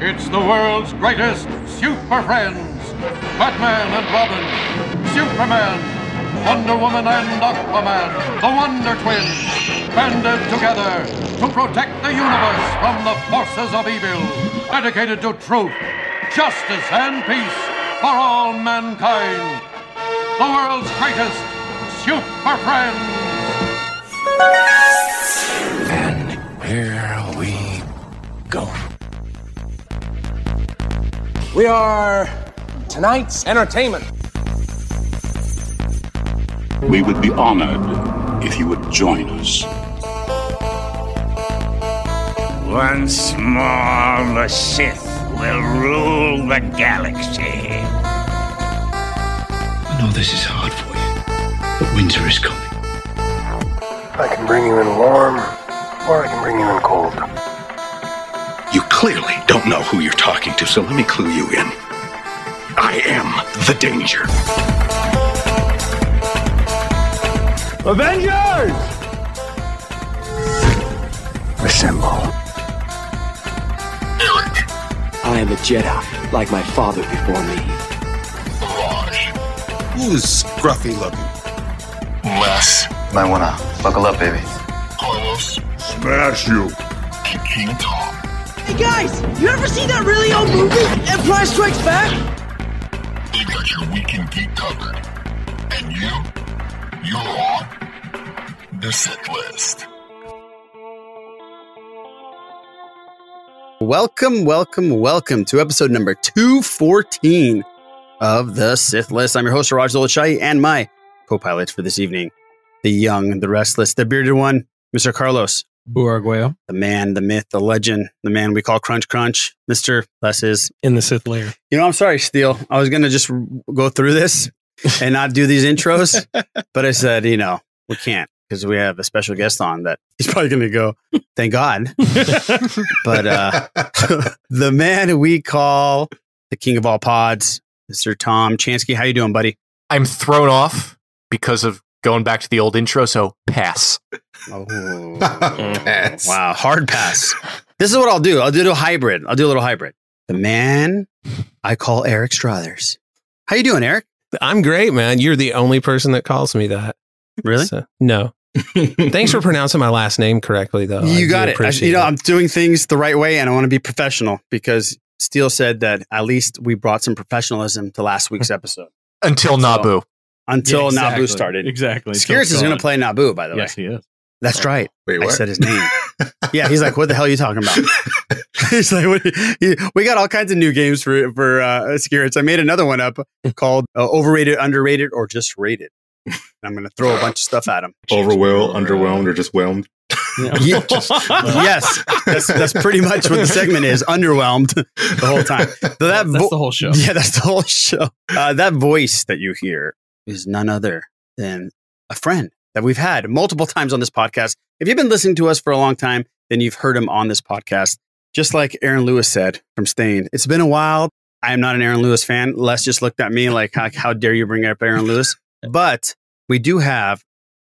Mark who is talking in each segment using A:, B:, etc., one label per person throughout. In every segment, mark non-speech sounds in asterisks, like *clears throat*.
A: It's the world's greatest super friends Batman and Robin, Superman, Wonder Woman and Aquaman, the Wonder Twins, banded together to protect the universe from the forces of evil, dedicated to truth, justice, and peace for all mankind. The world's greatest super friends.
B: And here we go. We are tonight's entertainment.
C: We would be honored if you would join us.
D: Once more, the Sith will rule the galaxy.
E: I know this is hard for you, but winter is coming.
F: I can bring you in warm, or I can bring you in cold.
G: You clearly don't know who you're talking to, so let me clue you in. I am the danger.
B: Avengers!
F: Assemble.
H: I am a Jedi, like my father before me.
I: Who's scruffy looking?
J: Wes. Might wanna buckle up, baby.
K: Carlos.
I: Smash you.
K: King Tom.
L: Hey guys, you ever seen that really old movie, Empire Strikes Back?
K: They got your weekend geek covered. And you? You're on the set list.
M: Welcome, welcome, welcome to episode number 214 of the Sith List. I'm your host, Raj Dolachai, and my co pilot for this evening, the young, the restless, the bearded one, Mr. Carlos.
N: Buarguayo.
M: The man, the myth, the legend, the man we call Crunch Crunch, Mr. Les is.
N: In the Sith layer.
M: You know, I'm sorry, Steele. I was going to just r- go through
N: *laughs*
M: this and not do these intros, but I said, you know, we can't because we have a special guest on that he's probably going to go,
N: *laughs*
M: thank God. but uh, *laughs* the man we call the king of all pods, Mr. Tom Chansky. How you doing, buddy?
O: I'm thrown off because of going back to the old intro, so pass.
M: *laughs* Oh, wow, hard pass. This is what I'll do. I'll do a hybrid. I'll do a little hybrid. The man I call Eric Struthers. How you doing, Eric?
N: I'm great, man. You're the only person that calls me that.
M: Really?
N: So, no. Thanks
M: *laughs*
N: for pronouncing my last name correctly, though. I
M: you
N: do
M: got it. I-
N: appreciate
M: you know, I'm doing things the right way, and I want to be professional because Steele said that at least we brought some professionalism to last *laughs* week's episode
O: Until Naboo.
M: until
N: Yeah, exactly.
M: Naboo started.
N: Exactly.
M: Skiris is going to play Naboo, by the way.
N: Yes, he is.
M: That's right.
I: Wait,
M: I
I: what?
M: said his name. yeah, he's like, "What the hell are you talking about?" he's like, what, he- "We got all kinds of new games for for uh, Skirits. I made another one up called uh, Overrated, Underrated, or Just Rated." And I'm going to throw a bunch of stuff at him.
P: Overwhelmed, underwhelmed, or just whelmed.
M: Ye- *laughs* yes, that's, that's pretty much what the segment is. Underwhelmed the whole time. So that
N: That's
M: vo-
N: the whole show.
M: Yeah, that's the whole show. Uh, that voice that you hear is none other than a friend that we've had multiple times on this podcast. If you've been listening to us for a long time, then you've heard him on this podcast. Just like Aaron Lewis said from Stain, it's been a while. I am not an Aaron Lewis fan. Les just looked at me like, how, how dare you bring up Aaron
N: *laughs*
M: Lewis? But we do have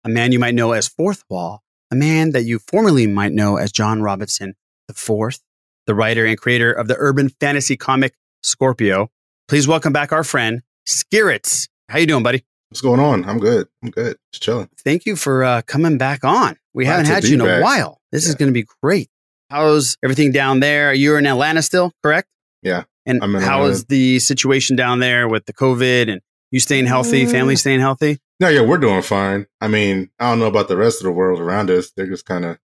M: a man you might know as Fourth Wall, a man that you formerly might know as John Robinson the Fourth, the writer and creator of the urban fantasy comic Scorpio. Please welcome back our friend Skirits. How you doing, buddy?
P: What's going on? I'm good. I'm good. Just chilling.
M: Thank you for uh, coming back on. We
P: Glad
M: haven't
P: to
M: had
P: be
M: you in a
P: back.
M: while. This is
P: Yeah.
M: going to be great. How's everything down there? You're in Atlanta still, correct?
P: Yeah,
M: And
P: I'm in
M: how
P: Atlanta.
M: is the situation down there with the COVID and you staying healthy, family staying healthy?
P: No, yeah, we're doing fine. I mean, I don't know about the rest of the world around us. They're just kind *laughs* of.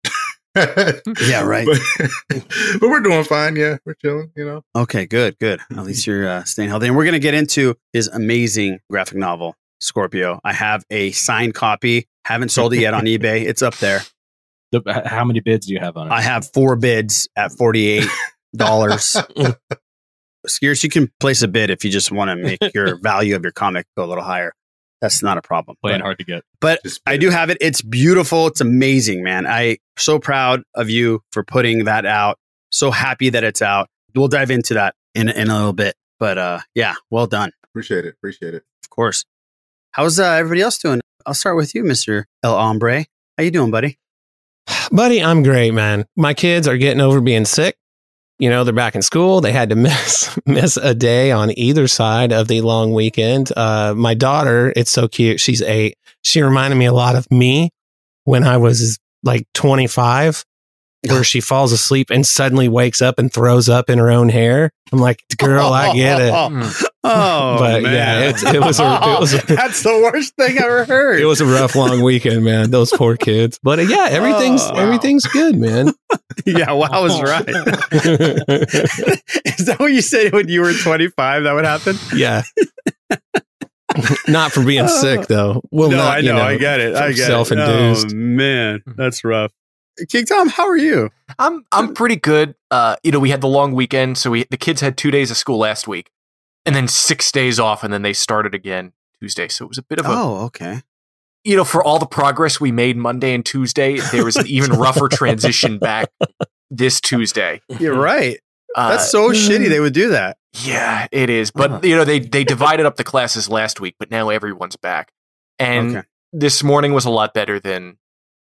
P: yeah,
M: right.
P: But, but *laughs* we're doing fine. Yeah, we're chilling. You know.
M: Okay, good,
Q: *laughs*
M: good. At least you're uh, staying healthy. And we're going to get into his amazing graphic novel, Scorpio. I have a signed copy. Haven't sold it
Q: *laughs*
M: yet on eBay. It's up there.
Q: The, h- how many bids do you have on it?
M: I have four bids at forty-eight dollars. Scarce, you can place a bid if you just want to make
Q: *laughs*
M: your value of your comic go a little higher. That's not a problem.
Q: Playing
M: But-
Q: hard to get.
M: but
P: Just
M: I do have it. It's beautiful. It's amazing, man. I so proud of you for putting that out. So happy that it's out. We'll dive into that in in a little bit. But uh, yeah, well done,
P: Appreciate it. Appreciate it.
M: of course. How's uh, everybody else doing? I'll start with you, Mister El Hombre. How you doing, buddy?
N: it. buddy, I'm great, man. My kids are getting over being sick. you know they're back in school they had to *laughs* miss miss a day on either side of the long weekend uh my daughter it's so cute she's eight she reminded me a lot of me when i was like 25 where she falls asleep and suddenly wakes up and throws up in her own hair i'm like girl i get it
M: *laughs*
N: Hmm.
M: Oh,
N: *laughs*
M: but
N: But, yeah, it's- it was a-
M: *laughs*
N: it was a- *laughs*
M: that's the worst thing I ever heard.
N: it was a rough long weekend man those poor kids but uh, yeah everything's
M: Oh.
N: everything's good man
M: *laughs* yeah, wow, I
N: *laughs*
M: was right. *laughs* Is that what you said when you were 25? That would happen?
N: yeah not for being sick though well
M: Uh, no,
N: not,
M: I know,
N: you
M: I get it. I get it.
N: self-induced
M: Oh man, that's rough. King Tom, how are you?
O: Mm-hmm. I'm I'm pretty good. Uh, you know, we had the long weekend, so we the kids had two days of school last week, and then six days off, and then they started again Tuesday. So it was a bit of a
M: Oh, okay.
O: you know, for all the progress we made Monday and Tuesday, there was an even rougher transition back this Tuesday.
M: You're right.
O: Uh,
M: that's so shitty they would do that. Uh-huh.
O: Yeah, it is. But you know, they they divided up the classes last week, but now everyone's back. And
M: Okay.
O: this morning was a lot better than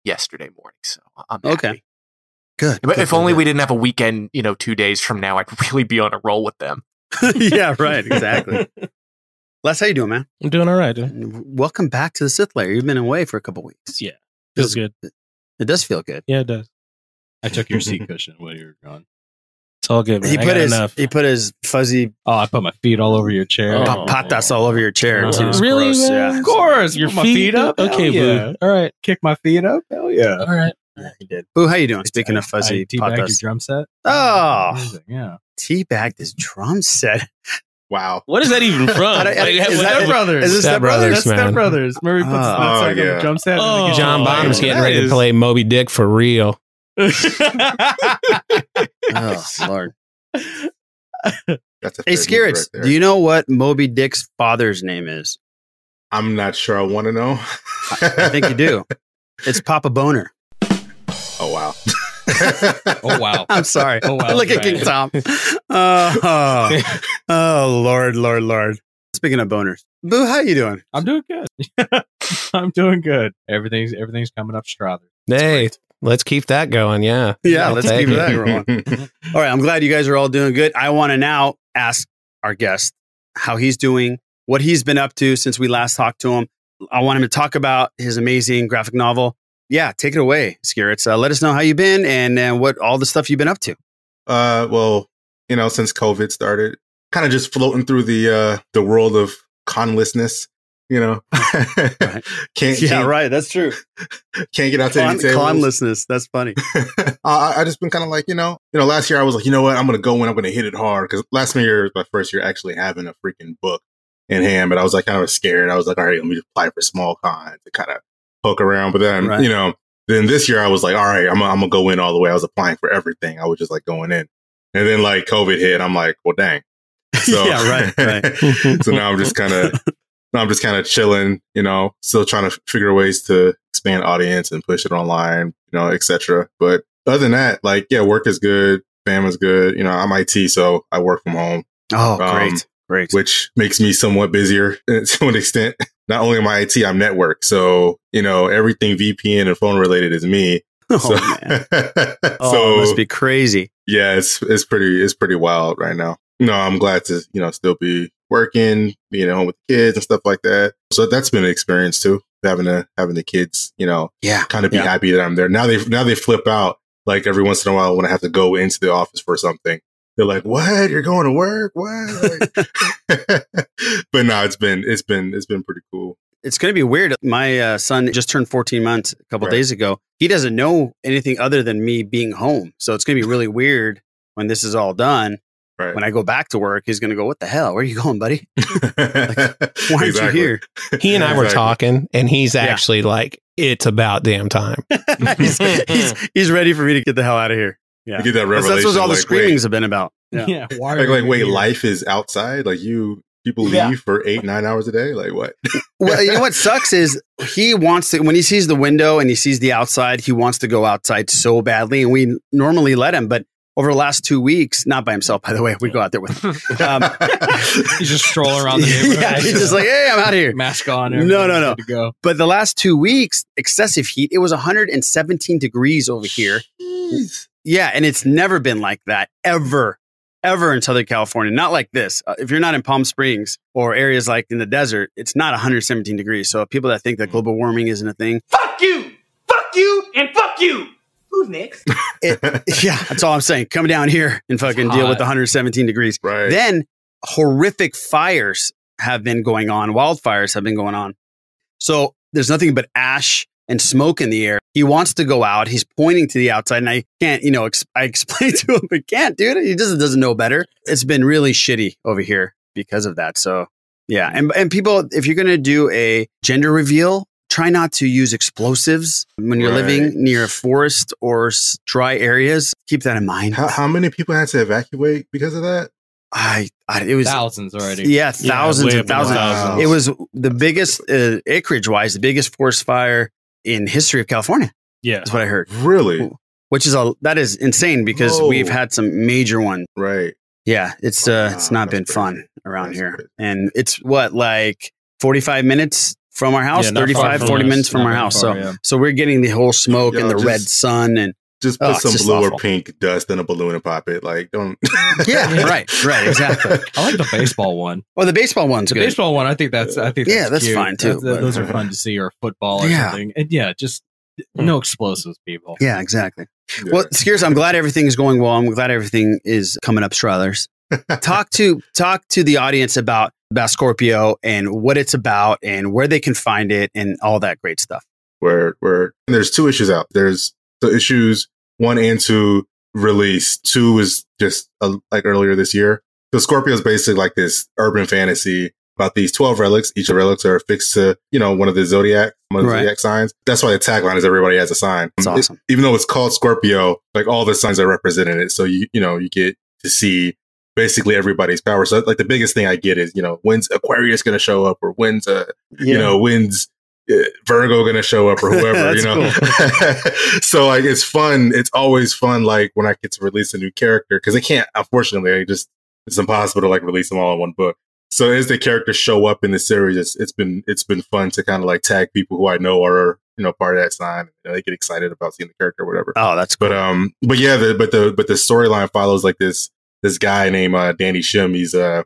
O: yesterday morning. So I'm happy.
M: Okay. Good.
O: But if only we didn't have a weekend, you know, two days from now, I'd *laughs* really be on a roll with them.
M: *laughs* yeah, right.
Q: *laughs*
M: Exactly. Les, how you doing, man?
Q: I'm doing all right. Dude.
M: Welcome back to the Sith Lair. You've been away for a couple weeks.
Q: Yeah, feels good.
M: It does feel good.
Q: Yeah, it does. I took your seat cushion while you were gone. It's all good. Man.
M: He
Q: I
M: put
Q: got
M: his
Q: enough.
M: he put his fuzzy
Q: oh I put my feet all over your chair. Oh. Uh-huh.
M: pa- patas all over your chair. It was
Q: Really,
M: gross,
Q: man?
M: yeah.
Q: Of course, your feet, up. Okay,
M: yeah.
Q: boo. All right, kick my feet up. Hell yeah. All right.
M: He did. Boo, how you doing? Speaking of fuzzy
Q: I teabagged your
M: patas,
Q: drum set.
M: oh,
Q: Yeah.
M: teabagged his drum set. Wow,
R: What is that even
M: *laughs*
R: from?
M: I don't-
R: Like,
M: is
R: what-
M: that-
R: Step Brothers.
M: Is this Step Brothers?
N: Brothers, man.
Q: Step Brothers. Murray puts
M: Oh.
Q: that side
M: Oh,
Q: on
M: yeah.
Q: the drum set. and then he
N: John
Q: gets-
N: Bonham's getting
Q: That
N: ready to
Q: is-
N: play Moby Dick for real.
M: oh
Q: *laughs*
M: Lord.
P: That's a
M: Hey,
P: fair move
M: Skirits,
P: right there.
M: do you know what Moby Dick's father's name is?
P: I'm not sure I want to know.
M: I think you *laughs* do. It's Papa Boner.
P: *laughs* Oh
M: *laughs*
P: wow. *laughs*
R: Oh wow.
M: I'm sorry.
R: Oh, wow,
M: *laughs* Look at
R: Brian.
M: King Tom. Oh, oh, Lord, Lord, Lord. Speaking of boners, Boo, how you doing?
Q: I'm doing good. *laughs* I'm doing good. Everything's everything's coming up strong.
N: Hey, let's keep that going. Yeah.
M: Yeah, let's
N: Thank
M: keep
N: you.
M: that rolling. All right, I'm glad you guys are all doing good. I want to now ask our guest how he's doing, what he's been up to since we last talked to him. I want him to talk about his amazing graphic novel. Yeah, take it away, Skirits. Uh, let us know how you've been and uh, what all the stuff you've been up to.
P: Uh, well, you know, since COVID started, kind of just floating through the uh the world of conlessness. You
M: *laughs*
P: know, *laughs* can't
M: Yeah,
P: can't,
M: right. That's true.
P: can't get out to
M: Con-
P: any tables.
M: conlessness. That's funny.
P: *laughs* I, I- I just been kind of like, you know, you know, last year I was like, you know what, I'm gonna go in, I'm gonna hit it hard because last year was my first year actually having a freaking book in hand, but I was like kind of scared. I was like, all right, let me apply for small cons and kind of poke around. But then,
M: Right.
P: you know, then this year I was like, all right, I'm, gonna- I'm gonna go in all the way. I was applying for everything. I was just like going in, and then like COVID hit. I'm like, well, dang. So,
M: *laughs*
P: Um,
M: Yeah,
P: *laughs*
M: right, right.
P: so now I'm just kind of. Now I'm just kind of chilling, you know, still trying to figure ways to expand audience and push it online, you know, etc. But other than that, like, yeah, work is good, fam is good. You know, I'm IT, so I work from home.
M: Oh,
P: Um,
M: great. great.
P: Which makes me somewhat busier *laughs* to an extent. Not only am I IT, I'm network. So, you know, everything VPN and phone related is me. *laughs*
M: Oh,
P: so,
M: man.
P: so-
M: Oh, it must be crazy.
P: yeah, it's it's pretty it's pretty wild right now. No, I'm glad to you know still be working, being at home with the kids and stuff like that. So that's been an experience too, having the having the kids, you know,
M: Yeah.
P: kind of be
M: Yeah.
P: happy that I'm there. Now they now they flip out like every once in a while when I have to go into the office for something. They're like, "What? You're going to work? What?"
M: *laughs*
P: Like- *laughs* but no, it's been it's been it's been pretty cool. *laughs*
M: It's going to be weird. My uh, son just turned 14 months a couple
P: Right.
M: days ago. He doesn't know anything other than me being home. So it's going to be really weird when this is all done.
P: Right.
M: When I go back to work, he's going to go, What the hell? Where are you going, buddy? *laughs* Why
P: Why
M: aren't you here? *laughs*
N: He and I were talking, and he's
M: Yeah.
N: actually like, it's about damn time.
M: he's, he's, he's ready for me to get the hell out of here. Yeah.
P: You get that
M: That's- That's
P: revelation,
M: what all the
P: like,
M: screamings have been about. Yeah.
Q: Why
P: Like,
Q: are
P: like
Q: you
P: wait,
Q: here?
P: life is outside. Like you, people leave
M: Yeah.
P: for eight nine hours a day. Like what?
M: well, you
Q: *laughs*
M: know what sucks is he wants to when he sees the window and he sees the outside, he wants to go outside so badly, and we normally let him. But over the last two weeks, not by himself, by the way, we go out there with
Q: *laughs*
M: him.
P: *laughs*
M: Um,
Q: *laughs* He's just strolling around
N: *laughs*
Q: the neighborhood.
M: *laughs* yeah, he's just like, hey, I'm out of
Q: *laughs*
M: here.
Q: Mask on.
M: No, no,
Q: everything's
M: no.
Q: good To go.
M: But the last two weeks, excessive heat. It was 117 degrees over here. Yeah, and it's never been like that ever, ever in Southern California. Not like this. Uh, if you're not in Palm Springs or areas like in the desert, it's not 117 degrees. So people that
Q: Mm.
M: think that global warming isn't a thing,
L: Fuck you! Fuck you! And fuck you! Who's
S: *laughs*
L: next?
M: yeah, that's all I'm saying. Come down here and fucking deal
Q: hot.
M: with 117 degrees.
P: Right.
M: Then horrific fires have been going on. Wildfires have been going on. So there's nothing but ash and smoke in the air. He wants to go out. He's pointing to the outside, and I can't, you know, ex- I explain *laughs* to him, I can't, dude. He just doesn't know better. It's been really shitty over here because of that. So yeah,
P: Hmm.
M: and and people, if you're gonna do a gender reveal, try not to use explosives when you're
P: Right.
M: living near a forest or s- dry areas. Keep that in mind.
P: How, how many people had to evacuate because of that?
M: I, I it was
R: Thousands already.
M: Yeah,
R: Yeah,
M: thousands
R: way
M: and
R: up in the
M: thousands.
R: thousands.
M: It was the biggest uh, acreage wise, the biggest forest fire in history of California.
R: Yeah.
M: That's what I heard.
P: Really?
M: Which is a that is insane because
P: Whoa.
M: we've had some major one.
P: Right.
M: Yeah, it's uh it's not been fun around here. And it's what like 45 minutes from our house,
R: Yeah, not far
M: 35
R: from
M: 40
R: us.
M: minutes from
R: Not
M: our
R: very
M: house.
R: far,
M: so
R: yeah.
M: so we're getting the whole smoke
P: Yo,
M: and the
P: just-
M: red
R: *laughs*
M: sun and
P: Just
M: oh,
P: put
M: it's
P: some
M: just
P: blue
M: awful.
P: or pink dust in a balloon and pop it. Like, don't. *laughs*
M: Yeah, right, right, exactly.
R: I like the baseball one.
M: Well, the baseball one's
R: The
M: *laughs* good.
R: baseball one, I think that's I think
M: Yeah, that's
R: cute.
M: fine, too,
R: That's-
M: but-
R: those are fun to see, or football or
M: Yeah.
R: something. And yeah, just no explosives, people.
M: Yeah, exactly. Well, Skiers, I'm glad everything is going well. I'm glad everything is coming up, Struthers. talk to *laughs* talk to the audience about about Scorpio and what it's about and where they can find it and all that great stuff.
P: where where and there's two issues out. There's the issues one and two release. Two is just uh like earlier this year. So Scorpio is basically like this urban fantasy about these twelve relics. Each of the relics are affixed to you know one of the zodiac one of the
M: Right.
P: zodiac signs. That's why the tagline is everybody has a sign.
M: That's
P: It-
M: awesome.
P: even though it's called Scorpio, like all the signs are represented. in it. So you you know you get to see basically everybody's power. So like the biggest thing I get is you know when's Aquarius going to show up or when's uh, you
M: Yeah.
P: know when's uh, Virgo going to show
M: *laughs*
P: up or whoever you
M: That's
P: know. *laughs* so like it's fun. It's always fun. Like when I get to release a new character because I can't unfortunately I just it's impossible to like release them all in one book. So as the characters show up in the series, it's, it's been it's been fun to kind of like tag people who I know are you know part of that sign. And they get excited about seeing the character or whatever.
M: Oh, that's
P: But um, but yeah, the, but the but the storyline follows like this this guy named uh, Danny Shim. He's uh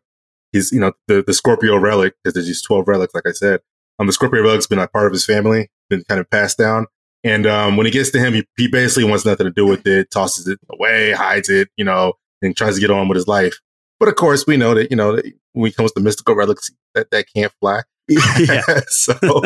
P: he's you know the the Scorpio relic because there's these twelve relics, like I said. Um, the Scorpio relic's been a part of his family, been kind of passed down. And um, when it gets to him, he, he basically wants nothing to do with it, tosses it away, hides it, you know, and tries to get on with his life. But of course, we know that you know that when it comes to mystical relics, that that can't fly. uh, *laughs*
M: *laughs* Yeah.
P: so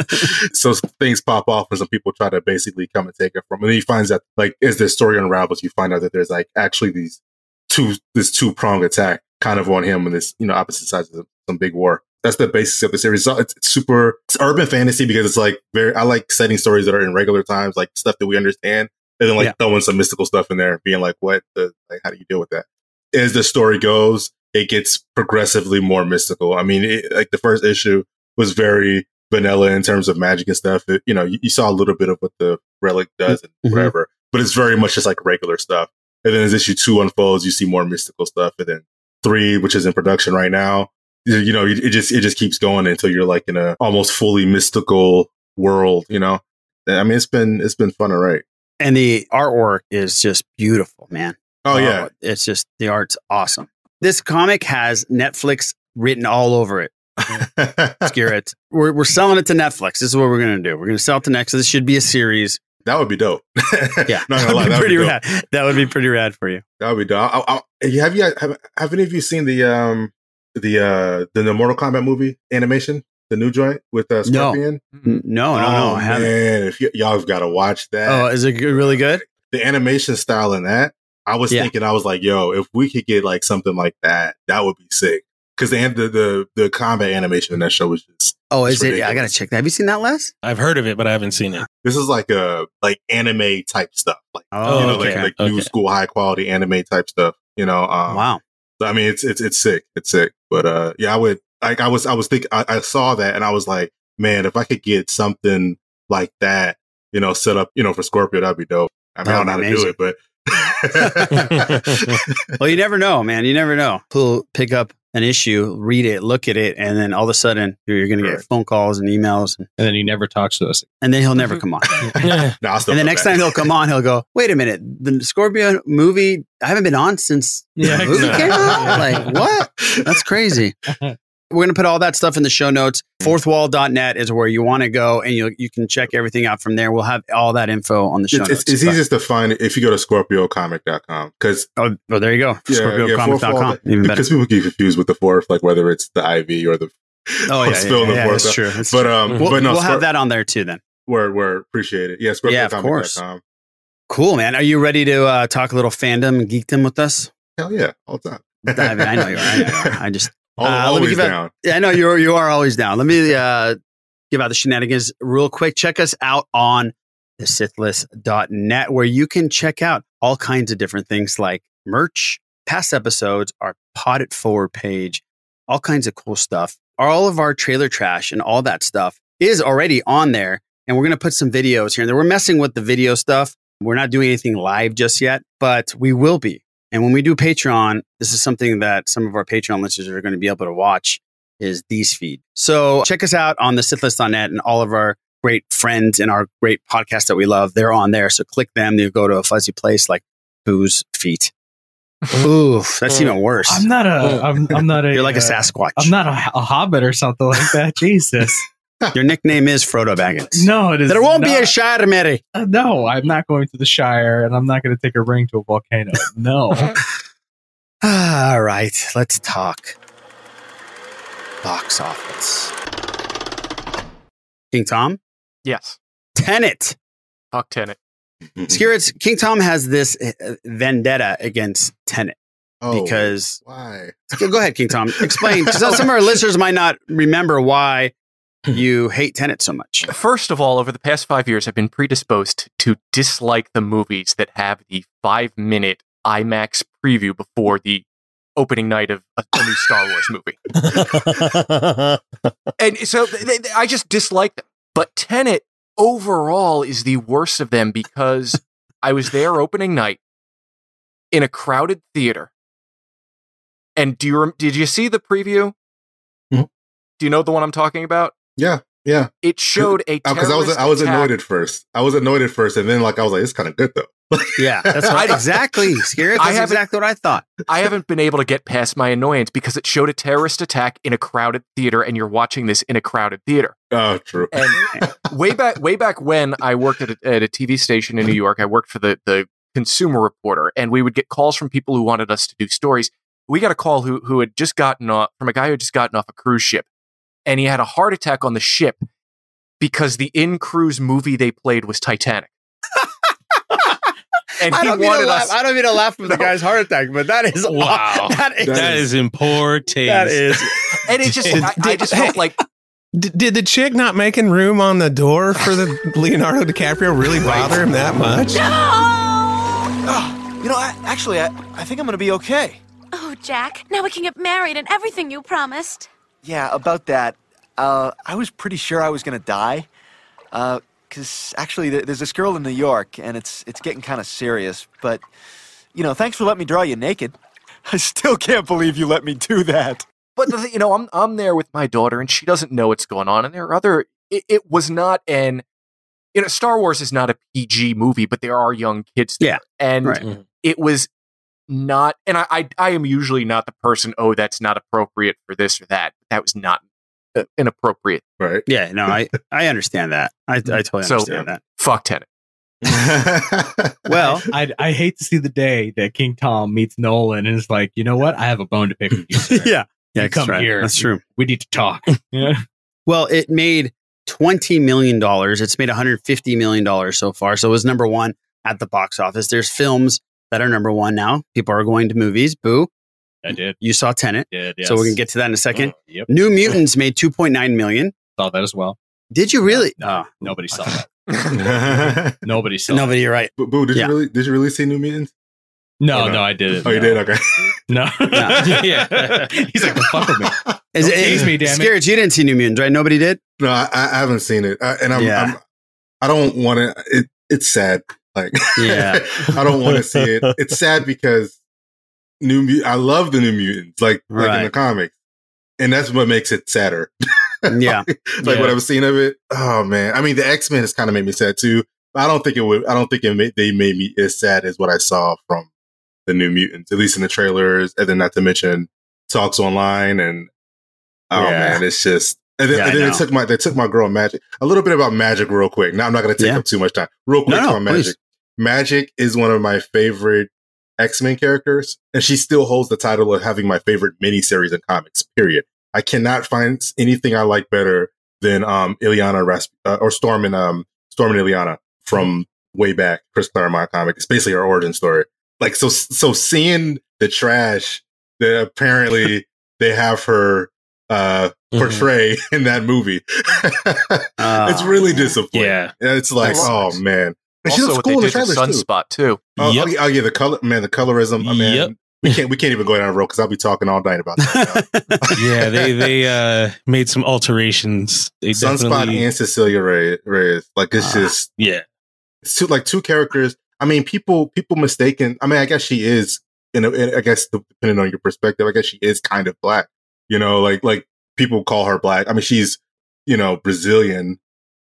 P: so things pop off and some people try to basically come and take it from. And then he finds out like as the story unravels, you find out that there's like actually these two this two prong attack kind of on him and this you know opposite sides of some big war. That's the basis of the series. So it's it's super it's urban fantasy because it's like very I like setting stories that are in regular times, like stuff that we understand, and then like
M: Yeah.
P: throwing some mystical stuff in there, and being like, what the like how do you deal with that? As the story goes, it gets progressively more mystical. I mean, it, like the first issue was very vanilla in terms of magic and stuff. It- you know, you, you saw a little bit of what the relic does and
M: Mhm.
P: whatever, but it's very much just like regular stuff. And then as issue two unfolds, you see more mystical stuff. And then three, which is in production right now, you, you know, it, it just it just keeps going until you're like in a almost fully mystical world. You know, I mean, it's been it's been fun, all right?
M: And the artwork is just beautiful, man.
P: Oh, yeah. *laughs*
M: it's just the art's awesome. This comic has Netflix written all
P: *laughs*
M: over it. Skirret. We're, we're selling it to Netflix. This is what we're going to do. We're going to sell it to Netflix. This should be a series.
P: That would be dope. *laughs*
M: Yeah.
P: Not
M: *laughs* That'd
P: gonna lie, that
M: be
P: would
M: pretty
P: be dope.
M: rad. That would be pretty rad for you.
P: That would be dope. I, I, I- have you have, have any of you seen the um the uh the, the Mortal Kombat movie animation, the new joint with uh,
M: No.
P: Scorpion?
M: N- No, no, no.
P: Oh,
M: I haven't.
P: Man, if y- y'all have got to watch that.
M: Oh, is it g- really good?
P: the animation style in that, I was
M: Yeah.
P: thinking, I was like, yo, if we could get like something like that, that would be sick. Because the, the the the combat animation in that show was just
M: Oh,
P: it's
M: is it? Yeah, I gotta check that. Have you seen that, Les?
R: I've heard of it, but I haven't seen it.
P: this is like a like anime type stuff, like
M: Oh,
P: you know, like,
M: okay.
P: like new
R: Okay.
P: school high quality anime type stuff. You know, um,
M: Wow.
P: So, I mean, it's it's it's sick. It's sick. But uh, yeah, I would like I was I was thinking I, I saw that and I was like, man, if I could get something like that, you know, set up, you know, for Scorpio, that'd be dope. I mean, I don't know how to
M: That'd
P: do
M: be
P: it, but *laughs*
M: well, you never know, man. You never know. Who'll pick up an issue, read it, look at it, and then all of a sudden you're going to get phone calls and emails, and,
R: and then he never talks to us.
M: and then he'll never come on. and the next time he'll come on, he'll go, "Wait a minute, the Scorpion movie. I haven't been on since the
R: Yeah,
M: movie
P: *laughs*
R: exactly.
M: came out. Like what? That's crazy." We're going to put all that stuff in the show notes.
P: Hmm.
M: Fourthwall.net is where you want to go, and you you can check everything out from there. We'll have all that info on the show
P: It's,
M: notes.
P: it's, it's easiest to find it if you go to scorpiocomic.com because
M: oh, well, there you go
P: yeah,
M: ScorpioComic.com.
P: fourthwall-
M: Even better.
P: because people get confused with the fourth like whether it's the IV or the
M: Oh yeah,
P: spill
M: yeah,
P: in the
M: yeah,
P: fourth
M: that's
P: wall.
M: true. that's
P: but
M: true.
P: um
M: we'll,
P: but no
M: we'll
P: Scor-
M: have that on there too. Then
P: word word appreciate it yeah
M: Yeah, of course.
P: scorpiocomic.com
M: cool, man. Are you ready to uh, talk a little fandom and geekdom with us?
P: hell yeah all the time
M: I, mean, I know you are. I, know Uh, you
P: *laughs*
M: are. I just
P: Al-
M: let me
P: always
M: give out-
P: down.
M: yeah, I know you are. You are always down. Let me uh, give out the shenanigans real quick. Check us out on the Sithless.net where you can check out all kinds of different things like merch, past episodes, our pod it forward page, all kinds of cool stuff. All of our trailer trash and all that stuff is already on there. And we're going to put some videos here and there. We're messing with the video stuff. We're not doing anything live just yet, but we will be. And when we do Patreon, this is something that some of our Patreon listeners are going to be able to watch is these feed. So check us out on the sithlist.net and all of our great friends and our great podcasts that we love. They're on there. So click them. They'll go to a fuzzy place like Boo's
Q: *laughs*
M: Feet. Oof, that's even worse.
Q: I'm not
M: *laughs*
Q: a. I'm, I'm not a.
M: You're like a
Q: uh,
M: Sasquatch.
Q: I'm not a, a hobbit or something like
M: *laughs*
Q: that. Jesus.
M: Your nickname is Frodo Baggins.
Q: No, it is.
M: There won't be
Q: not.
M: a Shire, Mary.
Q: Uh, no, I'm not going to the Shire, and I'm not going to take a ring to a volcano. No.
M: Ah, All right, let's talk. Box office. King Tom?
O: Yes.
M: Tenet.
O: Talk Tenet.
M: Skirits, King Tom has this uh, vendetta against Tenet
P: Oh.
M: because
P: why
M: Go go ahead, King Tom. Explain. 'cause some of our listeners might not remember why you hate Tenet so much.
O: First of all, over the past five years, I've been predisposed to dislike the movies that have the five minute IMAX preview before the opening night of a, a new Star Wars movie. And so th th I just dislike them. But Tenet overall is the worst of them because I was there opening night in a crowded theater. And do you rem- did you see the preview?
P: Mhm.
O: Do you know the one I'm talking about?
P: yeah yeah
O: It showed a
P: because I was
O: terrorist
P: I was
O: attack
P: annoyed at first I was annoyed at first and then like I was like it's kind of good though
M: Yeah, that's right. exactly. Skirits,
O: I
M: that's
O: haven't-
M: exactly what I thought.
O: I haven't been able to get past my annoyance because it showed a terrorist attack in a crowded theater, and you're watching this in a crowded theater.
P: oh true
M: Eh.
Q: *laughs*
O: And way back, way back when I worked at a, at a TV station in New York, I worked for the the Consumer Reporter, and we would get calls from people who wanted us to do stories. We got a call who who had just gotten off from a guy who had just gotten off a cruise ship, and he had a heart attack on the ship because the in cruise movie they played was Titanic. and
M: I
O: he
M: don't mean to
O: wanted
M: laugh.
O: us.
M: I don't mean to laugh from the guy's heart attack, but that is
Q: *laughs*
R: Wow.
M: That is,
R: that is in poor taste.
M: that is
O: and it just,
N: Did-
O: I, I
N: did-
O: just felt like
N: D- did the chick not making room on the door for the Leonardo DiCaprio really bother him that much?
S: Oh,
T: You know, I, actually, I, I think I'm gonna be okay.
S: Oh, Jack, now we can get married and everything you promised.
T: Yeah, about that. Uh, I was pretty sure I was gonna die. Uh, cause actually, there- there's this girl in New York, and it's it's getting kind of serious. But, you know, thanks for letting me draw you naked. *laughs* I still can't believe you let me do that.
O: but the, thing- you know, I'm I'm there with my daughter, and she doesn't know what's going on. And there are other. It, it was not an, you know, Star Wars is not a PG movie, but there are young kids. There.
M: Yeah,
O: and
M: right. Mhm.
O: it was not. And I, I I am usually not the person. Oh, that's not appropriate for this or that. That was not uh, inappropriate.
P: right
M: Yeah, no, I I understand that. I I totally
O: So-
M: understand that.
O: Fuck Tenet.
M: *laughs* Well,
Q: I I hate to see the day that King Tom meets Nolan and is like, you know what? I have a bone to pick with you. sir.
M: *laughs* yeah,
Q: You
M: yeah,
Q: come
M: that's right.
Q: here.
M: That's true.
Q: We need to talk.
R: *laughs*
M: Well, it made twenty million dollars. It's made one hundred fifty million dollars so far. So it was number one at the box office. There's films that are number one now. People are going to movies. Boo!
Q: I did.
M: You saw Tenet,
Q: Did,
M: so we're
Q: yes. Oh,
M: gonna get to that in a second.
Q: Yep.
M: New Mutants made two point nine million.
Q: Saw that as well.
M: Did you really?
Q: No, nobody saw that.
P: Boo
Q: Nobody saw.
M: Nobody, you're right.
P: *laughs* Boo, did
M: Yeah.
P: you really did you really see New Mutants
Q: No,
P: Or
Q: no, I didn't.
P: oh you
Q: No.
P: did okay
M: *laughs*
Q: No. yeah. *laughs* He's like, fuck with me.
P: *laughs*
M: Is
Q: Don't tease me, damn it.
M: Scared you didn't see New Mutants, right?
Q: *laughs*
M: Nobody did.
P: No, I, I haven't seen it, I, and I'm,
M: Yeah.
P: I'm- I don't want to. It, it's sad. Like,
M: Yeah.
P: *laughs* I don't want to see it. It's sad because New Mut- I love the New Mutants, like like in the
M: Right.
P: comics, and that's what makes it sadder.
M: Yeah.
P: *laughs* like
M: Yeah.
P: what I've seen of it. Oh man, I mean, the X Men has kind of made me sad too. But I don't think it would. I don't think it made, they made me as sad as what I saw from the New Mutants, at least in the trailers, and then not to mention talks online and oh
I: Yeah.
P: man, it's just. And then,
I: Yeah, I
P: and then
I: know.
P: they took my they took my girl magic a little bit about magic real quick. Now I'm not going to take
I: Yeah.
P: up too much time. Real quick
I: No, no,
P: on magic.
I: please.
P: Magic is one of my favorite X Men characters, and she still holds the title of having my favorite miniseries in comics. Period. I cannot find s- anything I like better than um Ileana Rasp- uh, or Storm and um Storm and Ileana from way back Chris Claremont comic. It's basically her origin story. Like so, so seeing the trash
I: *laughs*
P: that apparently they have her uh
I: Mhm.
P: portray in that movie, *laughs* it's
I: Uh,
M: Uh,
P: really
R: *laughs*
P: disappointing.
I: yeah.
P: it's like
I: That
P: oh
I: sucks.
P: man, And
O: Also, what they did to
P: too.
O: Sunspot too.
P: Oh, oh, yeah, oh, yeah, the color, man, the colorism, I man. We can't, we can't even go down the road because I'll be talking all night about
O: *laughs*
P: that.
R: yeah, they they uh, made some alterations. They
P: Sunspot
R: definitely-
P: and Cecilia Reyes. Reyes. Like it's
I: Ah,
P: just
R: yeah,
P: it's two, like two characters. I mean, people people mistaken. I mean, I guess she is. You know, and I guess depending on your perspective, I guess she is kind of black. You know, like like people call her black. I mean, she's you know Brazilian,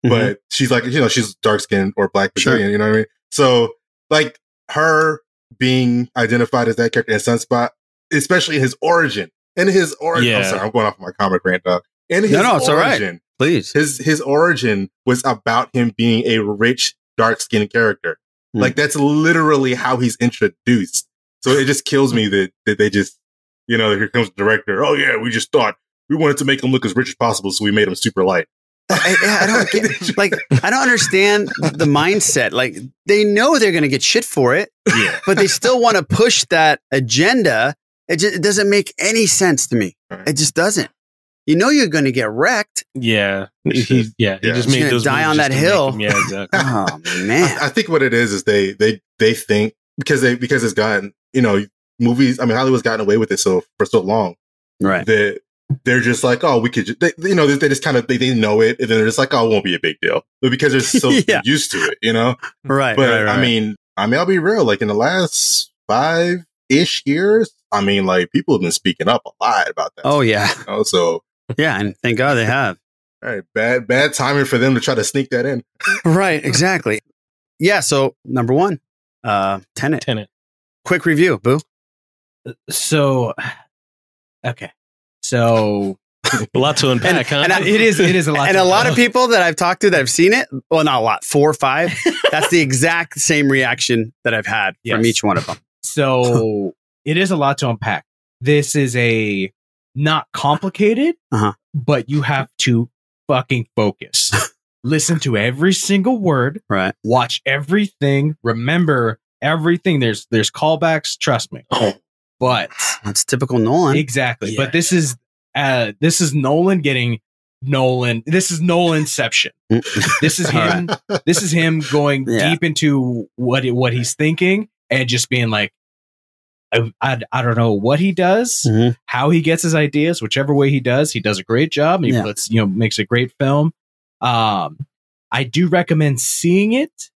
I: Mm-hmm.
P: but she's like you know she's dark skinned or black Brazilian. You know what I mean? So like her being identified as that character in Sunspot, especially his origin and his origin. I'm
I: Yeah.
P: sorry, I'm going off my comic rant, dog. And his
I: No, no, it's all right.
P: origin,
M: please.
P: His his origin was about him being a rich, dark skinned character.
M: Hmm.
P: Like that's literally how he's introduced. So it just kills me that that they just you know here comes the director. Oh yeah, we just thought we wanted to make him look as rich as possible, so we made him super light.
M: I, yeah, I don't
P: *laughs*
M: get, like I don't understand the mindset. Like they know they're going to get shit for it, *laughs*
P: Yeah.
M: but they still want to push that agenda. It, just, it doesn't make any sense to me. It just doesn't. You know you're going to get wrecked.
R: yeah, he, yeah. He
P: Yeah.
R: just
M: He's
R: made
M: gonna
R: those
M: die
R: movies
M: on
R: just
M: that
R: to make
M: hill.
R: him- Yeah, exactly.
M: Oh man,
P: I, I think what it is is they they they think because they because it's gotten you know movies. I mean, Hollywood's gotten away with it so for so long,
M: right?
P: That they're just like, oh, we could, ju- they, you know, they, they just kind of they, they know it, and then they're just like, oh, it won't be a big deal, but because they're so
M: *laughs* Yeah.
P: used to it, you know,
M: Right,
P: But
M: right, right,
P: I
M: right.
P: mean, I mean, I'll be real. Like in the last five ish years, I mean, like people have been speaking up a lot about that.
M: Oh yeah,
P: you know? so
M: yeah, and thank God they have.
P: all right, bad bad timing for them to try to sneak that in.
M: right, exactly. Yeah. So number one, uh, tenant.
R: Tenant.
M: Quick review, boo.
Q: So, okay. So,
R: Oh, *laughs* a lot to unpack.
M: And I-
Q: it is. It is a lot.
M: And
Q: to
M: a lot of
Q: unpack.
M: people that I've talked to that have seen it, well, not a lot, four
Q: *laughs*
M: or five. that's the exact same reaction that I've had from
Q: Yes.
M: each one of them.
Q: So it is a lot to unpack. This is a not complicated,
M: Uh-huh.
Q: but you have to fucking focus. Listen to every single word.
M: Right.
Q: Watch everything. Remember everything. There's there's callbacks. Trust me. But
M: that's typical Nolan.
Q: Exactly. But this is uh this is Nolan getting Nolan. This is Nolanception.
P: *laughs*
Q: this
N: *laughs*
Q: is him. This is him going
M: *laughs* Yeah.
Q: deep into what it, what he's thinking and just being like, I, I, I don't know what he does,
M: Mhm.
Q: how he gets his ideas, whichever way he does, he does a great job. He
M: Yeah.
Q: puts, you know, makes a great film. Um, I do recommend seeing it,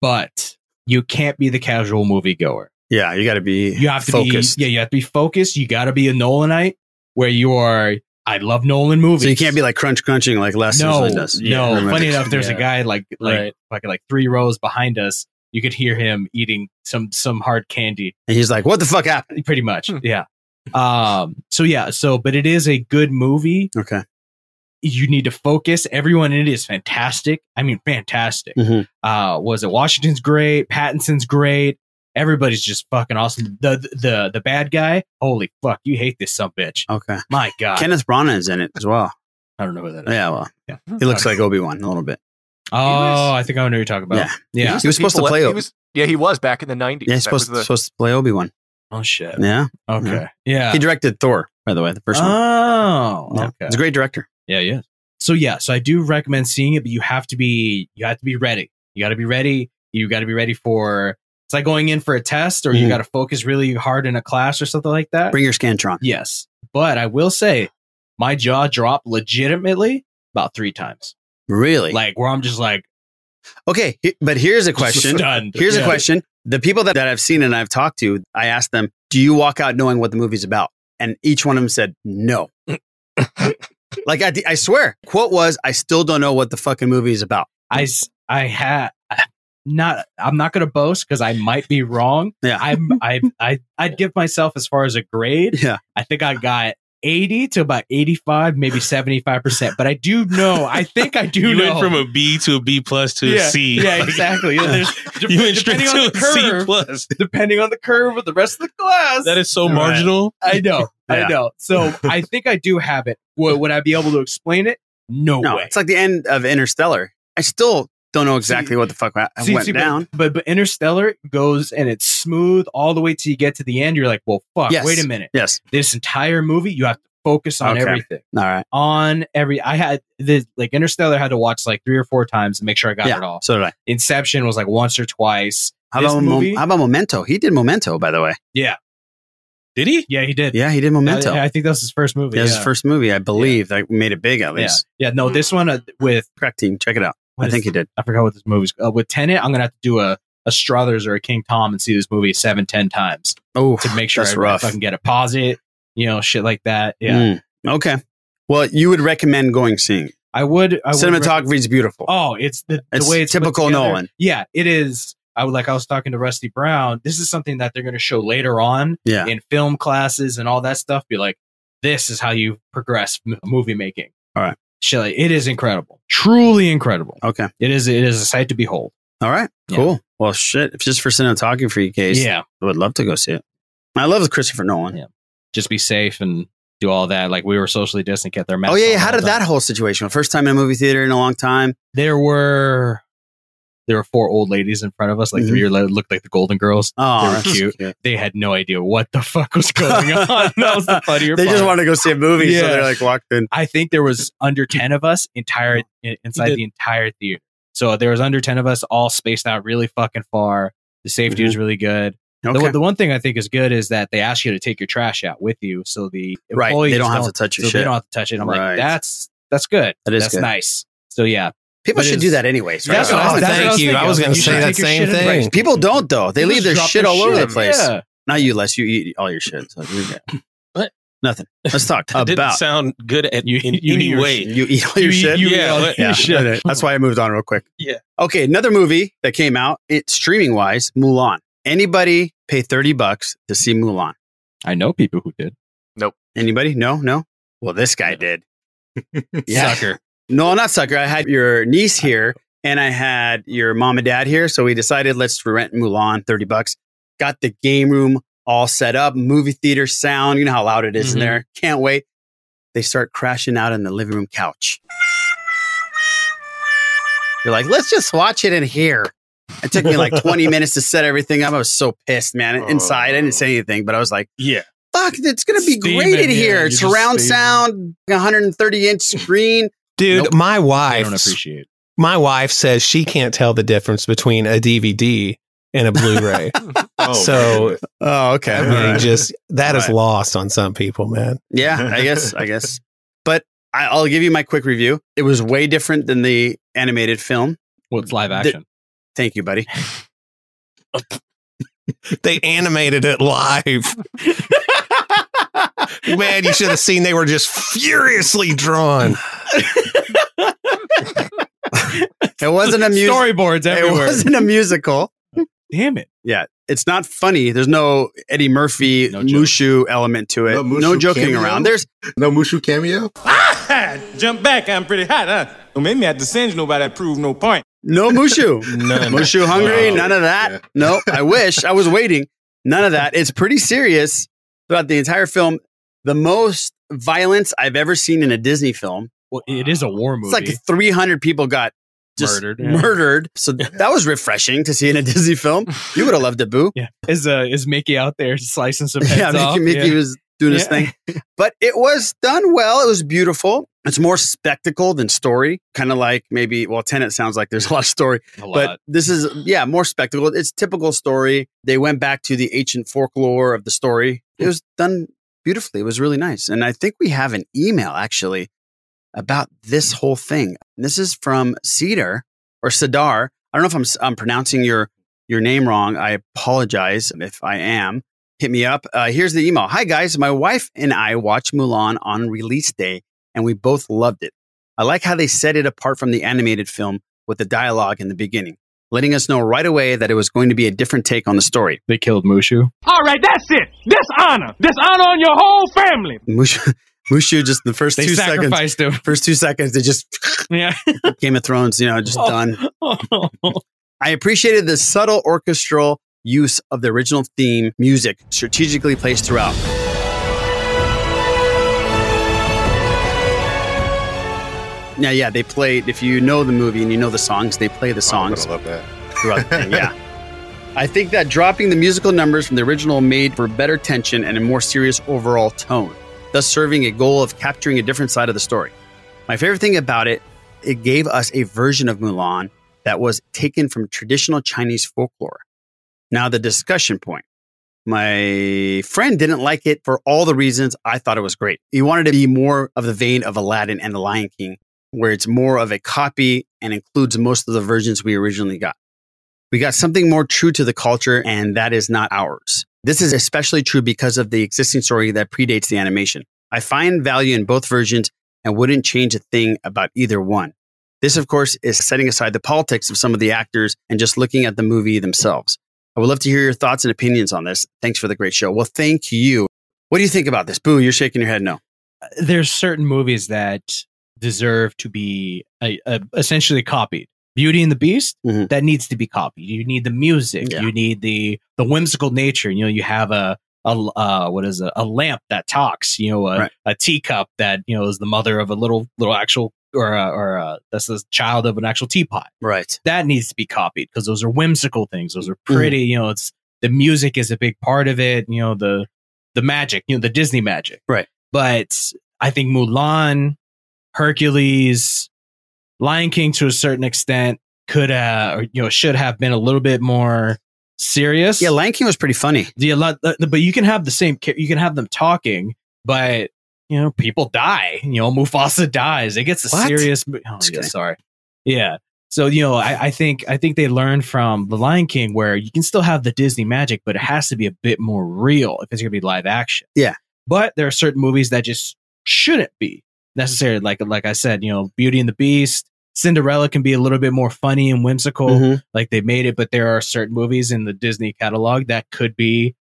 Q: but you can't be the casual moviegoer.
M: Yeah, you got to be
Q: You have to
M: focused.
Q: be, yeah, you have to be focused. You got to be a Nolanite where you are. I love Nolan movies.
M: so you can't be like crunch crunching like Les
Q: No,
M: usually does.
Q: no.
M: Remember?
Q: Funny enough, there's
R: Yeah.
Q: a guy like like
R: Right.
Q: like like three rows behind us. You could hear him eating some some hard candy.
M: And he's like, "What the fuck happened?"
Q: Pretty much, yeah. Um. So yeah. So, but it is a good movie.
M: Okay.
Q: You need to focus. Everyone in it is fantastic. I mean, fantastic.
M: Mhm.
Q: Uh, was it Washington's great? Pattinson's great. Everybody's just fucking awesome. The the the bad guy. Holy fuck! You hate this some
M: *laughs*
Q: bitch.
M: Okay.
Q: My God.
M: Kenneth Branagh is in it as well.
Q: I don't know who that is.
M: Yeah, well, he looks like Obi Wan a little bit.
Q: Oh, I think I know what you're talking about.
M: Yeah.
Q: Yeah.
M: He was supposed to
O: People-
M: play.
O: he
M: Obi-
O: was- yeah, he was back in the nineties.
M: yeah, he's supposed, supposed to play Obi Wan.
Q: Oh shit.
M: Yeah.
Q: Okay.
M: Yeah.
Q: Yeah.
M: He directed Thor, by the way, the first one.
Q: Oh,
M: Yeah.
Q: okay.
M: He's a great director.
Q: Yeah, yeah. So yeah, so I do recommend seeing it, but you have to be you have to be ready. You got to be ready. You got to be ready for it's like going in for a test, or you
M: Mhm.
Q: got to focus really hard in a class or something like that.
M: Bring your Scantron.
Q: Yes, but I will say my jaw dropped legitimately about three times.
M: Really?
Q: Like where I'm just like, *laughs*
M: Okay, he- but here's a question.
Q: Stunned.
M: *laughs* Here's
Q: Yeah.
M: a question. The people that, that I've seen and I've talked to, I asked them, do you walk out knowing what the movie's about? And each one of them said,
Q: *laughs*
M: no. like, I, I swear, quote was, I still don't know what the fucking movie is about.
Q: I, s- I had not, I'm not going to boast because I might be wrong.
M: Yeah.
Q: *laughs* I'm, I, I, I'd give myself as far as a grade.
M: Yeah.
Q: I think I got 80 to about 85, maybe 75%. But I do know, I think I
R: *laughs*
Q: do
R: You
Q: know.
R: went from a B to a B plus to
Q: yeah,
R: a C.
Q: Yeah,
R: Like,
Q: exactly. Yeah, there's-
R: *laughs* you went straight
Q: depending on
R: to
Q: the
R: a C
Q: curve.
R: plus.
Q: depending on the curve of the rest of the class.
R: That is so
Q: Right.
R: marginal.
Q: I know.
R: Yeah.
Q: I know. So I think I do have it. Would, would I be able to explain it? No,
M: No,
Q: way.
M: it's like the end of Interstellar. I still don't know exactly what the fuck wa-
Q: See,
M: went
Q: see, but-
M: down.
Q: But, but Interstellar goes and it's smooth all the way till you get to the end. You're like, well, fuck.
M: Yes.
Q: Wait a minute.
M: Yes.
Q: This entire movie, you have to focus on
M: Okay.
Q: everything.
M: All right.
Q: On every, I had the like Interstellar had to watch like three or four times to make sure I got
M: Yeah,
Q: it all.
M: So did I.
Q: Inception was like once or twice.
M: How
Q: This
M: about, Mo-
Q: movie?
M: how about Memento? He did Memento, by the way.
Q: yeah,
R: Did he?
Q: yeah, he did.
M: Yeah, he did Memento.
Q: I, I think that was his first movie.
M: That was
Q: yeah.
M: his first movie, I believe. That made it big, at
Q: Yeah,
M: least.
Q: yeah. No, this one uh, with
M: Correct team. Check it out.
Q: What
M: I
Q: is-
M: think he did.
Q: I forgot what this movie's uh, with Tenet. I'm gonna have to do a a Struthers or a King Tom and see this movie seven ten times
M: Oh,
Q: to
M: *sighs*
Q: make sure
M: that's
Q: I,
M: rough.
Q: I can get a pause it, you know, shit like that. Yeah,
M: Mm. Okay. Well, you would recommend going seeing.
Q: I would. I would
M: Cinematography is beautiful.
Q: Oh, it's the, the
M: It's
Q: way it's put
M: typical
Q: together.
M: Nolan.
Q: Yeah, it is. I would like. I was talking to Rusty Brown. This is something that they're going to show later on
M: Yeah.
Q: in film classes and all that stuff. Be like, this is how you progress m- movie making.
M: All right.
Q: Shit, like, it is incredible. Truly incredible.
M: Okay.
Q: It is. It is a sight to behold.
M: All right. Cool. Well, shit. If just for cinematography case,
Q: Yeah.
M: I would love to go see it. I love Christopher Nolan.
Q: Yeah. Just be safe and do all that. Like we were socially distant, kept their masks.
M: Oh yeah,
Q: on the
M: yeah. How
Q: whole
M: did that
Q: time.
M: whole situation? go? First time in a movie theater in a long time.
Q: There were there were four old ladies in front of us, like
M: Mhm.
Q: three year old, looked like the Golden Girls.
M: Oh,
Q: they were
M: that's
Q: cute.
M: cute.
Q: They had no idea what the fuck was going on. that was the funnier.
M: they
Q: part.
M: just want to go see a movie, so
Q: Yeah.
M: they're like walked in.
Q: I think there was under ten of us entire in, inside the entire theater. So there was under ten of us, all spaced out really fucking far. The safety was really good.
M: Okay.
Q: The, the one thing I think is good is that they ask you to take your trash out with you, so the
M: Right, they
Q: employees
M: don't have to touch your
Q: so They
M: shit.
Q: don't have to touch it. I'm
M: Right.
Q: like, that's that's good.
M: That is
Q: that's
M: good.
Q: nice. So yeah,
M: People
Q: But
M: should
Q: it's-
M: do that anyways. right?
Q: That's what I-
N: Oh,
Q: that's what
N: thank
Q: I was
N: you. I
Q: thinking.
N: was gonna
Q: You
N: say
Q: should
N: that
Q: take your
N: same
Q: shit and-
N: thing.
M: Right. People don't though. They
Q: You
M: leave
Q: just
M: their
Q: drop
M: shit
Q: your
M: all over the
Q: shit,
M: place.
Q: yeah.
M: Not you, Les. You eat all your shit. So you're good.
R: *clears throat* What?
M: Nothing.
R: *laughs*
M: Let's talk
R: It didn't
M: about
R: sound good at
Q: You-
R: in
Q: you
R: any
Q: do your
R: way.
M: you eat all your
R: You eat-
M: shit.
R: you eat all your shit.
M: okay. That's why I moved on real quick.
R: Yeah.
M: Okay, another movie that came out. It's streaming wise. Mulan. Anybody pay thirty bucks to see Mulan?
Q: I know people who did.
M: Anybody? No, no. Well, this guy *laughs* did. Yeah.
Q: Sucker.
M: No, not sucker. I had your niece here and I had your mom and dad here. So we decided let's rent Mulan, 30 bucks. Got the game room all set up, movie theater sound. You know how loud it is in
Q: Mhm.
M: there. Can't wait. They start crashing out on the living room couch. You're like, let's just watch it in here. It took me like 20 *laughs* minutes to set everything up. I was so pissed, man. Inside, I didn't say anything, but I was like,
R: Yeah.
M: fuck, it's going to be
R: Steaming,
M: great in
R: yeah,
M: here.
R: you're just
M: Surround
R: steaming.
M: sound, 130 inch screen.
N: Dude,
M: Nope.
N: my
Q: I
N: wife
Q: don't appreciate. it.
N: my wife says she can't tell the difference between a DVD and a Blu-ray.
P: Oh,
N: so
M: Oh, okay.
N: I
M: All
N: mean,
M: right.
N: just that is
M: Right.
N: lost on some people, man.
M: yeah, I guess, I guess. But I, I'll give you my quick review. It was way different than the animated film.
Q: Well, it's live action.
M: Thank you, buddy.
N: *laughs* They animated it
M: *laughs*
N: live. man, you should have seen they were just furiously drawn.
Q: *laughs*
M: It wasn't a musical.
Q: Storyboards
M: It
Q: everywhere.
M: wasn't a musical.
Q: Damn it.
M: Yeah, it's not funny. There's no Eddie Murphy
Q: No joke.
M: Mushu element to it.
P: No
M: No,
P: Mushu
M: joking
P: cameo?
M: around. There's
P: No Mushu cameo?
U: Jump back, I'm pretty hot, huh? Don't make me have to send you nobody that prove no point.
M: no Mushu.
R: None.
M: Mushu hungry.
P: Wow.
M: None of that.
P: Yeah.
M: No, I wish I was waiting. None of that. It's pretty serious throughout the entire film. The most violence I've ever seen in a Disney film.
Q: Well, it is a war movie.
M: It's like 300 people got just
Q: Murdered,
M: murdered.
Q: yeah.
M: So that was refreshing to see in a Disney film. You would have loved it, boo.
Q: yeah. Is uh is Mickey out there slicing some heads
M: *laughs* yeah, Mickey,
Q: off?
M: Mickey
Q: Yeah.
M: was doing his
Q: Yeah.
M: thing.
Q: *laughs*
M: But it was done well. It was beautiful. It's more spectacle than story. Kind of like maybe, well, Tenet sounds like there's a lot of story,
Q: A
M: but
Q: lot.
M: this is, yeah, more spectacle. It's typical story. They went back to the ancient folklore of the story. It
Q: Hmm.
M: was done beautifully. It was really nice. And I think we have an email actually about this
Q: Hmm.
M: whole thing. This is from Cedar or Cedar. I don't know if I'm, s- I'm pronouncing your, your name wrong. I apologize if I am. hit me up. Uh, here's the email. Hi guys, my wife and I watched Mulan on release day, and we both loved it. I like how they set it apart from the animated film with the dialogue in the beginning, letting us know right away that it was going to be a different take on the story.
Q: They killed Mushu.
A: All right, that's it. Dishonor. Dishonor on your whole family.
M: Mushu, *laughs* Mushu just the first
Q: They
M: two seconds.
Q: sacrificed him. *laughs*
M: First two seconds, they just
Q: yeah.
M: Game of Thrones, you know, just
Q: Oh.
M: done. I appreciated the subtle orchestral use of the original theme music strategically placed throughout. Now, yeah, they play, if you know the movie and you know the songs, they play the songs.
P: I love that.
M: throughout the thing, yeah. *laughs* I think that dropping the musical numbers from the original made for better tension and a more serious overall tone, thus serving a goal of capturing a different side of the story. My favorite thing about it, it gave us a version of Mulan that was taken from traditional Chinese folklore. Now, the discussion point. My friend didn't like it for all the reasons I thought it was great. He wanted to be more of the vein of Aladdin and the Lion King, where it's more of a copy and includes most of the versions we originally got. We got something more true to the culture, and that is not ours. This is especially true because of the existing story that predates the animation. I find value in both versions and wouldn't change a thing about either one. This, of course, is setting aside the politics of some of the actors and just looking at the movie themselves. I would love to hear your thoughts and opinions on this. Thanks for the great show. Well, thank you. What do you think about this? Boo, you're shaking your head no.
Q: *laughs* There's certain movies that deserve to be uh, uh, essentially copied. Beauty and the Beast that needs to be copied. You need the music. You need the the whimsical nature. You know, you have a a l- uh, what is it? A lamp that talks. You know, a,
M: Right.
Q: a teacup that you know is the mother of a little little actual or a, or a, that's the child of an actual teapot.
M: Right.
Q: That needs to be copied because those are whimsical things. Those are pretty. You know, it's the music is a big part of it. You know, the the magic. You know, the Disney magic.
M: Right.
Q: But I think Mulan, Hercules, Lion King to a certain extent could uh or, you know should have been a little bit more serious. Yeah,
M: Lion King was pretty funny.
Q: Yeah, li- li- but you can have the same cha- you can have them talking, but you know people die. You know Mufasa dies. It gets a
M: What?
Q: serious. mo- Oh, yeah, sorry. Yeah. So you know, I, I think I think they learned from the Lion King where you can still have the Disney magic, but it has to be a bit more real if it's going to be live action.
M: Yeah.
Q: But there are certain movies that just shouldn't be necessarily like like I said, you know, Beauty and the Beast, Cinderella can be a little bit more funny and whimsical,
M: Mhm.
Q: like they made it. But there are certain movies in the Disney catalog that could be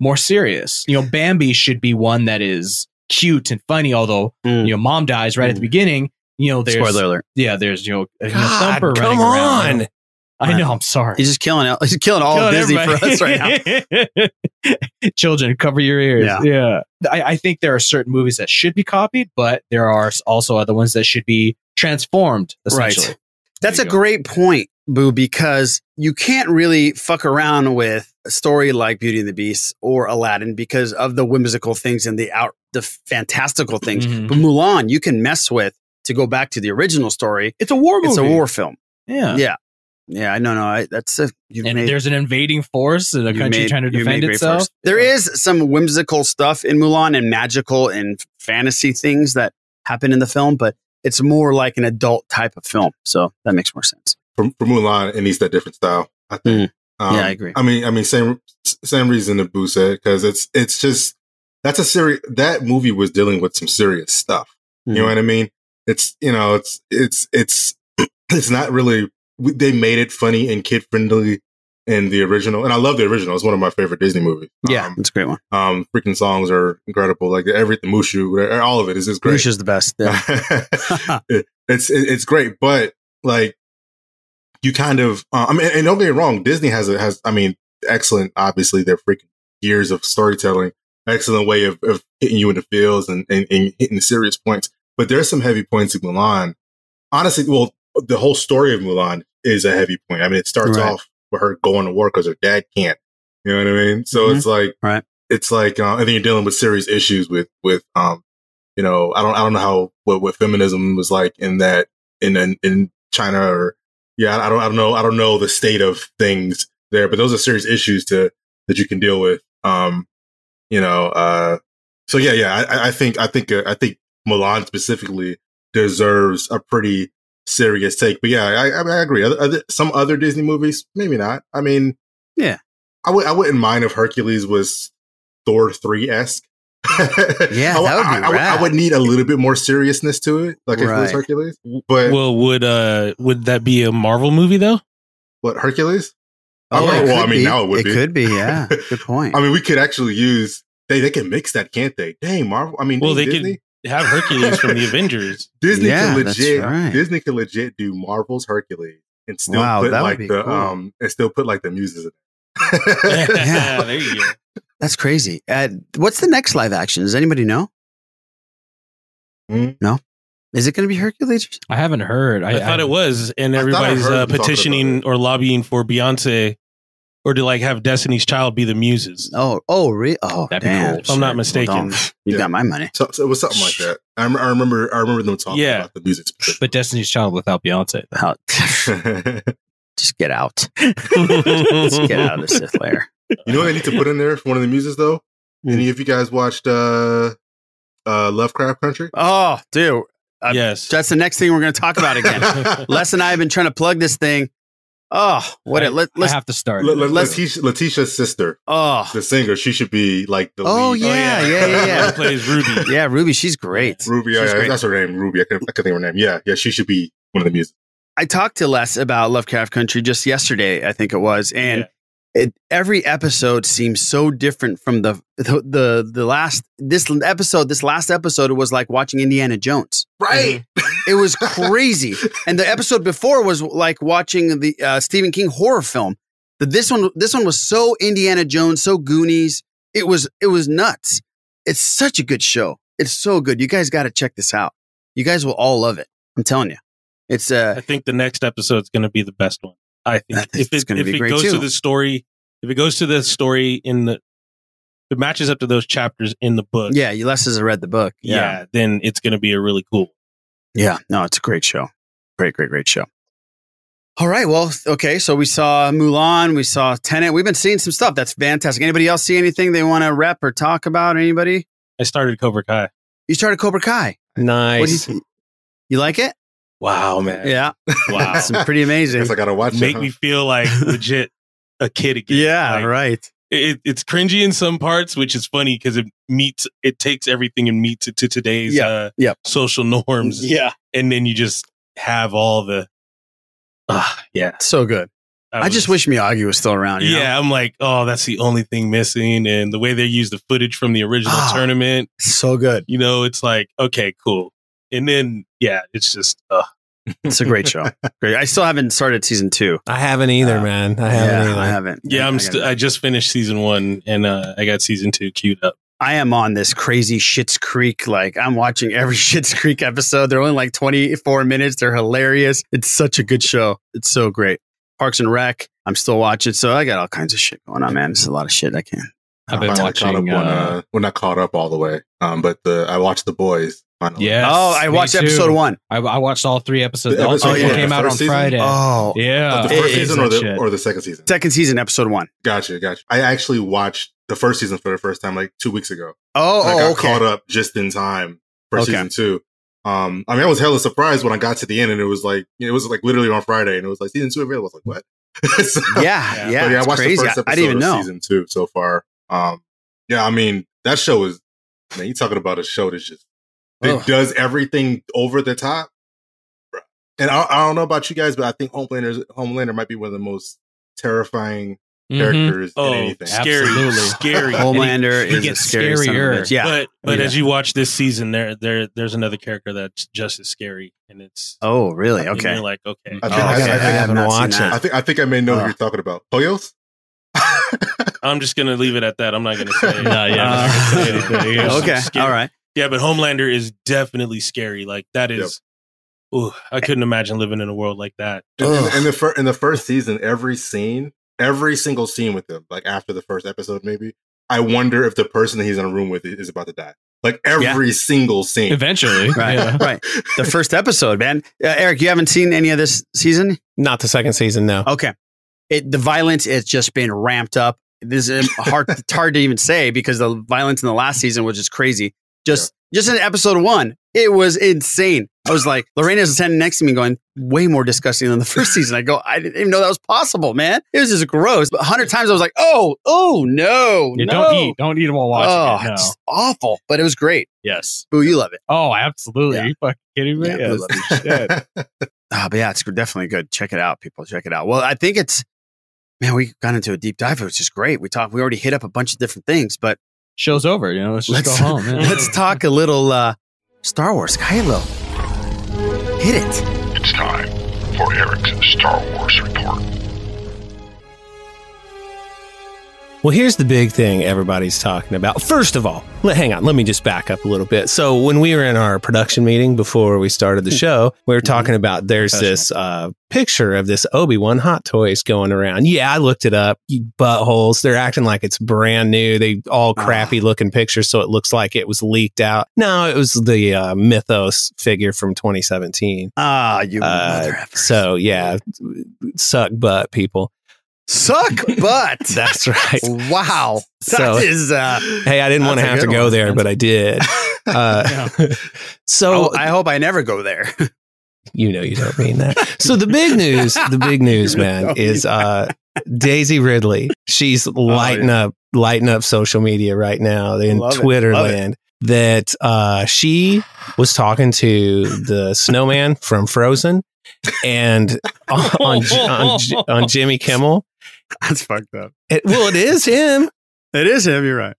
Q: more serious. You know, Bambi should be one that is cute and funny, although you know, mom dies right at the beginning. You know, there's
M: Mm. Spoiler alert.
Q: Yeah, there's you know, you know,
M: God,
Q: Thumper
M: come
Q: running around.
M: on.
Q: I know. I'm sorry.
M: He's just killing, it- he's killing all of
Q: Killing
M: Disney for
Q: everybody.
M: us
Q: *laughs*
M: right now.
Q: Children, cover your ears.
M: Yeah.
Q: Yeah. I, I think there are certain movies that should be copied, but there are s- also other ones that should be transformed, essentially.
M: That's a great point, Boo, because you can't really fuck around with a story like Beauty and the Beast or Aladdin because of the whimsical things and the out the fantastical things.
Q: Mhm.
M: But Mulan, you can mess with to go back to the original story.
Q: It's a war
M: It's a
Q: movie.
M: war film.
Q: Yeah.
M: Yeah. Yeah, I no, no, I, that's a you
Q: And there's an invading force and a country trying to defend itself.
M: There is some whimsical stuff in Mulan and magical and fantasy things that happen in the film, but it's more like an adult type of film. So that makes more sense.
P: For, for Mulan, it needs that different style. I think.
M: Mm.
P: Um,
M: Yeah, I agree.
P: I mean, I mean, same same reason that Boo said because it's it's just that's a serious that movie was dealing with some serious stuff. You
M: Mm.
P: know what I mean? It's you know it's it's it's *clears throat* it's not really we- they made it funny and kid friendly in the original, and I love the original. It's one of my favorite Disney movies.
M: Yeah, it's a great one.
P: Um, freaking songs are incredible. Like everything, Mushu, whatever, all of it is just great.
M: Mushu's the
P: *laughs*
M: best. *laughs* Yeah.
P: It- it's it- it's great, but like you kind of uh, I mean, and don't get me wrong, Disney has a has I mean, excellent. Obviously, their freaking years of storytelling, excellent way of, of hitting you in the feels and, and and hitting the serious points. But there's some heavy points in Mulan. Honestly, well, the whole story of Mulan is a heavy point. I mean, it starts
V: Right.
P: off with her going to war because her dad can't. You know what I mean? So it's like
M: right.
P: It's like, uh, and then you're dealing with serious issues with with um, you know, I don't I don't know how what what feminism was like in that in in, in China or yeah, I don't I don't know I don't know the state of things there, but those are serious issues to that you can deal with. Um, you know, uh, so yeah, yeah, I- I, I think I think uh, I think Milan specifically deserves a pretty serious take. But yeah, I I, I agree. Other, other, some other Disney movies, maybe not. I mean,
M: yeah,
P: I would I wouldn't mind if Hercules was Thor three *laughs* esque.
M: Yeah,
P: I, would-
M: that would be
P: I- I would- I
M: rad.
P: would need a little bit more seriousness to it, like if it was
R: Right.
P: Hercules. But
R: well, would uh would that be a Marvel movie though?
P: What Hercules?
R: Oh,
P: I
R: it
P: don't, well, I
R: could
P: mean,
R: be.
P: now it would
R: It
P: be.
R: could
M: be,
P: *laughs*
M: yeah. Good point.
P: I mean, we could actually use they. They can mix that, can't they? Dang, Marvel. I mean,
R: Well,
P: dang,
R: they
P: Disney.
R: could have Hercules
P: *laughs*
R: from the Avengers.
P: Disney
R: Yeah,
P: can
R: that's
P: legit.
R: right.
P: Disney can legit do Marvel's Hercules and still
M: Wow,
P: put
M: that would
P: like
M: be
P: the
M: cool.
P: um and still put like the
R: *laughs*
P: muses. in it.
R: yeah, there you go.
M: That's crazy. Uh, what's the next live action? Does anybody know?
P: Hmm?
M: No. Is it going to be Hercules?
Q: I haven't heard.
R: I, thought it was, and
M: I thought I
R: everybody's
M: heard you
R: uh,
M: talking about
R: petitioning or lobbying for Beyonce or to like have Destiny's Child be the muses.
M: Oh, oh, re- oh,
R: That'd
M: damn.
R: If I'm not mistaken.
M: You
P: Yeah.
M: got my money.
P: So, so it was something like that. I, rem- I remember. I remember them talking
R: Yeah.
P: about the music. specifically.
Q: But Destiny's Child without Beyonce.
M: *laughs* Out. Just get out. *laughs* Just get out of Sith Lair.
P: *laughs* You know what I need to put in there for one of the muses though?
M: Mm.
P: Any of you guys watched uh uh Lovecraft Country?
M: Oh, dude. Uh,
R: yes.
M: That's the next thing we're going to talk
P: *laughs*
M: about *laughs* again. Les and I have been trying to plug this thing. Oh, what it let, let's
Q: to start.
P: Let, Letitia, Letitia's sister.
M: Oh.
P: The singer. She should be like the
M: Oh
P: lead.
M: yeah, yeah, yeah, yeah.
R: plays Ruby.
M: *laughs* Yeah, Ruby, she's great.
P: Ruby, yeah,
M: She's
P: yeah,
M: great.
P: that's her name. Ruby. I can I can think of her name. Yeah, yeah. She should be one of the muses.
M: I talked to Les about Lovecraft Country just yesterday, I think it was, and it, every episode seems so different from the, the the the last this episode. This last episode was like watching Indiana Jones,
P: right?
M: It was crazy, and the episode before was like watching the uh, Stephen King horror film. But this one, this one was so Indiana Jones, so Goonies. It was it was nuts. It's such a good show. It's so good. You guys got to check this out. You guys will all love it. I'm telling you. It's uh
R: I think the next episode's going to be the best one. I think, if
M: it's
R: it,
M: gonna
R: if
M: be
R: it
M: great,
R: goes
M: too.
R: to the story, if it goes to the story in the, if it matches up to those chapters in the book.
M: Yeah, you less has read the book.
R: Yeah, then it's going to be a really cool.
M: Yeah, no, it's a great show. Great, great, great show. All right. Well, okay. So we saw Mulan. We saw Tenet. We've been seeing some stuff. That's fantastic. Anybody else see anything they want to rep or talk about? Anybody?
R: I started Cobra Kai.
M: You started Cobra Kai. What do you,
R: Nice.
M: think? you like it?
R: Wow, man.
M: Yeah. *laughs*
R: Wow.
M: It's pretty amazing.
P: Guess I gotta watch it,
R: Make
P: huh?
R: me feel
M: *laughs*
R: like legit a kid again.
Q: *laughs*
M: Yeah, right.
R: It, it's cringy in some parts, which is funny because it meets, it takes everything and meets it to today's
M: Yeah,
R: uh,
M: yeah.
R: social norms.
M: Yeah.
R: And then you just have all the, ah, yeah.
M: So good.
R: I
M: I, just wish Miyagi was still around. you know?
R: Yeah, I'm like, oh, that's the only thing missing. And the way they use the footage from the original
M: Ah.
R: tournament,
M: so good.
R: You know, it's like, okay, cool. And then, yeah, it's just, uh,
M: It's a great show. Great. I still haven't started season two.
N: I haven't either, man. I haven't
M: yeah,
N: either.
M: I haven't.
R: yeah, I'm, st- I just finished season one and uh, I got season two queued up.
M: I am on this crazy Shits Creek. Like I'm watching every *laughs* Shits Creek episode. They're only like 24 minutes. They're hilarious. It's such a good show. It's so great. Parks and Rec. I'm still watching. So I got all kinds of shit going on, man. It's a lot of shit I can.
Q: I've been
P: Finally Caught up
Q: watching,
P: on,
Q: uh,
P: uh, well, not caught up all the way, um, but the I watched the boys. Finally.
Q: Yes.
M: Oh, I
Q: me
M: watched
Q: too.
M: episode one.
Q: I, I watched all three episodes.
P: The
Q: all
P: episode
Q: three
P: one,
Q: came
P: the
Q: out on
P: first season?
Q: Friday.
M: Oh.
Q: yeah.
P: Of the first
Q: It is
P: season or
Q: that
P: the
Q: shit.
P: or the second season?
M: Second season, episode one.
P: Gotcha, gotcha. I actually watched the first season for the first time like two weeks ago.
M: Oh,
P: I
M: oh,
P: got
M: okay.
P: caught *laughs* up just in time for
M: Okay.
P: season two. Um, I mean, I was hella surprised when I got to the end, and it was like it was like literally on Friday, and it was like season two available. I was like, what? *laughs* So-
M: Yeah, yeah.
P: but
M: it's
P: I watched the
M: crazy.
P: first
M: I-
P: episode
M: I didn't even
P: of
M: know.
P: season two so far. Um, yeah, I mean that show is man. You talking about a show that's just that
M: Ugh.
P: does everything over the top. Bruh. And I, I don't know about you guys, but I think Homelander Homelander might be one of the most terrifying
R: Mhm.
P: characters
R: Oh,
P: in anything.
R: scary, Absolutely. scary.
P: *laughs*
M: Oh, Homelander
Q: And he- he
M: is
Q: gets
M: a scary son of a
Q: scarier.
M: bitch. Yeah.
O: oh,
R: But but
M: Yeah.
R: as you watch this season, there there there's another character that's just as scary, and it's
M: oh, really?
R: and
M: Okay.
R: you're like okay,
P: I think, I, I, think, I,
M: haven't
P: think-
M: watched
P: I
M: it.
P: think I think I may know who you're talking about. Hoyos?
R: I'm just gonna leave it at that. I'm not gonna say
M: No, yeah, I'm not gonna
P: *laughs*
M: say anything.
R: It's
M: Okay,
R: scary.
M: all right.
R: Yeah, but Homelander is definitely scary. Like that is, ooh, I couldn't imagine living in a world like that.
P: In, in, in the fir- in the first season, every scene, every single scene with him, like after the first episode, maybe I wonder if the person that he's in a room with is about to die. Like every single scene.
Q: *laughs* Eventually,
M: Right,
P: Yeah. *laughs*
M: right. The first episode, man. Uh, Eric, you haven't seen any of this season?
N: Not the second season, no.
M: Okay. It, the violence has just been ramped up. This is
Q: *laughs*
M: hard, it's hard to even say because the violence in the last season was just crazy. Just, just in episode one, it was insane. I was like, *laughs* Lorena's standing next to me going, way more disgusting than the
Q: *laughs*
M: first season. I go, I didn't even know that was possible, man. It was just gross. But 100 times I was like, oh, oh, no.
Q: Yeah,
M: no.
Q: Don't eat. Don't eat while watching
M: Oh,
Q: it. No.
M: it's awful, but it was great.
Q: Yes.
M: Boo, you love it.
Q: Oh, absolutely. Are you fucking kidding me?
M: Yeah,
Q: Yes.
M: Ah, but yeah, it's definitely good. Check it out, people. Check it out. Well, I think it's man, we got into a deep dive. It was just great. We talked. We already hit up a bunch of different things, but
Q: show's over. You know, let's just go home,
N: *laughs*
Q: yeah.
M: *laughs* let's talk a little uh, Star Wars. Kylo, hit it.
K: It's time for Eric's Star Wars report.
N: Well, here's the big thing everybody's talking about. First of all, let, hang on, let me just back up a little bit. So, when we were in our production meeting before we started the
M: Hmm.
N: show, we were talking about there's this uh, picture of this Obi Wan Hot Toys going around. Yeah, I looked it up. You buttholes, they're acting like it's brand new. They all crappy
M: Ah,
N: looking pictures, so it looks like it was leaked out. No, it was the uh, Mythos figure from 2017.
M: Ah, you
N: mother uh, So, yeah, suck butt, people. *laughs*
M: Suck butt.
N: That's right.
M: Wow.
N: So-
M: that is uh
N: Hey, I didn't want to
M: That's a
N: have to
M: good
N: go
M: one.
N: there, but I
M: *laughs*
N: did. Uh, *laughs* so
M: I hope I never go there.
N: you know you don't mean that. *laughs* So the big
M: *laughs*
N: news, the big news, man, is uh, Daisy Ridley. She's lighting up, lighting up social media right now in
M: Love it.
N: Twitter
M: Love it.
N: land. That uh, she was talking to the snowman from Frozen, and on on, on, on Jimmy Kimmel.
M: That's fucked up.
N: It, well, it is him.
M: *laughs* It is him. You're right.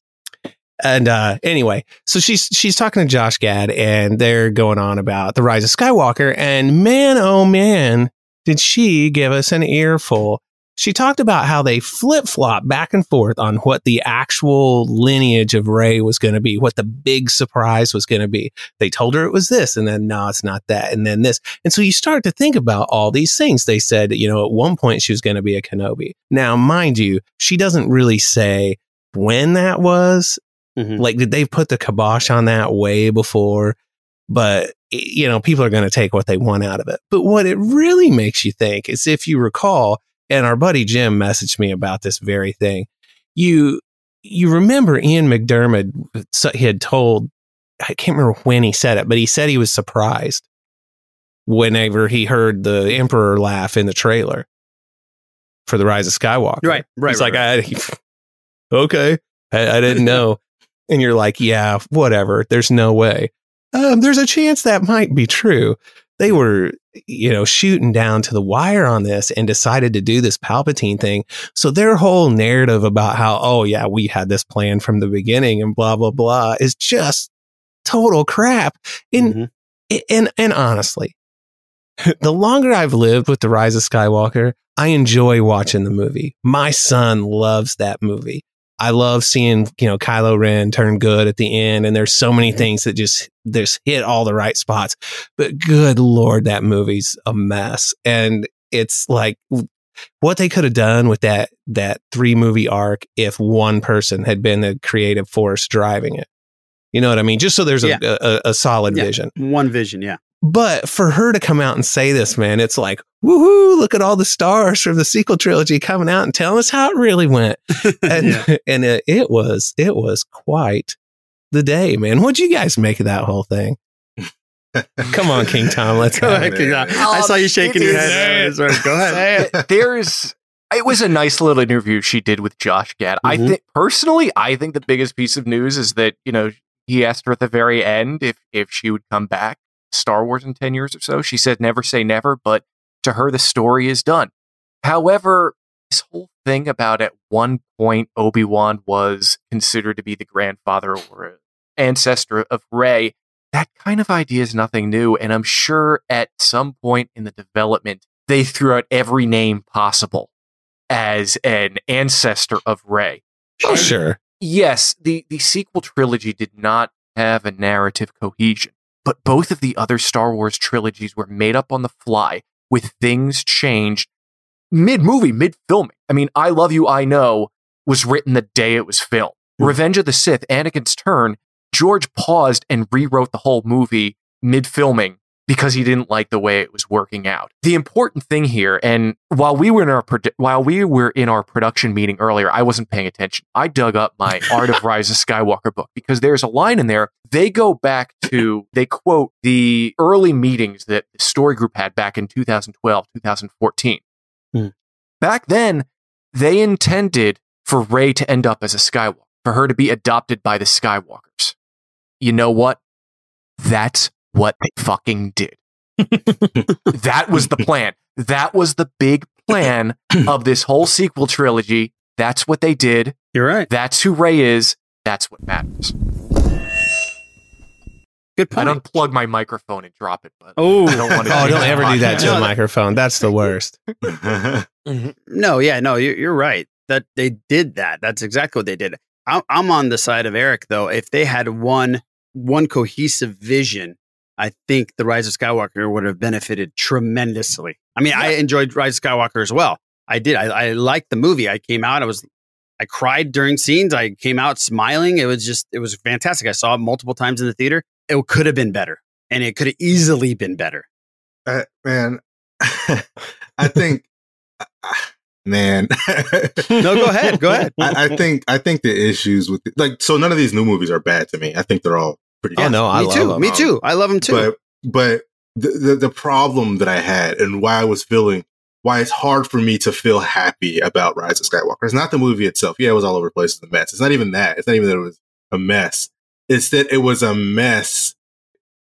N: And uh, anyway, so she's she's talking to Josh Gad, and they're going on about the rise of Skywalker. And man, oh man, did she give us an earful? She talked about how they flip flop back and forth on what the actual lineage of Ray was going to be, what the big surprise was going to be. They told her it was this, and then no, it's not that, and then this. And so you start to think about all these things. They said, you know, at one point she was going to be a Kenobi. Now, mind you, she doesn't really say when that was.
M: Mm-hmm.
N: Like, did they put the kibosh on that way before? But, y- you know, people are going to take what they want out of it. But what it really makes you think is if you recall, and our buddy Jim messaged me about this very thing, you, you remember Ian McDermott, so he had told, I can't remember when he said it, but he said he was surprised whenever he heard the Emperor laugh in the trailer for The Rise of Skywalker.
M: Right, right,
N: It's
M: right,
N: like, I, okay, I, I didn't know. and you're like, yeah, whatever. There's no way. Um, there's a chance that might be true. They were, you know, shooting down to the wire on this and decided to do this Palpatine thing. So their whole narrative about how, oh, yeah, we had this plan from the beginning and blah, blah, blah is just total crap. And, and, and honestly, the longer I've lived with The Rise of Skywalker, I enjoy watching the movie. My son loves that movie. I love seeing, you know, Kylo Ren turn good at the end. And there's so many things that just, just hit all the right spots. But good Lord, that movie's a mess. And it's like what they could have done with that, that three movie arc if one *laughs* person had been the creative force driving it. You know what I mean? Just so there's a,
M: Yeah.
N: a, a solid
M: Yeah.
N: vision.
M: One
N: *laughs*
M: vision, yeah. *laughs*
N: But for her to come out and say this, man, it's like, woohoo, look at all the stars from the sequel trilogy coming out and telling us how it really went. And, and it, it was, it was quite the day, man. What'd you guys make of that whole thing? come on, King Tom. Let's
M: Come
N: have
M: on,
N: it.
M: King Tom. I saw you shaking your head. Sorry, Go ahead.
O: There's. It was a nice little interview she did with Josh Gad. I
M: Mhm.
O: think personally, I think the biggest piece of news is that you know he asked her at the very end if if she would come back to Star Wars in ten years or so. She said never say never, but to her the story is done. However, this whole thing about at one point Obi Wan was considered to be the grandfather or ancestor of Rey. That kind of idea is nothing new, and I'm sure at some point in the development they threw out every name possible as an ancestor of Rey.
N: Oh, sure.
O: Yes, the the sequel trilogy did not have a narrative cohesion, but both of the other Star Wars trilogies were made up on the fly with things changed mid movie, mid filming. I mean, I Love You, I Know was written the day it was filmed.
N: Hmm.
O: Revenge of the Sith, Anakin's Turn, George paused and rewrote the whole movie mid filming because he didn't like the way it was working out. The important thing here, and while we were in our produ- while we were in our production meeting earlier, I wasn't paying attention. I dug up my Art of Rise of Skywalker book because there's a line in there. They go back to they quote the early meetings that the story group had back in 2012, 2014.
M: Hmm.
O: Back then, they intended for Rey to end up as a Skywalker, for her to be adopted by the Skywalkers. You know what? That's what they fucking
N: *laughs*
O: did. that was the plan. That was the big
N: *clears throat*
O: plan of this whole sequel trilogy. That's what they did.
M: You're right.
O: That's who Ray is. That's what matters.
M: Good
O: point. I'd unplug my microphone and drop it, but
M: Oh,
O: I don't want to.
N: Oh,
O: do
N: don't
O: that
N: ever do that
O: podcast.
N: to a microphone. That's the worst.
M: No, yeah, no, you're, you're right. That they did that. That's exactly what they did. I'm, I'm on the side of Eric though. If they had one one cohesive vision, I think the Rise of Skywalker would have benefited tremendously. I mean, I enjoyed Rise of Skywalker as well. I did. I, I liked the movie. I came out. I was. I cried during scenes. I came out smiling. It was just. It was fantastic. I saw it multiple times in the theater. It could have been better, and it could have easily been better.
P: *laughs* Uh, man, I think, uh, man. *laughs*
M: No, go
N: *laughs*
M: ahead. Go ahead.
P: I, I think I think the issues with like so none of these new movies are bad to me. I think they're all pretty.
N: Oh,
P: good.
N: no, I
M: me
N: love
M: too.
N: them.
M: Me too. I love them too.
P: But but the, the the problem that I had and why I was feeling why it's hard for me to feel happy about Rise of Skywalker. It's not the movie itself. Yeah, it was all over the place. It's a mess. It's not even that. It's not even that it was a mess. It's that it was a mess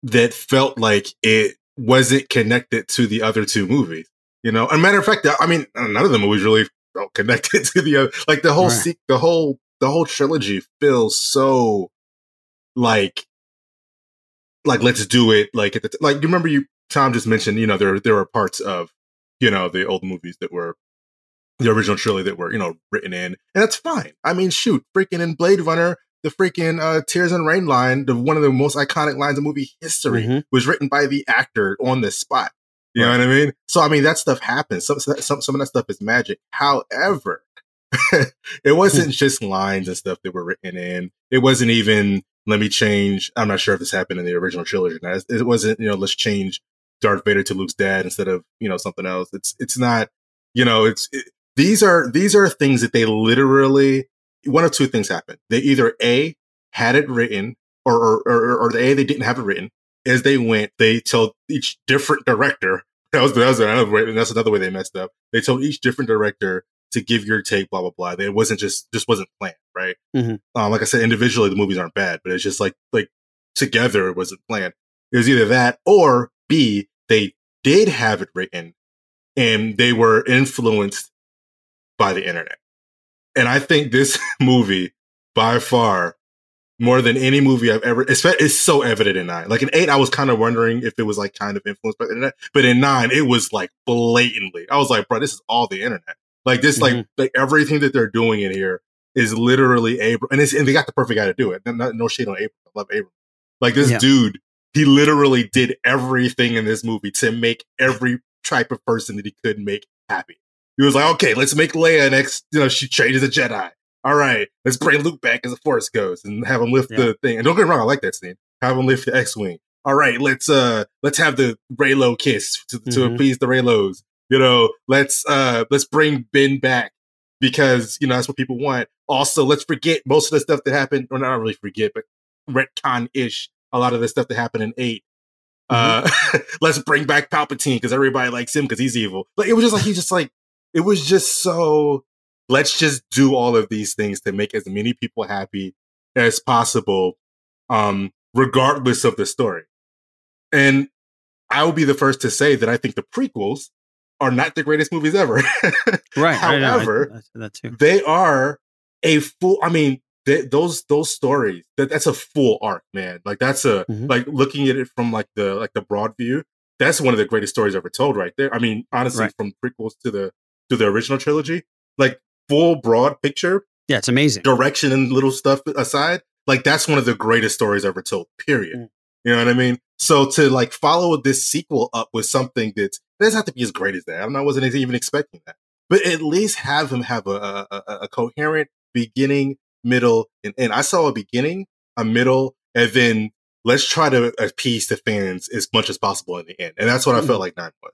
P: that felt like it wasn't connected to the other two movies. You know, a matter of fact, I mean, none of the movies really felt *laughs* connected to the other. Like the whole,
M: Right.
P: se- the whole, the whole trilogy feels so like like let's do it like at the t- like you remember you tom just mentioned you know there there were parts of you know the old movies that were the original trilogy that were you know written in and that's fine i mean shoot freaking in blade runner the freaking uh, tears and rain line the one of the most iconic lines of movie history
M: Mhm.
P: was written by the actor on the spot you know what i mean so i mean that stuff happens some some some of that stuff is magic however *laughs* it wasn't just lines and stuff that were written in. It wasn't even let me change. I'm not sure if this happened in the original trilogy. Or not. It wasn't you know let's change Darth Vader to Luke's dad instead of you know something else. It's it's not you know it's it, these are these are things that they literally one of two things happened. They either a had it written or or or, or a they didn't have it written. As they went, they told each different director. That was, that was another way. That's another way they messed up. They told each different director to give your take, blah blah blah. It wasn't just just wasn't planned, right?
M: Mhm.
P: Um, like I said, individually the movies aren't bad, but it's just like like together it wasn't planned. It was either that or B, they did have it written and they were influenced by the internet. And I think this *laughs* movie, by far, more than any movie I've ever, it's, it's so evident in nine. Like in eight, I was kind of wondering if it was like kind of influenced by the internet, but in nine, it was like blatantly. I was like, bro, this is all the internet. Like this, like like everything that they're doing in here is literally Abram, and it's and they got the perfect guy to do it. No, no shade on Abram, I love Abram. Like this
M: Yeah.
P: dude, he literally did everything in this movie to make every type of person that he could make happy. He was like, okay, let's make Leia an ex. You know, she changes a Jedi. All right, let's bring Luke back as a Force ghost and have him lift the thing. And don't get me wrong, I like that scene. Have him lift the X-wing. All right, let's uh let's have the Raylo kiss to, to
M: Mhm.
P: appease the Raylos. You know, let's uh let's bring Ben back because you know that's what people want. Also, let's forget most of the stuff that happened, or not really forget, but retcon ish a lot of the stuff that happened in eight. Uh, *laughs* let's bring back Palpatine because everybody likes him because he's evil. Like it was just like he's just like it was just so. Let's just do all of these things to make as many people happy as possible, um, regardless of the story. And I will be the first to say that I think the prequels are not the greatest movies ever. *laughs*
M: Right. right, right. I-
P: However,
M: I said that too.
P: they are a full i mean th those those stories that that's a full arc man like that's a
M: Mm-hmm.
P: like looking at it from like the like the broad view that's one of the greatest stories ever told right there i mean honestly
M: Right.
P: from prequels to the to the original trilogy like full broad picture
M: Yeah, it's amazing.
P: direction and little stuff aside like that's one of the greatest stories ever told period you know what i mean so to like follow this sequel up with something that doesn't have to be as great as that i mean, I wasn't even expecting that but at least have him have a, a, a, a coherent beginning, middle, and end. I saw a beginning, a middle, and then let's try to appease the fans as much as possible in the end. And that's what I felt like nine was.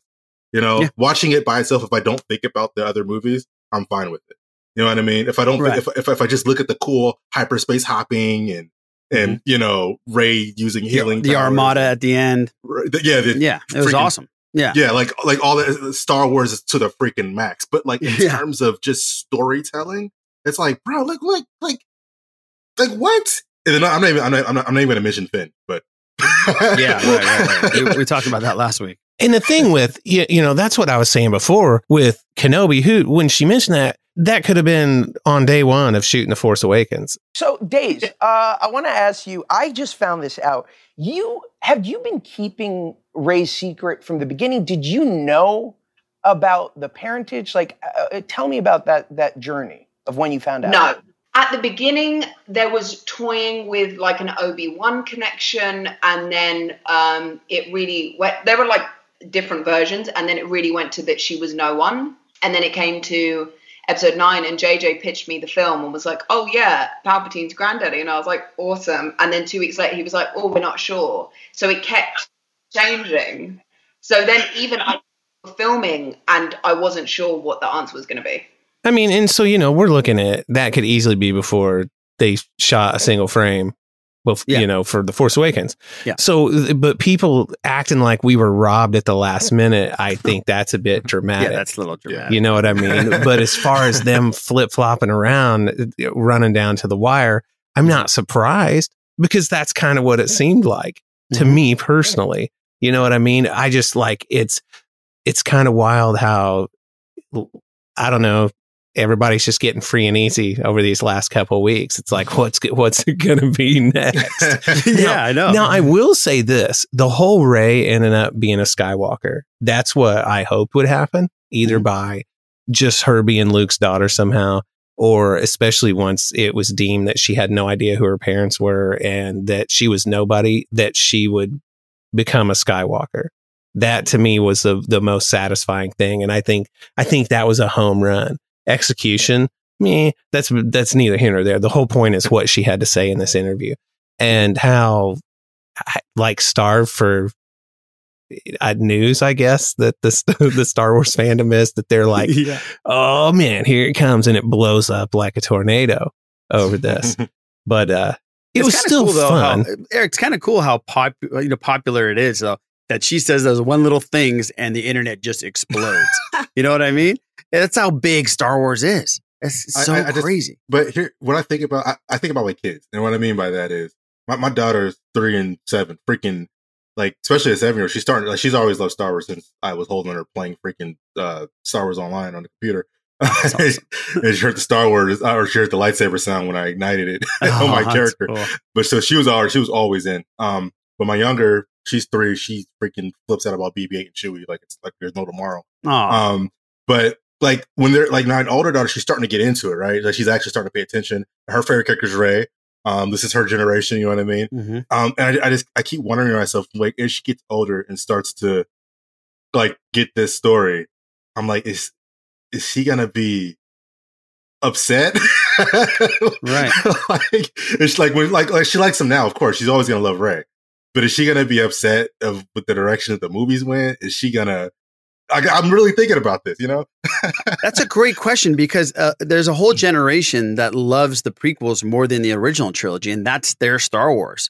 P: You know,
M: Mm-hmm. Yeah.
P: watching it by itself, if I don't think about the other movies, I'm fine with it. You know what I mean? If I don't,
M: Right.
P: if, if if I just look at the cool hyperspace hopping and and you know Ray using healing,
M: Mm-hmm. the
P: powers.
M: Armada at the end.
P: Right, th- yeah, the
M: yeah, it was
P: freaking-
M: awesome. Yeah.
P: yeah, like like all the Star Wars is to the freaking max. But like in terms of just storytelling, it's like, bro, like like like like what? And then I'm not even I'm not, I'm not, I'm not even gonna mention Finn, but
M: yeah, right,
P: *laughs*
M: right, right. We, we talked about that last week.
N: And the thing with you, you know, that's what I was saying before with Kenobi. Who, when she mentioned that, that could have been on day one of shooting the Force Awakens.
C: So, Days, uh, I want to ask you. I just found this out. You have you been keeping Ray's secret from the beginning? Did you know about the parentage? Like, uh, uh, tell me about that that journey of when you found out.
V: No. At the beginning, there was toying with like an Obi Wan connection, and then um, it really went. There were like different versions, and then it really went to that she was no one, and then it came to episode nine, and JJ pitched me the film and was like, "Oh yeah, Palpatine's granddaddy," and I was like, "Awesome!" And then two weeks later, he was like, "Oh, we're not sure," so it kept changing. So then, even I was filming, and I wasn't sure what the answer was going to be.
N: I mean, and so you know, we're looking at that could easily be before they shot a single frame. Well, f- you know, for the Force Awakens.
M: Yeah.
N: So, th- but people acting like we were robbed at the last minute, I think that's a bit dramatic.
M: *laughs* Yeah, that's a little dramatic. *laughs*
N: You know what I mean? but as far as them flip flopping around, uh, running down to the wire, I'm not surprised because that's kind of what it seemed like to me personally. You know what I mean? I just like it's it's kind of wild how I don't know. Everybody's just getting free and easy over these last couple of weeks. It's like, what's go- what's *laughs* it going to be
M: *laughs*
N: next? yeah, I know. Now I will say this: the whole Ray ended up being a Skywalker. That's what I hoped would happen, either by just her being Luke's daughter somehow, or especially once it was deemed that she had no idea who her parents were and that she was nobody, that she would become a Skywalker. That to me was the the most satisfying thing, and I think I think that was a home run execution. Me, that's that's neither here nor there. The whole point is what she had to say in this interview and how I- like starved for uh, news, I guess that the the Star Wars fandom is that they're like,
M: *laughs* Yeah.
N: oh man, here it comes, and it blows up like a tornado over
M: *laughs*
N: this. but uh, it
M: It's
N: was
M: kinda
N: still
M: cool, though,
N: fun.
M: How, Eric, it's kind of cool how pop, uh, you know, popular it is, though, that she says those one little things and the internet just
N: *laughs*
M: explodes. you know what I mean? That's how big Star Wars is. It's so
P: just- *laughs*
M: crazy.
P: but here, what I think about, I, I think about my kids, and what I mean by that is my, my daughter's three and seven, freaking like, especially at seven year old, she's starting, like, she's always loved Star Wars since I was holding her playing freaking uh, Star Wars online on the computer. *laughs* and she heard the Star Wars, uh, or she heard the lightsaber sound when I ignited it *laughs*
N: Oh,
P: on Oh, my
M: Oh, that's
P: character.
M: cool.
P: But so she was always, she was always in. Um, but my younger, she's three, she freaking flips out about BB-8 and Chewie, like it's like there's no tomorrow.
M: Aw.
P: Um, but like when they're like now an older daughter, she's starting to get into it, right? Like she's actually starting to pay attention. Her favorite character is Ray. Um, this is her generation. You know what I mean?
M: Mhm.
P: Um, and I, I just I keep wondering to myself, like, as she gets older and starts to like get this story, I'm like, is is she gonna be upset?
M: right.
P: *laughs* like it's like when like like she likes him now, of course. She's always gonna love Ray. But is she gonna be upset of with the direction that the movies went? Is she gonna I, I'm really thinking about this, you know?
M: That's a great question because uh, there's a whole generation that loves the prequels more than the original trilogy, and that's their Star Wars.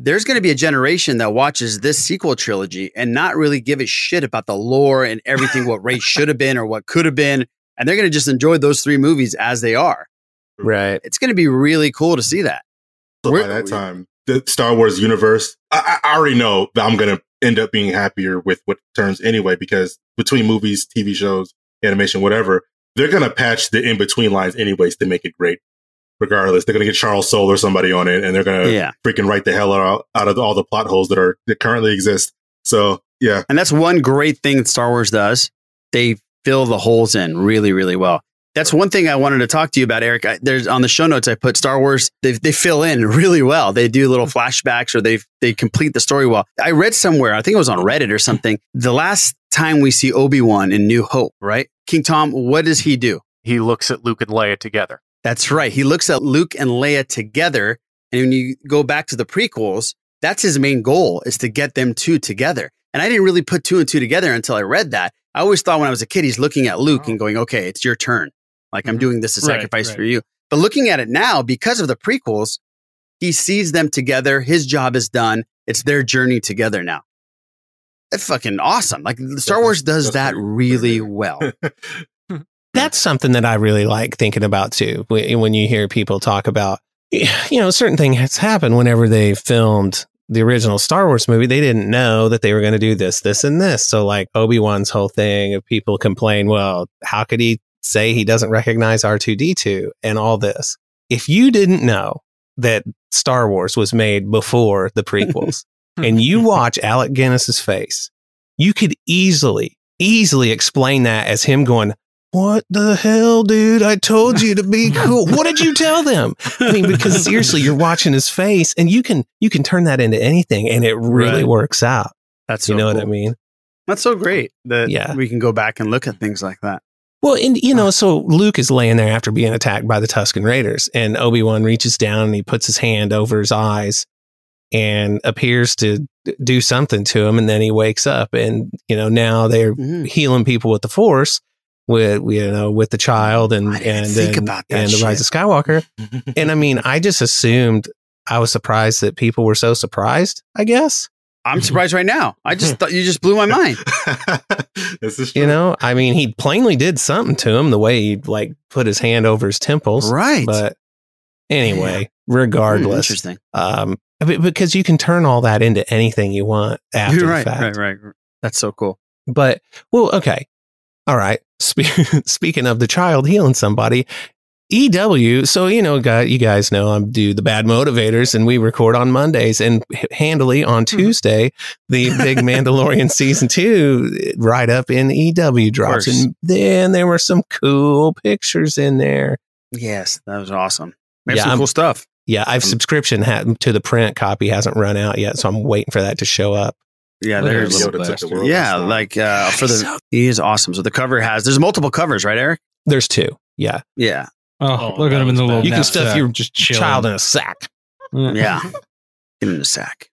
M: There's going to be a generation that watches this sequel trilogy and not really give a shit about the lore and everything
P: *laughs*
M: what Ray should have been or what could have been, and they're going to just enjoy those three movies as they are.
N: Right.
M: It's going to be really cool to see that.
P: So by that time, the Star Wars universe, I, I I already know that I'm gonna end up being happier with what turns anyway, because between movies, TV shows, animation, whatever, they're gonna patch the in between lines anyways to make it great. Regardless, they're gonna get Charles Soule or somebody on it, and they're gonna
M: Yeah.
P: freaking write the hell out, out of all the plot holes that are that currently exist. So yeah,
M: And that's one great thing that Star Wars does. They fill the holes in really, really well. That's one thing I wanted to talk to you about, Eric. I, there's on the show notes I put Star Wars. They they fill in really well. They do little flashbacks or they they complete the story well. I read somewhere, I think it was on Reddit or something. The last time we see Obi Wan in New Hope, right? King Tom, what does he do?
O: He looks at Luke and Leia together.
M: That's right. He looks at Luke and Leia together And when you go back to the prequels, that's his main goal is to get them two together. And I didn't really put two and two together until I read that. I always thought when I was a kid, he's looking at Luke and going, okay, it's your turn. Like I'm doing this to
D: Oh. Mm-hmm. Right,
M: sacrifice
D: right.
M: for you. But looking at it now, because of the prequels, he sees them together. His job is done. It's their journey together now. That's fucking awesome. Like Star Wars does that really well.
P: *laughs*
N: that's something that I really like thinking about too. wh- When you hear people talk about, you know, a certain thing has happened whenever they filmed the original Star Wars movie, they didn't know that they were going to do this, this, and this. So, like Obi Wan's whole thing of people complain, well, how could he say he doesn't recognize R2D2 and all this? If you didn't know that Star Wars was made before the prequels and you watch Alec Guinness's face, you could easily, easily explain that as him going, what the hell, dude? I told you to be cool. What did you tell them? I mean, because seriously, you're watching his face and you can you can turn that into anything and it really
M: Right.
N: works out.
M: That's
N: you
M: so
N: know what I
M: cool.
N: mean?
M: That's so great that
N: Yeah.
M: we can go back and look at things like that.
N: Well, and you know, so Luke is laying there after being attacked by the Tusken Raiders, and Obi Wan reaches down and he puts his hand over his eyes and appears to d- do something to him, and then he wakes up, and you know, now they're
M: Mm-hmm.
N: healing people with the Force, with you know, with the child and and
M: think
N: and-
M: about that
N: and the Rise of Skywalker, and I mean, I just assumed I was surprised that people were so surprised. I guess
M: I'm surprised right now.
N: *laughs*
M: I just thought you just blew my mind.
N: you know, I mean, he plainly did something to him the way he like put his hand over his temples,
M: Right.
N: But anyway, regardless,
M: Hmm, interesting.
N: Um, b- because you can turn all that into anything you want after
M: *laughs* right,
N: the fact.
M: right, right, right. That's so cool.
N: But well, okay, all right. Spe- speaking of the child healing somebody. EW, so you know, guy, you guys know I'm do the bad motivators, and we record on Mondays, and h- handily on Tuesday, the big
M: *laughs*
N: Mandalorian season two right up in EW drops,
M: course.
N: and then there were some cool pictures in there.
M: Yes, that was awesome. We have
N: Yeah,
M: some
N: I'm-
M: cool stuff. Um,
N: Yeah, I've subscription ha- to the print copy hasn't run out yet, so I'm waiting for that to show up.
M: Yeah,
N: Look at
M: there's
N: Yoda took the world
M: yeah, like uh, for the he is awesome. So the cover has there's multiple covers, right, Eric?
N: There's two. Yeah,
M: yeah,
Q: Oh, look at him in the little.
N: you can
Q: nap
N: stuff
Q: sack,
N: your
Q: chilling.
N: child in a sack. *laughs*
M: yeah. Get in the sack.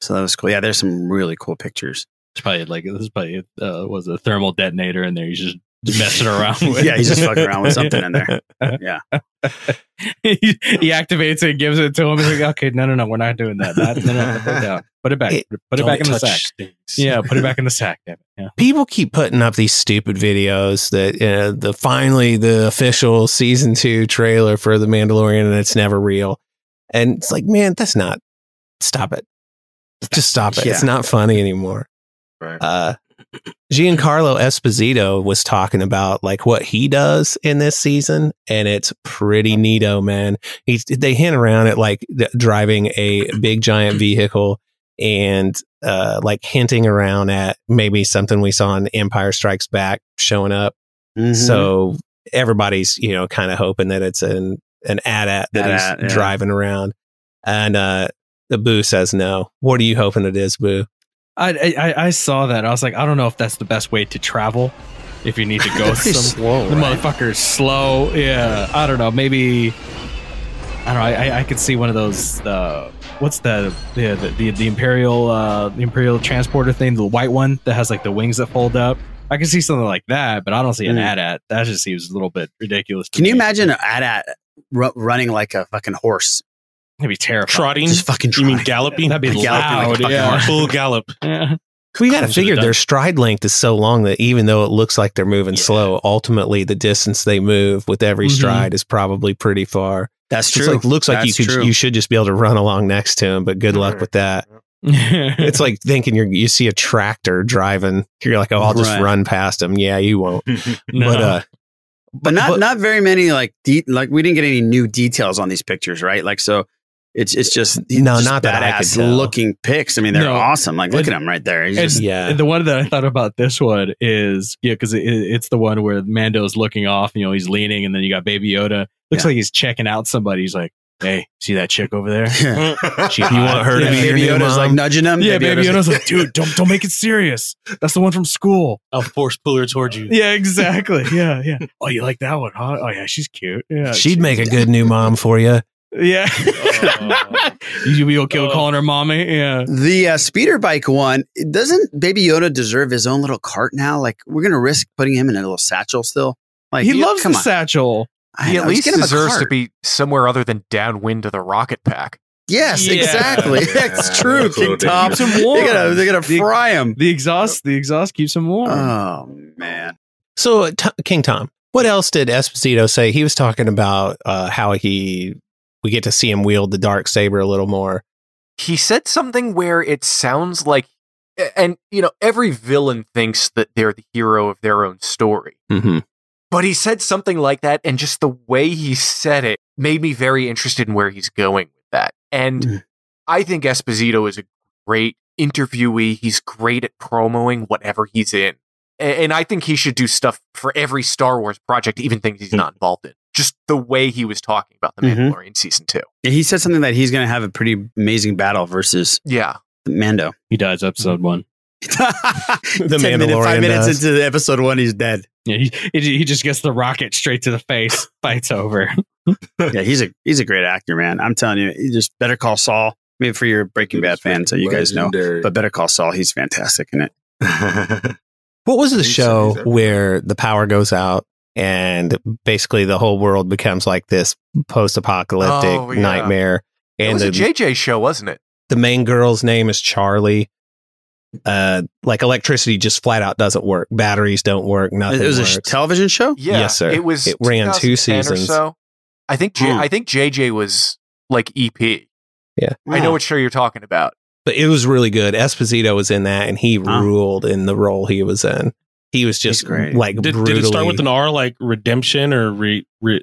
M: So that was cool. Yeah, there's some really cool pictures.
D: It's probably like this is probably uh, was a thermal detonator in there. He's just messing around with.
M: *laughs* yeah, he's just fucking around with something
Q: *laughs*
M: in there. Yeah,
Q: he, he activates it, and gives it to him. He's like, okay, no, no, no, we're not doing that. Not, no, no, put it down. Put it back.
N: It-
Q: put it
N: Don't
Q: back in the
N: touch
Q: sack. Yeah, put it back in the sack. damn it. Yeah.
N: People keep putting up these stupid videos that uh, the finally the official season two trailer for the Mandalorian and it's never real, and it's like, man, that's not. Stop it. Just stop it.
M: Yeah.
N: It's not funny anymore.
M: Right.
N: Uh, Giancarlo Esposito was talking about like what he does in this season, and it's pretty neato, man. He's, they hint around at like th- driving a big giant vehicle and uh, like hinting around at maybe something we saw in Empire Strikes Back showing up.
M: Mhm.
N: So everybody's you know kind of hoping that it's an an AT-AT that
M: AT-AT,
N: he's
M: yeah.
N: driving around, and uh, the Boo says no. What are you hoping it is, Boo?
Q: I, I I saw that. I was like, I don't know if that's the best way to travel. If you need to
N: *laughs*
Q: go
D: They're
Q: some,
M: *laughs*
D: slow,
Q: the
D: right?
Q: motherfucker's slow. Yeah, I don't know. Maybe I don't know. I, I, I could see one of those. Uh, what's the the, the the the imperial uh the imperial transporter thing? The white one that has like the wings that fold up. I could see something like that, but I don't see an
M: Mm.
Q: ad at that. Just seems a little bit ridiculous. to
M: Can you
Q: me.
M: imagine an AT-AT ru- running like a fucking horse?
Q: It'd be terrifying.
M: Trotting? Just fucking trotting. You mean *laughs*
R: galloping?
Q: That'd be loud, yeah.
R: Full gallop.
N: We got to
R: Closer to
N: figure
R: done.
N: their stride length is so long that even though it looks like they're moving slow, ultimately the distance they move with every
M: Mhm.
N: stride is probably pretty far.
M: That's
N: It's
M: true.
N: like- looks like
M: That's
N: you could
M: true.
N: you should just be able to run along next to him, but good luck with that.
Q: Mm-hmm. *laughs*
N: it's like thinking you are you see a tractor driving. You're like, oh, I'll just
M: Right.
N: run past him. Yeah, you won't. But uh,
M: but not not very many like de- like we didn't get any new details on these pictures, right? Like so, it's it's just
N: No,
M: just
N: not that I could
M: badass
N: tell.
M: looking pics. I mean, they're
Q: No.
M: awesome. Like look
Q: And-
M: at him right there. He's
Q: And-
M: just
Q: and the one that I thought about this one is yeah, because it, it- it's the one where Mando's looking off. You know, he's leaning, and then you got Baby Yoda. Looks
M: Yeah.
Q: like he's checking out somebody. He's like, "Hey, see that chick over
N: *laughs*
Q: there?
M: *laughs* Yeah.
Q: She
P: *laughs*
M: You want her to be your
Q: Baby
M: new
Q: Yoda's
M: mom?
Q: like
M: nudging him.
Q: Yeah,
M: Baby
Q: Baby,
M: Yoda's
Q: Yoda's
M: like-
Q: like, "Dude, don't don't make it serious. That's the one from school."
R: I'll force pull her towards you.
Q: Yeah, exactly. Yeah, yeah. Oh, you like that one, huh? Oh yeah, she's cute. Yeah,
N: she'd make a good new mom for you.
Q: Yeah.
R: Oh.
Q: *laughs* you be okay with calling her mommy? Yeah.
M: The uh, speeder bike one doesn't Baby Yoda deserve his own little cart now? Like we're gonna risk putting him in a little satchel still. Like
Q: he
M: you-
Q: loves
M: come
Q: the
M: on.
Q: satchel.
M: I
O: he
M: know,
O: at
M: just
O: least
M: get him a
O: deserves to
M: cart.
O: be somewhere other than downwind of the rocket pack.
M: Yes,
Q: Yeah.
M: exactly.
Q: *laughs*
M: That's true, King Tom.
Q: Keeps him warm.
M: They're gonna, they're gonna
Q: The-
M: fry him.
Q: The exhaust, the exhaust keeps him warm.
M: Oh man.
N: So, t- King Tom, what else did Esposito say? He was talking about uh, how he we get to see him wield the dark saber a little more.
O: he said something where it sounds like and you know every villain thinks that they're the hero of their own story
N: Mm-hmm.
O: but he said something like that and just the way he said it made me very interested in where he's going with that and i think esposito is a great interviewee he's great at promoting whatever he's in A- and i think he should do stuff for every star wars project even things he's not involved in just the way he was talking about the
M: Mhm.
O: mandalorian season two
M: Yeah, he said something that he's gonna have a pretty amazing battle versus
O: yeah
M: Mando.
D: He dies episode
Q: Mm-hmm.
D: one.
M: the *laughs* Ten minute-
Q: Mandalorian
M: five minutes
Q: does.
M: into episode one, he's dead.
Q: Yeah, he, he he just gets the rocket straight to the face. Fight's over.
M: yeah, he's a he's a great actor, man. I'm telling you, you just Better Call Saul. I mean, for your Breaking Bad fan, so you guys know.
P: legendary.
M: But Better Call Saul, he's fantastic in it.
N: What was the show where the power goes out and basically the whole world becomes like this post-apocalyptic
O: Oh, yeah.
N: nightmare?
O: it
N: And
O: was a
N: the,
O: jj show wasn't it
N: the main girl's name is Charlie. Uh, like electricity just flat out doesn't work. Batteries don't work. Nothing.
M: it was a sh-
N: works.
M: television show.
O: Yeah,
N: Yes, sir.
O: It was
N: It ran two
O: 2010 or
N: seasons.
O: so. I think J-
M: Hmm.
O: I think JJ was like EP.
N: yeah.
O: I know what show you're talking about.
N: but it was really good. Esposito was in that, and he ruled in the role he was in. He was just
R: great.
N: like
R: Did,
N: brutally.
R: did it start with an R like redemption or re? re-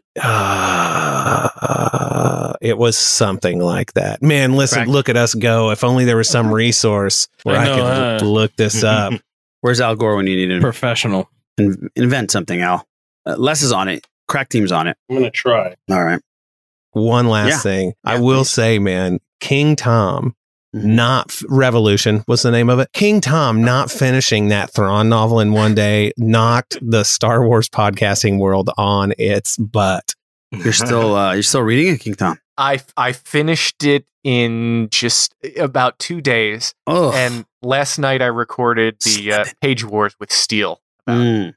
N: Uh, it was something like that. Man, listen, look at us go. If only there was some resource where I,
M: I know,
N: could
M: huh?
N: l- look this
P: *laughs*
M: uh,
N: up.
M: Where's Al Gore when you need him?
Q: Professional.
M: In- invent something, Al. Uh, Les is on it. Crack team's on it.
R: I'm gonna try.
M: All right.
N: One last
M: Yeah.
N: thing I will say, man, King Tom. Not f- Revolution was the name of it. King Tom not finishing that Thrawn novel in one day knocked the Star Wars podcasting world on its butt.
M: *laughs* You're still uh, you're still reading it, King Tom.
O: I I finished it in just about two days,
M: Oh,
O: and last night I recorded the uh, Page Wars with Steel.
M: Mm.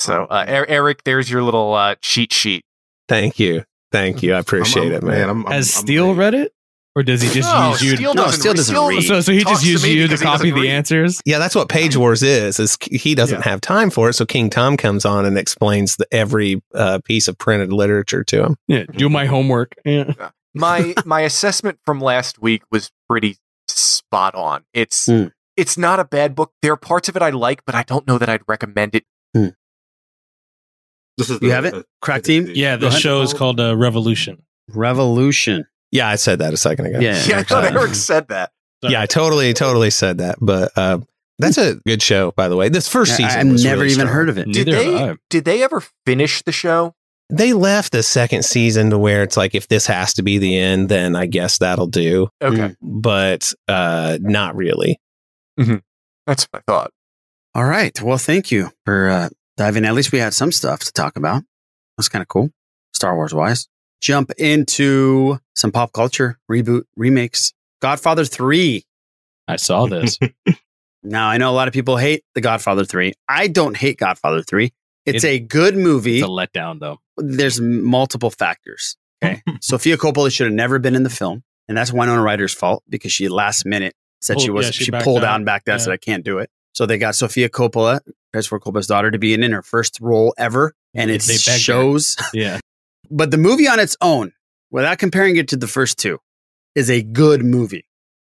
O: So uh, Er- Eric, there's your little uh, cheat sheet.
N: Thank you. Thank you. I appreciate it, man.
Q: Has
P: Oh,
Q: Steele read it, or does he just
O: No,
Q: use you?
O: Steele No, doesn't Steele read. doesn't Steele read.
Q: So, so he
O: talks
Q: just
O: to
Q: uses
O: me
Q: you to
O: because he
Q: copy
O: doesn't
Q: the
O: read.
Q: answers.
N: Yeah, that's what
Q: Um,
N: Page Wars is. Is he doesn't have time for it, so King Tom comes on and explains the, every uh, piece of printed literature to him.
Q: Yeah, do my homework. Yeah.
O: my my assessment from last week was pretty spot on. It's
M: Hmm.
O: it's not a bad book. There are parts of it I like, but I don't know that I'd recommend it.
P: This is
M: you have it. Crack team.
R: Yeah, the show is called uh, Revolution.
M: Revolution.
N: Yeah, I said that a second ago.
M: Yeah.
O: *laughs* Yeah, I thought Eric said that.
N: yeah, I totally, totally said that. But uh, that's a good show, by the way. This first
M: I-
N: season,
M: I've
N: was
M: never
N: really
M: even
N: strong.
M: heard of it.
O: Did they did they ever finish the show?
N: They left the second season to where it's like, if this has to be the end, then I guess that'll do.
M: Hmm. Mm.
O: Okay,
N: But uh, not really.
O: that's what I thought.
M: All right. Well, thank you for uh, diving. At least we had some stuff to talk about. That's kind of cool, Star Wars wise. Jump into some pop culture reboot remakes. Godfather Three.
D: I saw
N: *laughs*
D: this.
M: now I know a lot of people hate the Godfather Three. I don't hate Godfather Three. It's
D: It-
M: a good movie.
D: It's a letdown, though.
M: there's m- multiple factors.
D: *laughs*
M: Okay. Sophia Coppola should have never been in the film. And that's Winona Ryder's fault because she last minute said
D: Pulled-
M: she
D: yeah,
M: was
D: she
M: she,
D: backed
M: pulled
D: out.
M: out and backed out,
D: Yeah.
M: said I can't do it. So they got Sophia Coppola, Christopher Coppola's daughter, to be in, in her first role ever. And it
D: They begged her.
M: shows. *laughs*
D: Yeah.
M: But the movie on its own, without comparing it to the first two, is a good movie.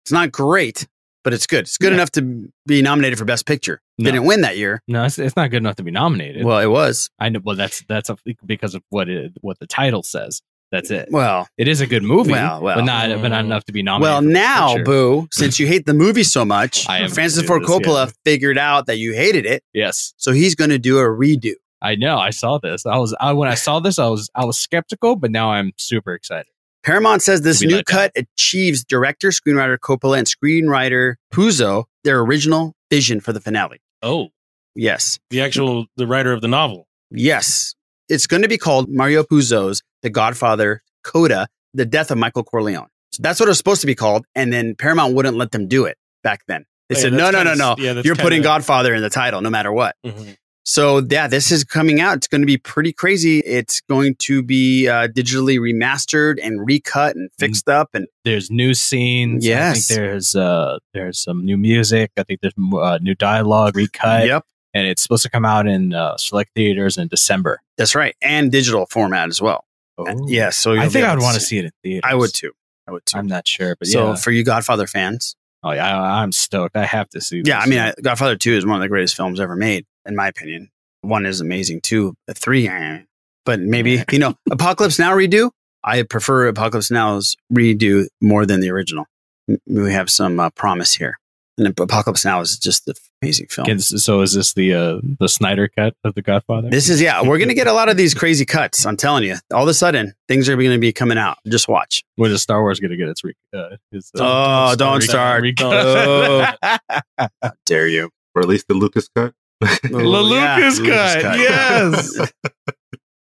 M: It's not great, but it's good. It's good
Q: Yeah.
M: enough to be nominated for Best Picture.
Q: No.
M: Didn't win that year.
Q: No, it's, it's not good enough to be nominated.
M: Well, it was.
Q: I know. Well, that's that's a, because of what it, what the title says. That's it.
M: Well,
Q: it is a good movie,
M: Well, well.
Q: but not but not enough to be nominated.
M: Well,
Q: for Best
M: now,
Q: Picture.
M: Boo, since you hate the movie so much,
Q: I am
M: Francis
Q: gonna
M: Ford
Q: do this,
M: Coppola
Q: yeah.
M: figured out that you hated it,
Q: Yes,
M: so he's going to do a redo.
Q: I know. I saw this. I was I when I saw this, I was I was skeptical, but now I'm super excited.
M: Paramount says this
Q: It'll be
M: new
Q: like
M: cut achieves director, screenwriter Coppola, and screenwriter Puzo their original vision for the finale.
R: Oh,
M: Yes,
R: the actual the writer of the novel.
M: yes, it's going to be called Mario Puzo's The Godfather: Coda the death of Michael Corleone. So that's what it was supposed to be called, and then Paramount wouldn't let them do it back then. They
R: Yeah,
M: said,
R: that's
M: no, no, no,
R: kinda-
M: no.
R: yeah, that's
M: You're putting
R: kinda-
M: Godfather in the title, no matter what.
R: Mhm.
M: So yeah, this is coming out. It's going to be pretty crazy. It's going to be uh, digitally remastered and recut and fixed up, and
Q: There's new scenes.
M: Yes.
Q: I think there's uh there's some new music. I think there's uh, new dialogue recut.
M: Yep.
Q: And it's supposed to come out in uh, select theaters in December.
M: that's right, and digital format as well. And- Uh, yeah, so
Q: I
M: you'll be
Q: think
M: able
Q: I'd
M: to
Q: want to
M: see-
Q: see it in theaters.
M: I would too. I would too.
Q: I'm not sure, but
M: so
Q: yeah.
M: for you Godfather fans,
Q: oh yeah, I, I'm stoked. I have to see.
M: Yeah,
Q: this.
M: I mean, I, Godfather Two is one of the greatest films ever made, in my opinion. One is amazing, two, three, eh. but maybe you know, Apocalypse Now redo. I prefer Apocalypse Now's redo more than the original. M- We have some uh, promise here, and Apocalypse Now is just an amazing film.
Q: Can- so is this the uh, the Snyder cut of The Godfather?
M: This is yeah, we're gonna get a lot of these crazy cuts. I'm telling you, all of a sudden things are gonna be coming out. Just watch.
Q: What is Star Wars gonna get its re- uh, his,
M: oh, don't start.
Q: *laughs*
M: Oh. How dare you?
P: Or at least the Lucas cut.
M: *laughs* The
P: Lucas cut, *laughs*
M: yes.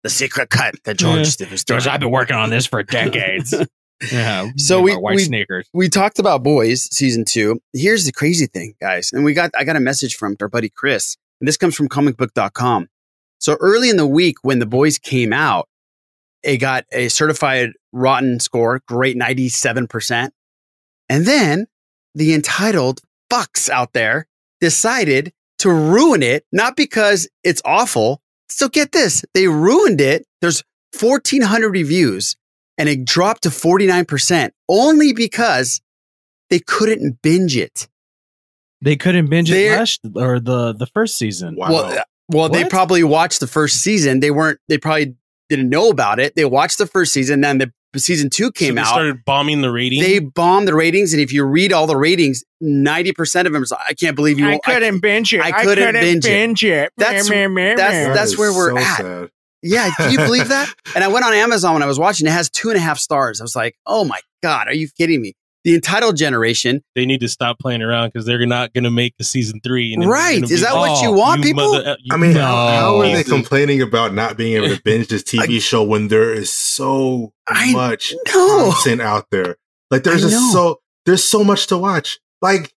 M: the secret cut that George
Q: Yeah.
M: did was
Q: George, I've been working on
M: *laughs*
Q: this for decades. *laughs* yeah.
M: So
Q: in
M: we
Q: my white
M: we,
Q: sneakers.
M: we talked about boys season two. Here's the crazy thing, guys. And we got I got a message from our buddy Chris. And this comes from comicbook.com. So early in the week when the boys came out, it got a certified rotten score, great 97%. And then the entitled fucks out there decided to ruin it, not because it's awful. So get this, they ruined it. There's 1,400 reviews and it dropped to 49% only because they couldn't binge it.
Q: They couldn't binge it
M: They're-
Q: last or the the first season.
M: Well, uh, well, they
Q: What?
M: probably watched the first season. They weren't. They probably didn't know about it. They watched the first season, then the season two
R: So
M: came
R: they
M: out.
R: started bombing the rating.
M: they bombed the ratings, and if you read all the ratings, ninety percent of them is I can't believe you.
Q: I couldn't
M: binge
Q: it. I couldn't binge it.
M: That's
Q: Meh, meh, meh,
M: that's
Q: meh.
M: *laughs* that's
Q: That
M: where
Q: is
M: we're
Q: so
M: at.
Q: sad.
M: Yeah, can you
Q: *laughs*
M: believe that? And I went on Amazon when I was watching. It has two and a half stars. I was like, oh my god, are you kidding me? The entitled generation.
R: They need to stop playing around because they're not going to make a season three. and it's
M: Right.
R: gonna
M: Is
R: be-
M: that what you want, people?
R: mother- uh, you-
P: I mean, how, how are they
R: Jesus.
P: complaining about not being
M: *laughs*
P: able to binge this TV show when there is so much
M: know.
P: content out there? Like, there's
M: I
P: just
M: know.
P: so there's so much to watch. Like,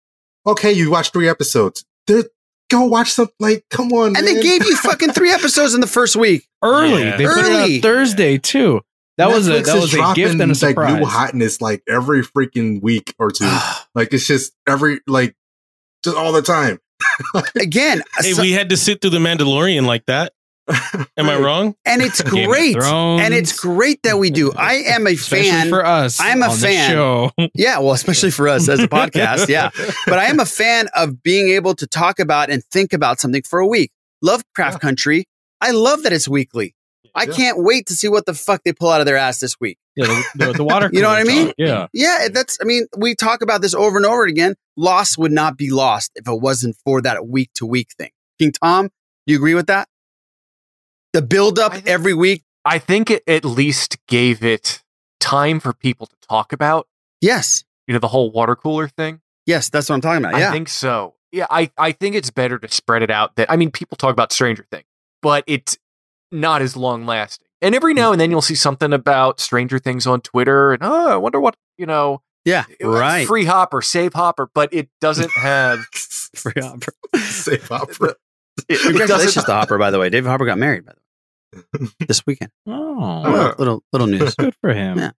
P: okay, you watched three episodes. There, go watch some. Like, come on,
M: And they
P: man. *laughs*
M: gave you fucking three episodes in the first week.
Q: Early. They put it out
M: Early.
Q: Thursday too. That was a
P: Netflix
Q: that
P: is
Q: was a gift
P: dropping,
Q: and a
P: Like
Q: surprise.
P: new hotness, like every freaking week or
Q: *sighs*
P: two. like it's just every like just all the time.
M: Again,
R: *laughs* Hey, we had to sit through the Mandalorian like that.
P: *laughs*
R: Am I wrong?
M: and it's
R: *laughs* Game of
M: great.
R: Thrones.
M: And it's great that we do. I am a
R: Especially
M: fan
R: for us
M: I'm a
R: on this
M: fan.
R: show.
M: Yeah, well, especially for us
R: *laughs*
M: as a podcast. Yeah, but I am a fan of being able to talk about and think about something for a week. Lovecraft Country. I love that it's weekly. I can't wait to see what the fuck they pull out of their ass this week.
Q: Yeah, the, the, the water.
M: You know what I
Q: cooler
M: mean?
Q: talk. Yeah.
M: Yeah, that's I mean, we talk about this over and over again. Lost would not be lost if it wasn't for that week to week thing. King Tom, do you agree with that? The build up every week.
O: I think it at least gave it time for people to talk about.
M: Yes.
O: You know, the whole water cooler thing.
M: Yes, that's what I'm talking about. Yeah.
O: I think so. Yeah, I, I think it's better to spread it out that I mean people talk about Stranger Things, but it's not as long lasting. And every now and then you'll see something about Stranger Things on Twitter and oh, I wonder what you know
M: Yeah. Right. *laughs*
O: free hopper, save hopper, but it doesn't have
M: free hopper.
P: Safe opera.
O: It, it
M: Congratulations
O: doesn't
M: to Hopper, by the way. David Hopper got married, by the way. This weekend.
Q: Oh.
M: Little- little
Q: *laughs*
M: little news.
Q: Good for him.
M: Yeah.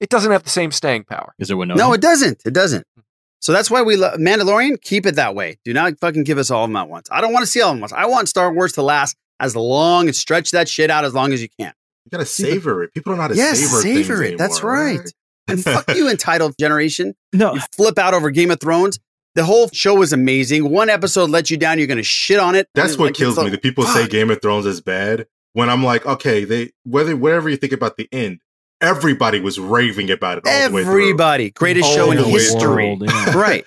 O: it doesn't have the same staying power.
Q: Is there Winona?
M: No, it doesn't. It doesn't. So that's why we love Mandalorian. Keep it that way. Do not fucking give us all of them at once. I don't want to see all of them at once. I want Star Wars to last as long and stretch that shit out as long as you can.
P: You gotta savor it. People don't know how to
M: yes,
P: savor, things
M: savor it. That's
P: anymore,
M: right. and fuck you, entitled generation.
Q: No,
M: you flip out over Game of Thrones. The whole show was amazing. One episode let you down. You're gonna shit on it.
P: That's
M: And,
P: what
M: like, it's
P: kills me.
M: like,
P: The people say
M: fuck.
P: Game of Thrones is bad when I'm like, okay, they whether whatever you think about the end, everybody was raving about it all the way through.
M: Everybody, greatest
P: All
M: show in
P: the way
M: history,
P: through.
M: *laughs* right?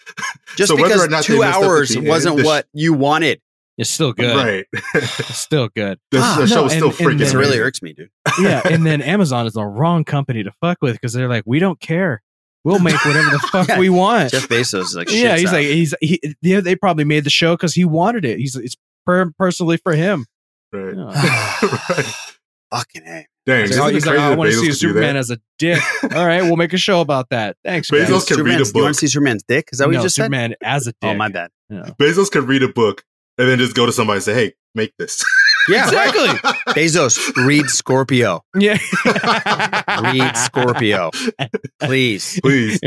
M: Just
P: So whether
M: because
P: or not they
M: two
P: messed up at
M: hours
P: the end,
M: wasn't
P: the sh-
M: what
P: *laughs*
M: you wanted.
Q: It's still good.
P: Right. *laughs*
Q: It's still good.
P: The- the show is still freaking
M: This
Q: then-
M: really irks me, dude.
Q: yeah, and *laughs* then Amazon is the wrong company to fuck with because they're like, we don't care. We'll make whatever *laughs* the fuck we want.
M: Jeff Bezos is
Q: *laughs*
M: like,
Q: yeah,
M: shits
Q: he's
M: out.
Q: like, he's he. Yeah, they probably made the show because he wanted
M: *sighs*
Q: it. He's it's per, personally for him.
P: *laughs* Right.
Q: Yeah.
M: fucking a.
P: Dang,
Q: So
P: isn't
Q: he's
P: it crazy
Q: like, "Oh, I
P: that
Q: want to
P: Bezos
Q: see
P: could do
Q: Superman
P: that?"
Q: as a dick. All right, we'll make a show about that. Thanks.
P: Bezos
Q: guys.
P: can read a
Q: Superman's-
P: book.
Q: you
M: You
Q: wanna
M: want to see Superman's dick? Is that what
Q: No,
M: you just
Q: Superman
M: said?
Q: as a dick.
M: Oh,
Q: *laughs*
M: my bad.
P: Bezos could read a book and then just go to somebody and say, "Hey, make
R: *laughs*
P: this."
M: Yeah, exactly. *laughs*
N: *laughs*
M: Bezos, read Scorpio.
Q: Yeah.
M: read Scorpio. Please.
P: Please.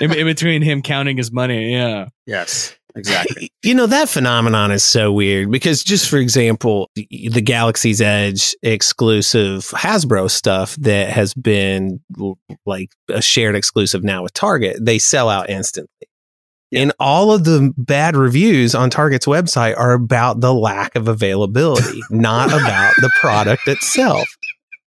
Q: in, in between him counting his money. Yeah.
M: Yes. Exactly.
N: *laughs* You know, that phenomenon is so weird because, just for example, the the Galaxy's Edge exclusive Hasbro stuff that has been l- like a shared exclusive now with Target, they sell out instantly. And all of the bad reviews on Target's website are about the lack of availability, not about the product itself.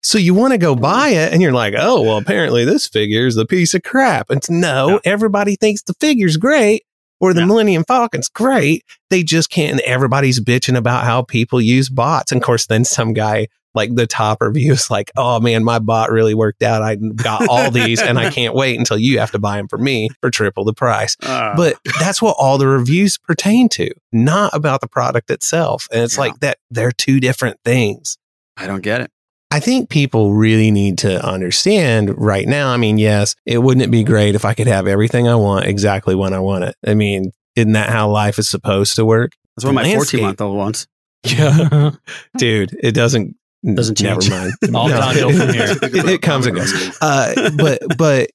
N: So you want to go buy it and you're like, oh, well, apparently this figure's a piece of crap. It's no, everybody thinks the figure's great or the Millennium Falcon's great. They just can't. And everybody's bitching about how people use bots. And of course, then some guy like the top review is like, oh man, my bot really worked out. I got all these and I can't wait until you have to buy them for me for triple the price.
R: Ah.
N: but that's what all the reviews pertain to, not about the product itself. And it's like that they're two different things.
M: I don't get it.
N: I think people really need to understand right now. I mean, yes, it wouldn't it be great if I could have everything I want exactly when I want it? I mean, isn't that how life is supposed to work?
M: That's what my 14
N: Landscape-
M: month old wants.
N: Yeah. *laughs* Dude, it doesn't doesn't
M: change.
N: Never
R: *laughs*
N: mind.
M: All downhill from here.
N: It, it comes and *laughs* goes. Uh, but *laughs* but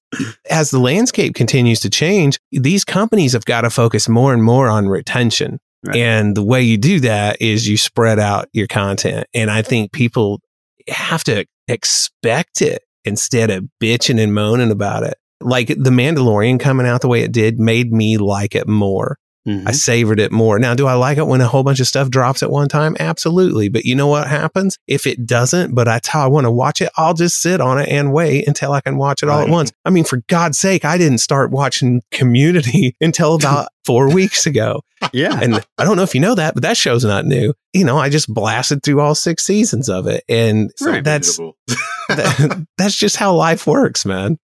N: as the landscape continues to change, these companies have got to focus more and more on retention. And the way you do that is you spread out your content. And I think people have to expect it instead of bitching and moaning about it. Like The Mandalorian coming out the way it did made me like it more.
M: Mm-hmm.
N: I savored it more. Now, do I like it when a whole bunch of stuff drops at one time? Absolutely. But you know what happens? If it doesn't, but I t- I want to watch it, I'll just sit on it and wait until I can watch it all at once. I mean, for God's sake, I didn't start watching *laughs* Community
R: *laughs*
N: until about four weeks ago.
M: Yeah.
N: And I don't know if you know that, but that show's not new. You know, I just blasted through all six seasons of it.
R: *laughs*
N: And
M: So
N: that's,
M: relatable.
P: *laughs*
N: that, *laughs* that's just how life works, man.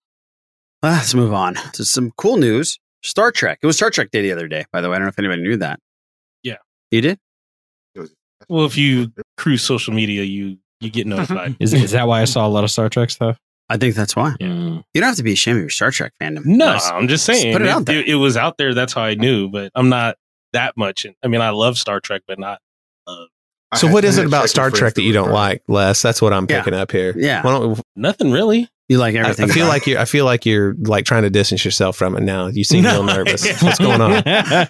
M: Ah, Let's move on to some cool news. Star Trek. It was Star Trek Day the other day, by the way. I don't know if anybody knew that.
R: Yeah.
M: You did?
R: Well, if you cruise social media, you you get notified.
Q: Is, is that why I saw a lot of Star Trek stuff?
M: I think that's why. You don't have to be ashamed of your Star Trek fandom.
R: No,
M: Just-
R: I'm just
M: just
R: saying
M: put it
R: it,
M: out there.
R: it- it was out there. That's how I knew, but I'm not that much. in- I mean, I love Star Trek, but not.
N: So, what is it about Star Trek that you don't like, Les? That's what I'm
R: Yeah.
N: picking up here.
R: Yeah.
N: Why don't,
R: Nothing really.
M: You like
N: I, I
M: everything.
N: feel
M: about
N: like you're. I feel like you're like trying to distance yourself from it now. You seem
R: *laughs*
M: *laughs*
N: real nervous. What's going on?
R: I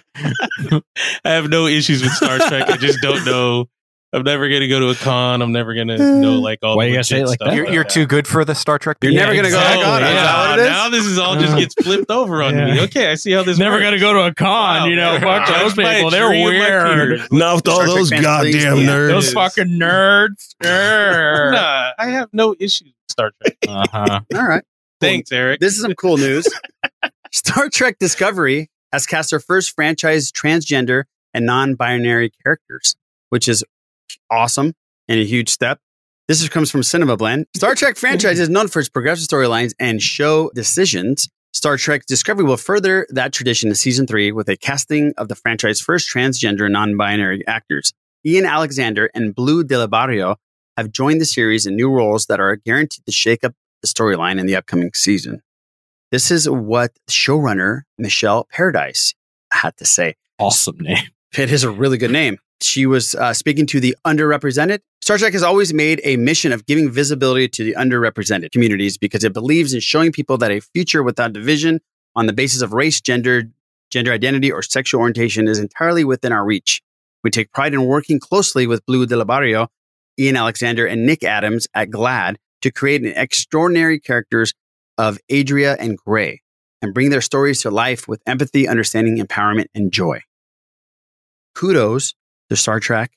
R: have no issues with Star Trek. I just don't know. I'm never gonna go to a con. I'm never gonna know like all.
Q: Why
R: the
Q: you gotta
R: legit
Q: say it like
R: stuff.
Q: that?
O: You're, you're too good for the Star Trek.
R: You're never
Q: gonna go to a con, is that what it is?
R: Now this is all just
Q: Uh,
R: gets flipped over on
Q: yeah.
R: me. Okay, I see how this.
Q: Never
R: works.
Q: gonna go to a con, you know, fuck
R: I was
Q: those
R: by a
Q: people, they're
R: tree with my
Q: weird.
R: peers.
N: Not with all Star Trek those fans, please, goddamn yeah. nerds.
Q: Those fucking nerds.
R: *laughs*
Q: Grr.
R: nah, I have no issues with Star Trek.
Q: Uh-huh.
M: All right.
R: Thanks, Eric.
M: This is some cool news. Star Trek Discovery has cast their first franchise transgender and non binary characters, which is awesome and a huge step. This is, comes from Cinema Blend. Star Trek franchise is known for its progressive storylines and show decisions. Star Trek Discovery will further that tradition in season three with a casting of the franchise's first transgender and non binary actors. Ian Alexander and Blue De La Barrio have joined the series in new roles that are guaranteed to shake up the storyline in the upcoming season. This is what showrunner Michelle Paradise had to say.
Q: Awesome name.
M: It is a really good name. She was uh, speaking to the underrepresented. Star Trek has always made a mission of giving visibility to the underrepresented communities because it believes in showing people that a future without division on the basis of race, gender, gender identity, or sexual orientation is entirely within our reach. We take pride in working closely with Blue De La Barrio Ian Alexander and Nick Adams at GLAD to create an extraordinary characters of Adria and Gray and bring their stories to life with empathy, understanding, empowerment, and joy. Kudos to Star Trek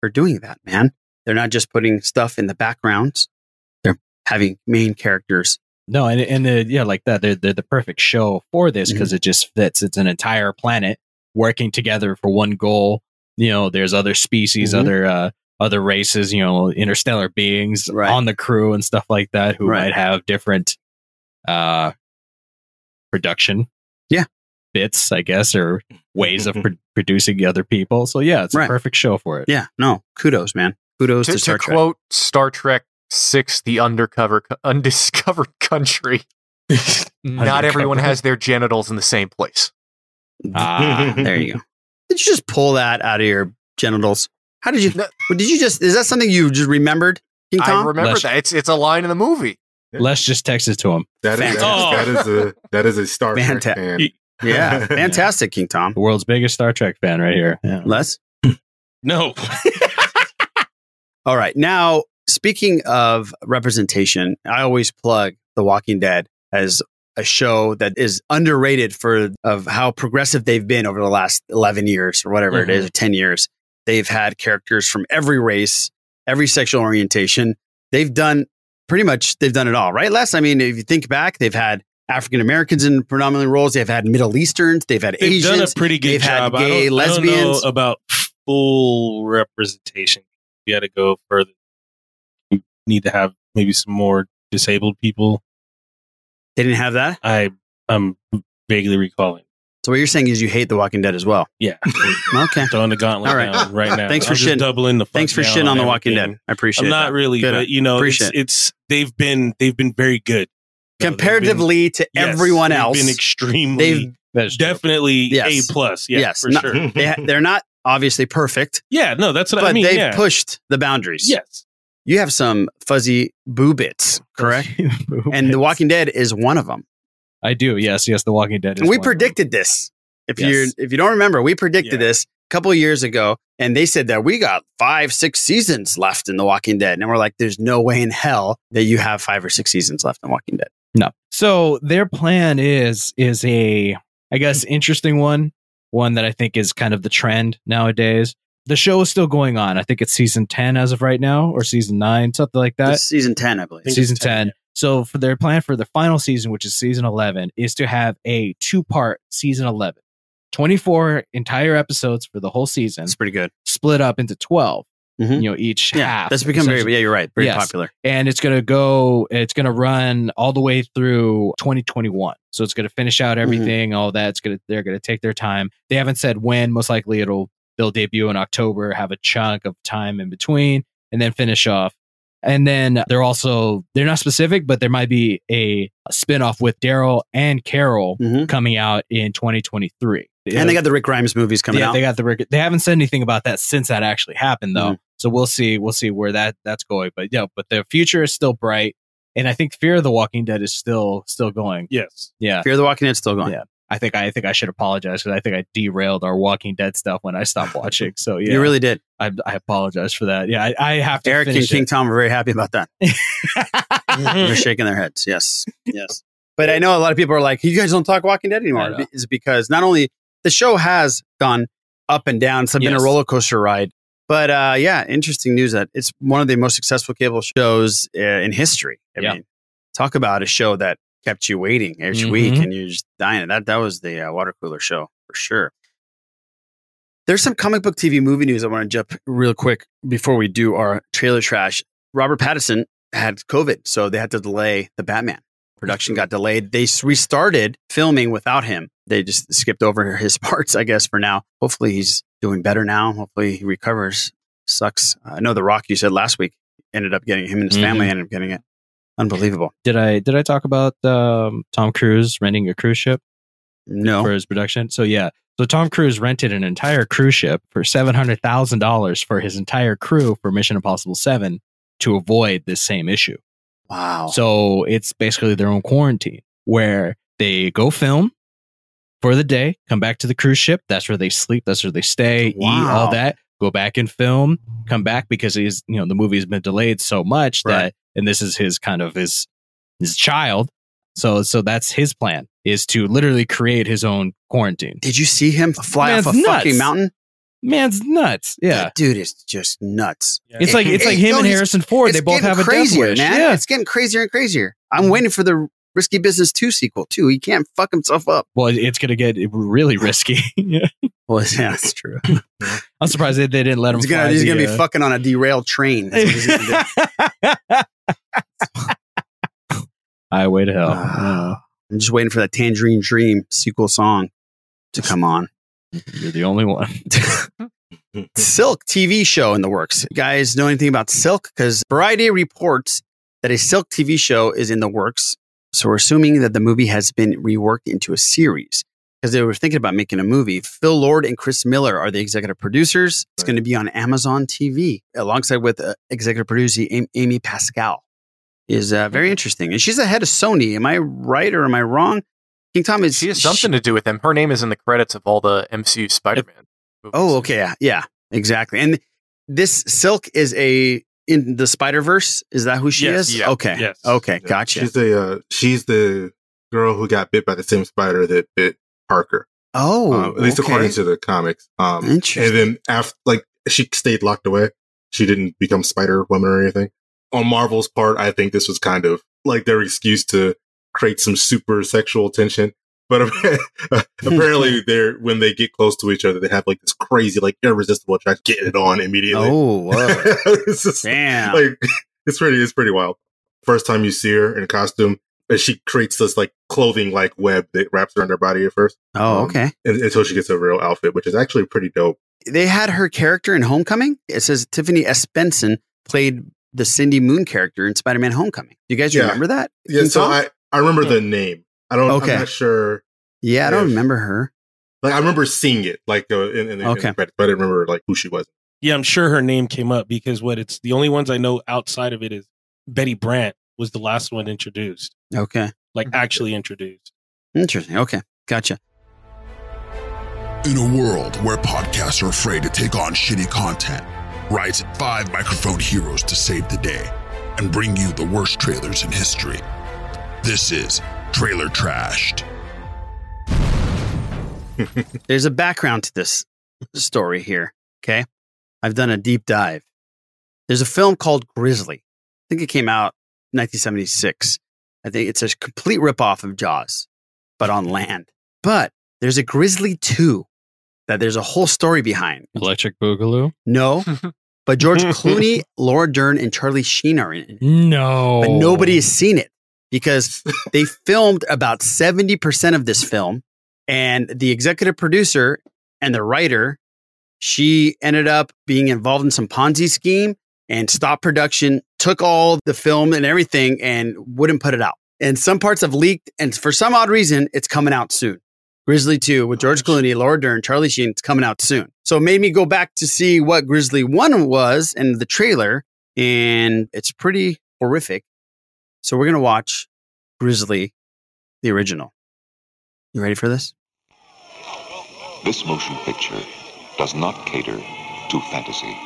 M: for doing that, man. They're not just putting stuff in the backgrounds, they're having main characters.
Q: No, and and uh, yeah, like that. They're, they're the perfect show for this because it just fits. It's an entire planet working together for one goal. You know, there's other species,
M: Mhm.
Q: other uh, other races. You know, interstellar beings on the crew and stuff like that who
M: Right.
Q: might have different uh, production,
M: yeah,
Q: bits, I guess, or ways of pro- producing the other
M: *laughs*
Q: people. So yeah, it's a perfect show for it.
M: Yeah, no, kudos, man. Kudos
O: to,
M: to Star
O: to
M: Trek.
O: quote Star Trek Six, the undercover, co- undiscovered *laughs* country. Not everyone
M: Undercover.
O: has their genitals in the same place.
M: *laughs* Ah, there you go. Did you just pull that out of your genitals? How did you? Did you just? Is that something you just remembered? King
O: I
M: Kong?
O: remember that. It's it's a line in the *laughs* movie.
Q: Let's just text it to him.
P: That is, that, is, that is a that is a Star Trek
M: Fanta-
P: fan.
M: Yeah, fantastic, King Tom.
Q: The world's biggest Star Trek fan, right here.
M: Les.
R: *laughs* No.
M: All right. Now, speaking of representation, I always plug The Walking Dead as a show that is underrated for of how progressive they've been over the last 11 years or whatever it
R: Mm-hmm.
M: is,
E: Mhm.
M: or 10 years. They've had characters from every race, every sexual orientation. They've done pretty much they've done it all, right? Les, I mean, if you think back, they've had African Americans in predominant roles, they've had Middle Easterns, they've had
R: They've
M: Asians,
R: done a pretty good
M: they've
R: job.
M: had
R: I don't-
M: gay,
R: I don't,
M: lesbians.
R: know uh about full representation. You got to go further. You need to have maybe some more disabled people.
M: They didn't have that.
R: I I'm vaguely recalling.
M: So what you're saying is you hate The Walking Dead as well.
R: Yeah.
M: *laughs* okay.
R: Throwing the gauntlet
M: All right.
R: down right now.
M: Thanks for
R: I'm just
M: shitting.
R: Doubling the fuck
M: Thanks for
R: down
M: shitting on The Walking
R: everything.
M: Dead. I appreciate
R: I'm
M: that.
R: not really,
M: Good.
R: but you know, it's,
M: Appreciate it.
R: it's they've been they've been very good So they've been-
M: Comparatively to
R: Yes,
M: everyone
R: they've
M: else,
R: Been extremely.
M: they've-
R: definitely
M: Yes.
R: a plus. Yeah,
M: yes,
R: for
N: *laughs*
M: not-
R: sure. *laughs*
M: they ha- they're not obviously perfect.
R: Yeah, no, that's what
M: but
R: I mean.
M: they've
R: yeah.
M: pushed the boundaries.
R: Yes.
M: you have some fuzzy boo bits, correct?
R: *laughs*
M: and The Walking Dead is one of them.
Q: I do. Yes, yes. The Walking Dead. Is
M: And we
Q: one.
M: predicted this. If
Q: Yes.
M: you if you don't remember, we predicted this a couple of years ago, and they said that we got five, six seasons left in The Walking Dead, and we're like, "There's no way in hell that you have five or six seasons left in Walking Dead."
Q: No. So their plan is is a I guess interesting one, one that I think is kind of the trend nowadays. The show is still going on. I think it's season 10 as of right now or season 9, something like that.
M: It's season ten, I believe.
Q: season 10. So for their plan for the final season, which is season 11, is to have a two-part season 11. 24 entire episodes for the whole season. It's
M: pretty good.
Q: Split up into 12, you know, each
M: Mm-hmm. Yeah,
Q: half.
M: that's become very-
Q: essentially.
M: yeah, you're right, very popular.
Q: And it's going to go it's going to run all the way through 2021. So it's going to finish out
M: Mm-hmm.
Q: everything, all that. It's going to they're going to take their time. They haven't said when, most likely it'll they'll debut in October, have a chunk of time in between and then finish off and then they're also they're not specific, but there might be a, a spinoff with Daryl and Carol coming out in 2023.
M: Mm-hmm. And they got the Rick Grimes movies coming
Q: yeah,
M: out. Mm-hmm.
Q: They got the Rick. They haven't said anything about that since that actually happened, though. So we'll see. We'll see where that that's going. But yeah, but the future is still bright, and I think Fear of the Walking Dead is still still going.
R: Yes.
Q: Yeah.
M: Fear the Walking Dead's still going.
Q: Yeah. I think I think I should apologize because I think I derailed our Walking Dead stuff when I stopped watching. So yeah,
M: You really did.
Q: I, I apologize for that. Yeah, I, I have to.
M: Eric and
Q: finish
M: King
Q: it.
M: Tom are very happy about that. *laughs* They're shaking their heads. Yes. Yes. But I know a lot of people are like, you guys don't talk Walking Dead anymore. Is because not only the show has gone up and down, it's been
E: Yes.
M: a roller coaster ride. But uh, yeah, interesting news that it's one of the most successful cable shows uh, in history. I mean, talk about a show that kept you waiting each week
E: Mhm.
M: and you're just dying. That that was the uh, water cooler show for sure. There's some comic book TV movie news I want to jump real quick before we do our trailer trash. Robert Pattinson had COVID, so they had to delay the Batman. Production got delayed. They s- restarted filming without him. They just skipped over *laughs* his parts, I guess, for now. Hopefully, he's doing better now. Hopefully, he recovers. Sucks. I know The Rock, you said last week, ended up getting him and his family
Q: Mhm.
M: ended up getting it. Unbelievable.
Q: *laughs* Did I did I talk about um, Tom Cruise renting a cruise ship?
M: No,
Q: for his production. So yeah, so Tom Cruise rented an entire cruise ship for seven hundred thousand dollars for his entire crew for Mission Impossible Seven to avoid this same issue.
M: Wow.
Q: So it's basically their own quarantine where they go film for the day, come back to the cruise ship. That's where they sleep. That's where they stay, eat all
M: Wow.
Q: that. Go back and film, come back because he's you know the movie's been delayed so much that and this is his kind of his his child. So so that's his plan is to literally create his own quarantine.
M: Did you see him fly off a fucking mountain?
Q: Man's nuts. Yeah.
M: That dude is just nuts.
Q: It's like it's like him and Harrison Ford. They both have a death
M: crazier,
Q: wish.
M: man.
Q: Yeah. Mm.
M: It's getting crazier and crazier. I'm waiting for the Risky Business 2 sequel, too. He can't fuck himself up.
Q: Well, it's gonna get really risky. *laughs* yeah.
M: Well, yeah, that's *laughs* true.
Q: I'm surprised they, they didn't let him.
M: He's gonna,
Q: fly
M: he's
Q: the,
M: gonna be
Q: uh,
M: fucking on a derailed train. That's what he's
Q: *laughs*
M: gonna do.
Q: Highway to hell.
M: I'm just waiting for that Tangerine Dream sequel song to come on.
Q: You're the only one.
M: *laughs* Silk TV show in the works. You guys know anything about Silk? Because Variety reports that a Silk TV show is in the works. So we're assuming that the movie has been reworked into a series because they were thinking about making a movie. Phil Lord and Chris Miller are the executive producers. It's going to be on Amazon TV alongside with uh, executive producer Am- Amy Pascal. Is uh,
O: Mm-hmm.
M: very interesting, and she's the head of Sony. Am I right or am I wrong? King Tom is
O: She has something to do with them. Her name is in the credits of all the MCU Spider-Man.
M: Oh, okay. Yeah, yeah, exactly. And this Silk is a in the Spider Verse. Is that who she
P: Yes,
M: is?
P: yeah,
M: okay.
P: yes.
M: Okay. Gotcha.
P: She's the uh, she's the girl who got bit by the same spider that bit Parker.
M: Oh,
P: Um, at least
M: okay.
P: according to the comics. Um,
M: Interesting.
P: And then after, like, she stayed locked away. She didn't become Spider Woman or anything. On Marvel's part, I think this was kind of like their excuse to create some super sexual tension. But *laughs*
M: *laughs*
P: apparently, they're when they get close to each other, they have like this crazy, like irresistible attraction, getting it on immediately. *laughs*
M: Oh, whoa.
P: it's just,
M: Damn.
P: Like, *laughs* it's pretty, it's pretty wild. First time you see her in costume, and she creates this like clothing like web that wraps around her body at first.
M: Oh, okay.
P: And, until she gets a real outfit, which is actually pretty dope.
M: They had her character in Homecoming. It says Tiffany S. Benson played the Cindy Moon character in Spider Man Homecoming. Do you guys remember that?
P: Yeah,
M: King
P: so
M: Tom?
P: I, I remember the name. I don't.
M: Hmm. Okay.
P: I'm not sure.
M: yeah, I don't
P: if-
M: remember her.
P: Like I remember seeing it, like uh, in, in, the- in
M: Okay.
P: the credits, but I didn't remember like who she *laughs* was.
R: Yeah, I'm sure her name came up because what it's the only ones I know outside of it is Betty Brant was the last one introduced,
M: Okay.
R: like actually introduced.
M: Interesting. Okay. Gotcha.
K: In a world where podcasts are afraid to take on shitty content, rise five microphone heroes to save the day and bring you the worst trailers in history. This is Trailer Trashed.
M: There's a background to this story here. Okay. I've done a deep dive. There's a film called Grizzly. I think it came out 1976. I think it's a complete ripoff of Jaws, but on land. But there's a Grizzly 2 that there's a whole story behind.
D: Electric Boogaloo. *laughs*
M: No, but George Clooney, Laura Dern, and Charlie Sheen are in it
D: No,
M: but nobody has seen it because they filmed about 70% of this film and the executive producer and the writer she ended up being involved in some ponzi scheme and stopped production took all the film and everything and wouldn't put it out and some parts have leaked and for some odd reason it's coming out soon grizzly 2 with george clooney laura dern charlie sheen it's coming out soon so it made me go back to see what grizzly 1 was and the trailer and it's pretty horrific so we're going to watch grizzly the original you ready for this
E: This motion picture does not cater to fantasy.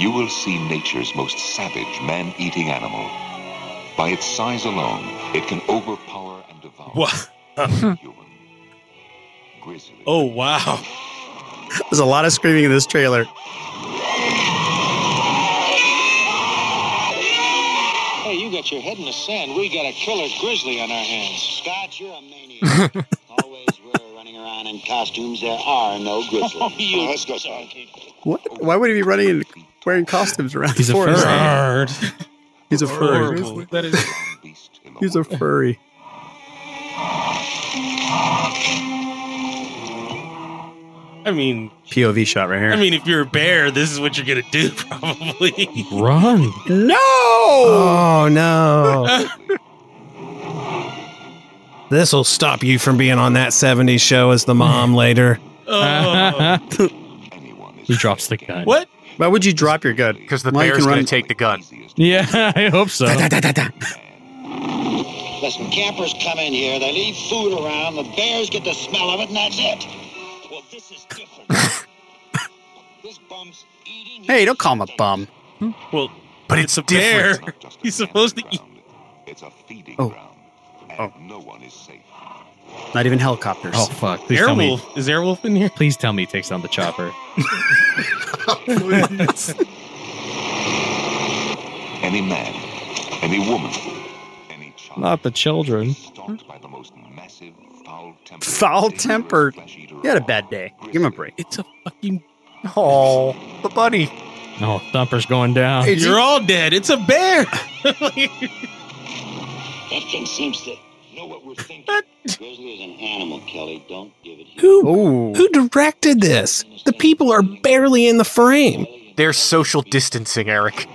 E: You will see nature's most savage man eating animal. By its size alone, it can overpower and devour.
R: What?
E: Grizzly.
R: oh wow!
M: *laughs* There's a lot of screaming in this trailer.
G: Hey, you got your head in the sand. We got a killer grizzly on our hands. Scott, you're a maniac. Always we're running around in costumes. There
E: *laughs*
G: are no grizzlies.
E: Oh, you
G: let's go, son.
M: What? Why would he be running and wearing costumes around?
D: He's a
M: forest?
R: *laughs*
D: furry.
M: He's
R: Oh,
M: a
D: Horrible.
M: furry.
R: That is
M: He's a furry.
R: I mean,
M: POV shot right here.
R: I mean, if you're a bear, this is what you're gonna do *laughs* probably.
D: Run.
M: No.
N: Oh
R: *laughs*
N: no. this will stop you from being on that 70s show as
R: *laughs*
N: the mom later.
Q: *laughs*
D: he drops the gun.
R: Oh. What?
M: Why would you drop your gun?
O: Because the
M: Why you
O: bear's
M: can
O: going
M: run-
O: to take the gun.
D: Yeah,
Q: *laughs*
D: I hope so.
G: Listen, campers come in here. They leave food around. The bears get the smell of it, and that's it. Well, this is
R: *laughs*
G: different. this bum's
M: Hey, don't call him a bum.
R: Well, but it's, a bear. *laughs* He's supposed to eat.
M: Oh. Oh. Not even helicopters.
D: Oh fuck! Please tell me.
R: Airwolf is Airwolf in here?
D: Please tell me he takes down the chopper.
P: Oh,
E: Any man, any woman,
D: Not the children.
M: Foul tempered. You had a bad day. Give him a break.
R: It's a fucking.
M: Oh, the bunny.
D: Oh, Thumper's going down.
Q: *laughs*
R: You're all dead. It's a bear.
G: That thing seems to know what we're thinking.
V: Grizzly is an animal, Kelly. Don't give it.
N: Who
M: Oh.
N: who directed this? The people are barely in the frame.
O: They're social distancing, Eric.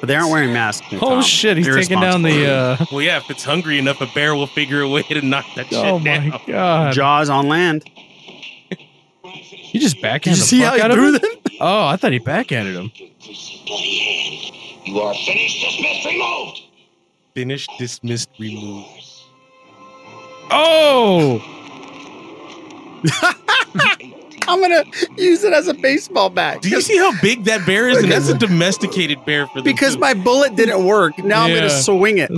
M: But they aren't wearing masks.
R: Oh, shit, he's taking down the,
Q: uh,
M: Irresponsible.
R: well, yeah, if it's hungry enough, a bear will figure a way to knock that shit
M: Oh my
R: down.
Q: God.
M: Jaws on land.
Q: You just backhanded
R: Did you see
Q: the fuck
R: how he
Q: out of
R: threw
Q: him? Oh, I thought he backhanded him.
G: You are finished, dismissed, removed.
R: Finish, dismissed, removed.
Q: Oh!
M: I'm gonna use it as a baseball bat.
N: *laughs*
R: Do you see how big that bear is? And that's a domesticated bear for the
M: Because my bullet didn't work. Now I'm
R: Yeah.
M: gonna swing it.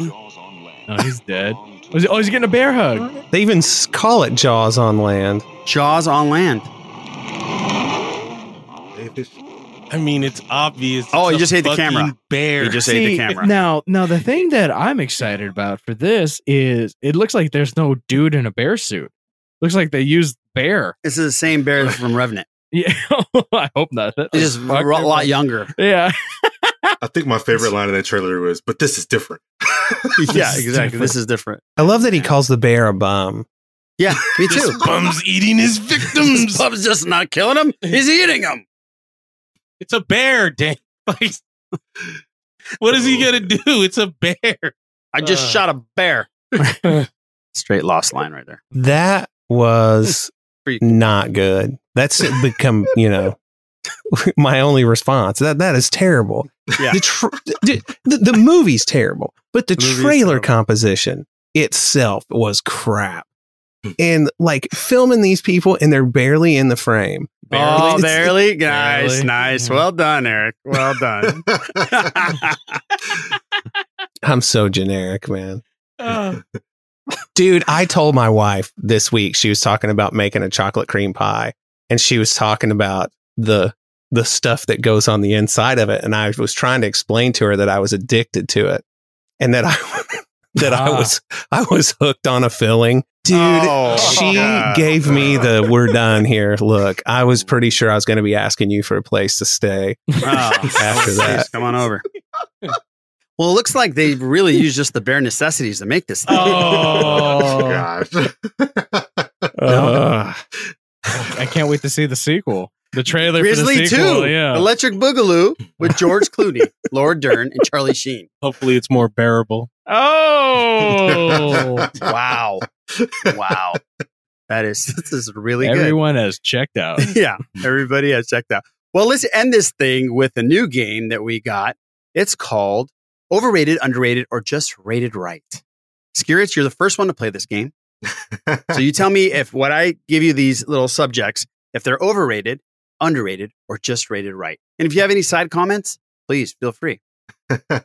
R: Oh, he's dead.
Q: Oh, he's getting a bear hug.
N: They even s- call it Jaws on land.
M: Jaws on land.
R: I mean, it's obvious.
M: Oh,
R: It's
M: you
R: a
M: just hate the camera.
R: fucking Bear.
M: You just hate the
Q: See,
M: camera.
Q: Now, now the thing that I'm excited about for this is it looks like there's no dude in a bear suit. Looks like they used bear. *laughs*
M: This is the same bear from Revenant.
Q: Yeah, I hope not. That
M: It's just a
Q: fuck
M: lot
Q: me.
M: lot younger.
Q: *laughs* Yeah.
P: I think my favorite line in that trailer was, "But this is *laughs* different."
M: yeah, exactly. This is different.
N: I love that he calls the bear a bum.
M: Yeah, me
N: *laughs*
M: too.
R: This bum's eating
M: *laughs*
R: his victims.
M: This bum's just not killing him. He's eating him.
R: It's a bear, *laughs* Dan. Like, what is he gonna do? It's a bear.
M: I just shot a bear. Straight lost line
N: *laughs*
M: right there.
N: That was not good. That's become, you know, *laughs* my only response. That that is terrible.
M: Yeah.
N: The, tr the, the, the movie's terrible, but the,
M: The movie's
N: trailer composition itself was crap.
M: Hmm.
N: And like filming these people and they're barely in the frame.
Q: Uh,
M: Oh,
N: It's-
M: barely. Nice, nice. Well done, Eric. Well
P: Oh. *laughs*
M: done.
N: I'm so generic, man. Dude, I told my wife this week she was talking about making a chocolate cream pie and she was talking about the the stuff that goes on the inside of it and I was trying to explain to her that I was addicted to it and that I *laughs* that I
Q: Ah.
N: was I was hooked on a filling. Dude,
M: Oh,
N: she
M: God.
N: gave
R: *laughs*
N: me the we're done here. Look, I was pretty sure I was going to be asking you for a place to stay
M: Oh,
N: after that.
M: please, come on over. Well, it looks like they really used just the bare necessities to make this. Thing.
Q: Oh.
M: *laughs* Uh.
P: *laughs*
N: Ugh.
Q: I can't wait to see the sequel. The trailer for
M: Grizzly
Q: the
M: Two,
Q: sequel. Yeah.
M: Electric Boogaloo with George Clooney, *laughs* Laura Dern, and Charlie Sheen.
R: Hopefully, it's more bearable.
P: *laughs*
Q: oh.
M: *laughs* Wow, wow, that is this is really good.
Q: Everyone has checked out.
M: *laughs* yeah, everybody has checked out. Well, let's end this thing with a new game that we got. It's called Overrated, Underrated, or Just Rated Right. Skiritz, you're the first one to play this game. so you tell me if what I give you these little subjects, if they're overrated, underrated, or just rated right. And if you have any side comments, please
P: *laughs*
M: feel free.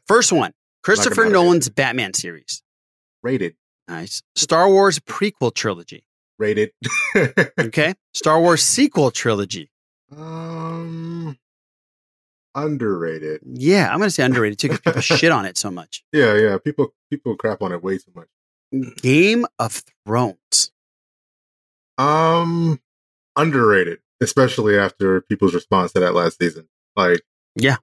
M: First one Christopher
P: underrated.
M: Nolan's Batman series.
P: Rated.
M: Nice. Star Wars prequel
P: *laughs*
M: trilogy.
P: Rated.
M: okay. Star Wars sequel trilogy.
P: Um, underrated.
M: Yeah, I'm going to say underrated too because
P: *laughs*
M: people shit on it so much.
P: Yeah, yeah. People people crap on it way too much.
M: Game of Thrones.
P: Um, underrated, especially after people's response to that last season. Like,
M: Yeah.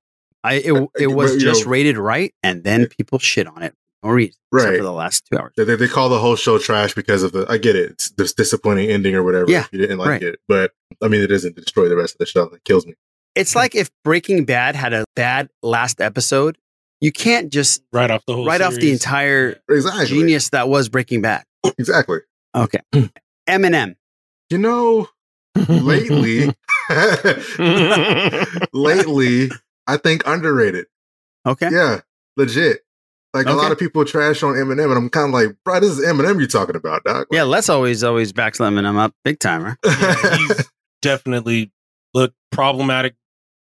M: I
P: *laughs*
M: it, it was
P: You
M: just
P: know-
M: rated right and then people shit on it for no reason except
P: Right.
M: for the last 2 hours.
P: they, they- they call the whole show trash because of the. I get it. It's this disappointing ending or whatever.
M: Yeah,
P: if you didn't like
M: right.
P: it, but I mean, it doesn't destroy the rest of the show. It kills me.
R: Hmm.
M: It's like if Breaking Bad had a bad last episode, you can't just
R: Right off the whole
M: write off the
R: series.
M: entire
P: Exactly.
M: genius that was Breaking Bad.
P: Exactly.
M: Okay.
R: Hmm.
M: Eminem.
P: You know, lately, *laughs*
M: *laughs*
P: lately, I think underrated.
M: Okay.
P: Yeah, legit. Like a
M: Okay.
P: lot of people trash on Eminem, and I'm kind of like, bro, this is Eminem you're talking about, dog. *laughs*
M: Yeah, let's always always backs Eminem up big timer.
R: *laughs* He's definitely look problematic,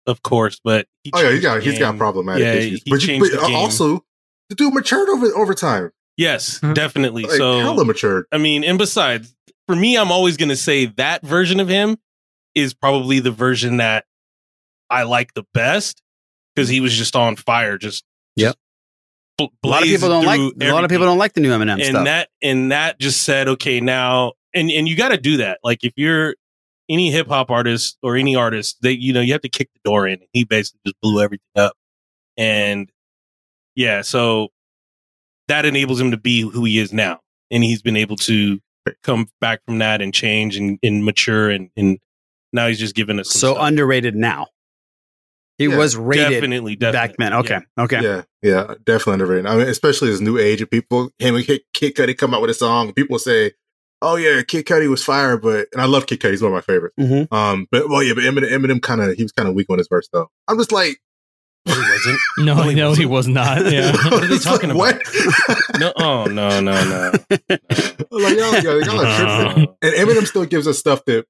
R: of course, but he
P: oh yeah, he
R: changed
P: got
R: the
P: he's got
R: game.
P: problematic
R: Yeah,
P: issues,
R: he
P: but, you,
R: changed
P: but
R: the game.
P: also the dude matured over over time.
R: Yes, definitely.
P: Like,
R: so um,
P: hella matured.
R: I mean, and besides, for me, I'm always going to say that version of him is probably the version that I like the best because he was just on fire. Just
M: Yep.
R: just bl-
M: A lot of people don't
R: blazing
M: like
R: through
M: a lot of people don't like the new Eminem
R: and
M: stuff.
R: that and that just said okay now and and you got to do that like if you're any hip hop artist or any artist they you know you have to kick the door in he basically just blew everything up and Yeah, so that enables him to be who he is now, and he's been able to come back from that and change and, and mature, and, and now he's just giving us. some
M: So
R: stuff.
M: underrated now. He was rated
R: Definitely,
M: back then. Okay. Okay.
P: Yeah, yeah, definitely underrated. I mean, especially this new age of people. Him and Kid, Kid Cudi come out with a song. People say, "Oh yeah, Kid Cudi was fire," but and I love Kid Cudi. He's one of my
R: *laughs*
P: favorites.
M: Mhm.
P: Um, but well, yeah, but Eminem, Eminem kind of he was kind of weak on his verse though. I'm just like,
R: Oh, he wasn't.
Q: No, no, he
P: *laughs*
Q: was not. Yeah.
R: what are they talking about? No, oh no, no, no.
M: *laughs*
P: Like, y'all, y'all, y'all are
Q: Uh-huh.
P: tripping. And Eminem still gives us stuff that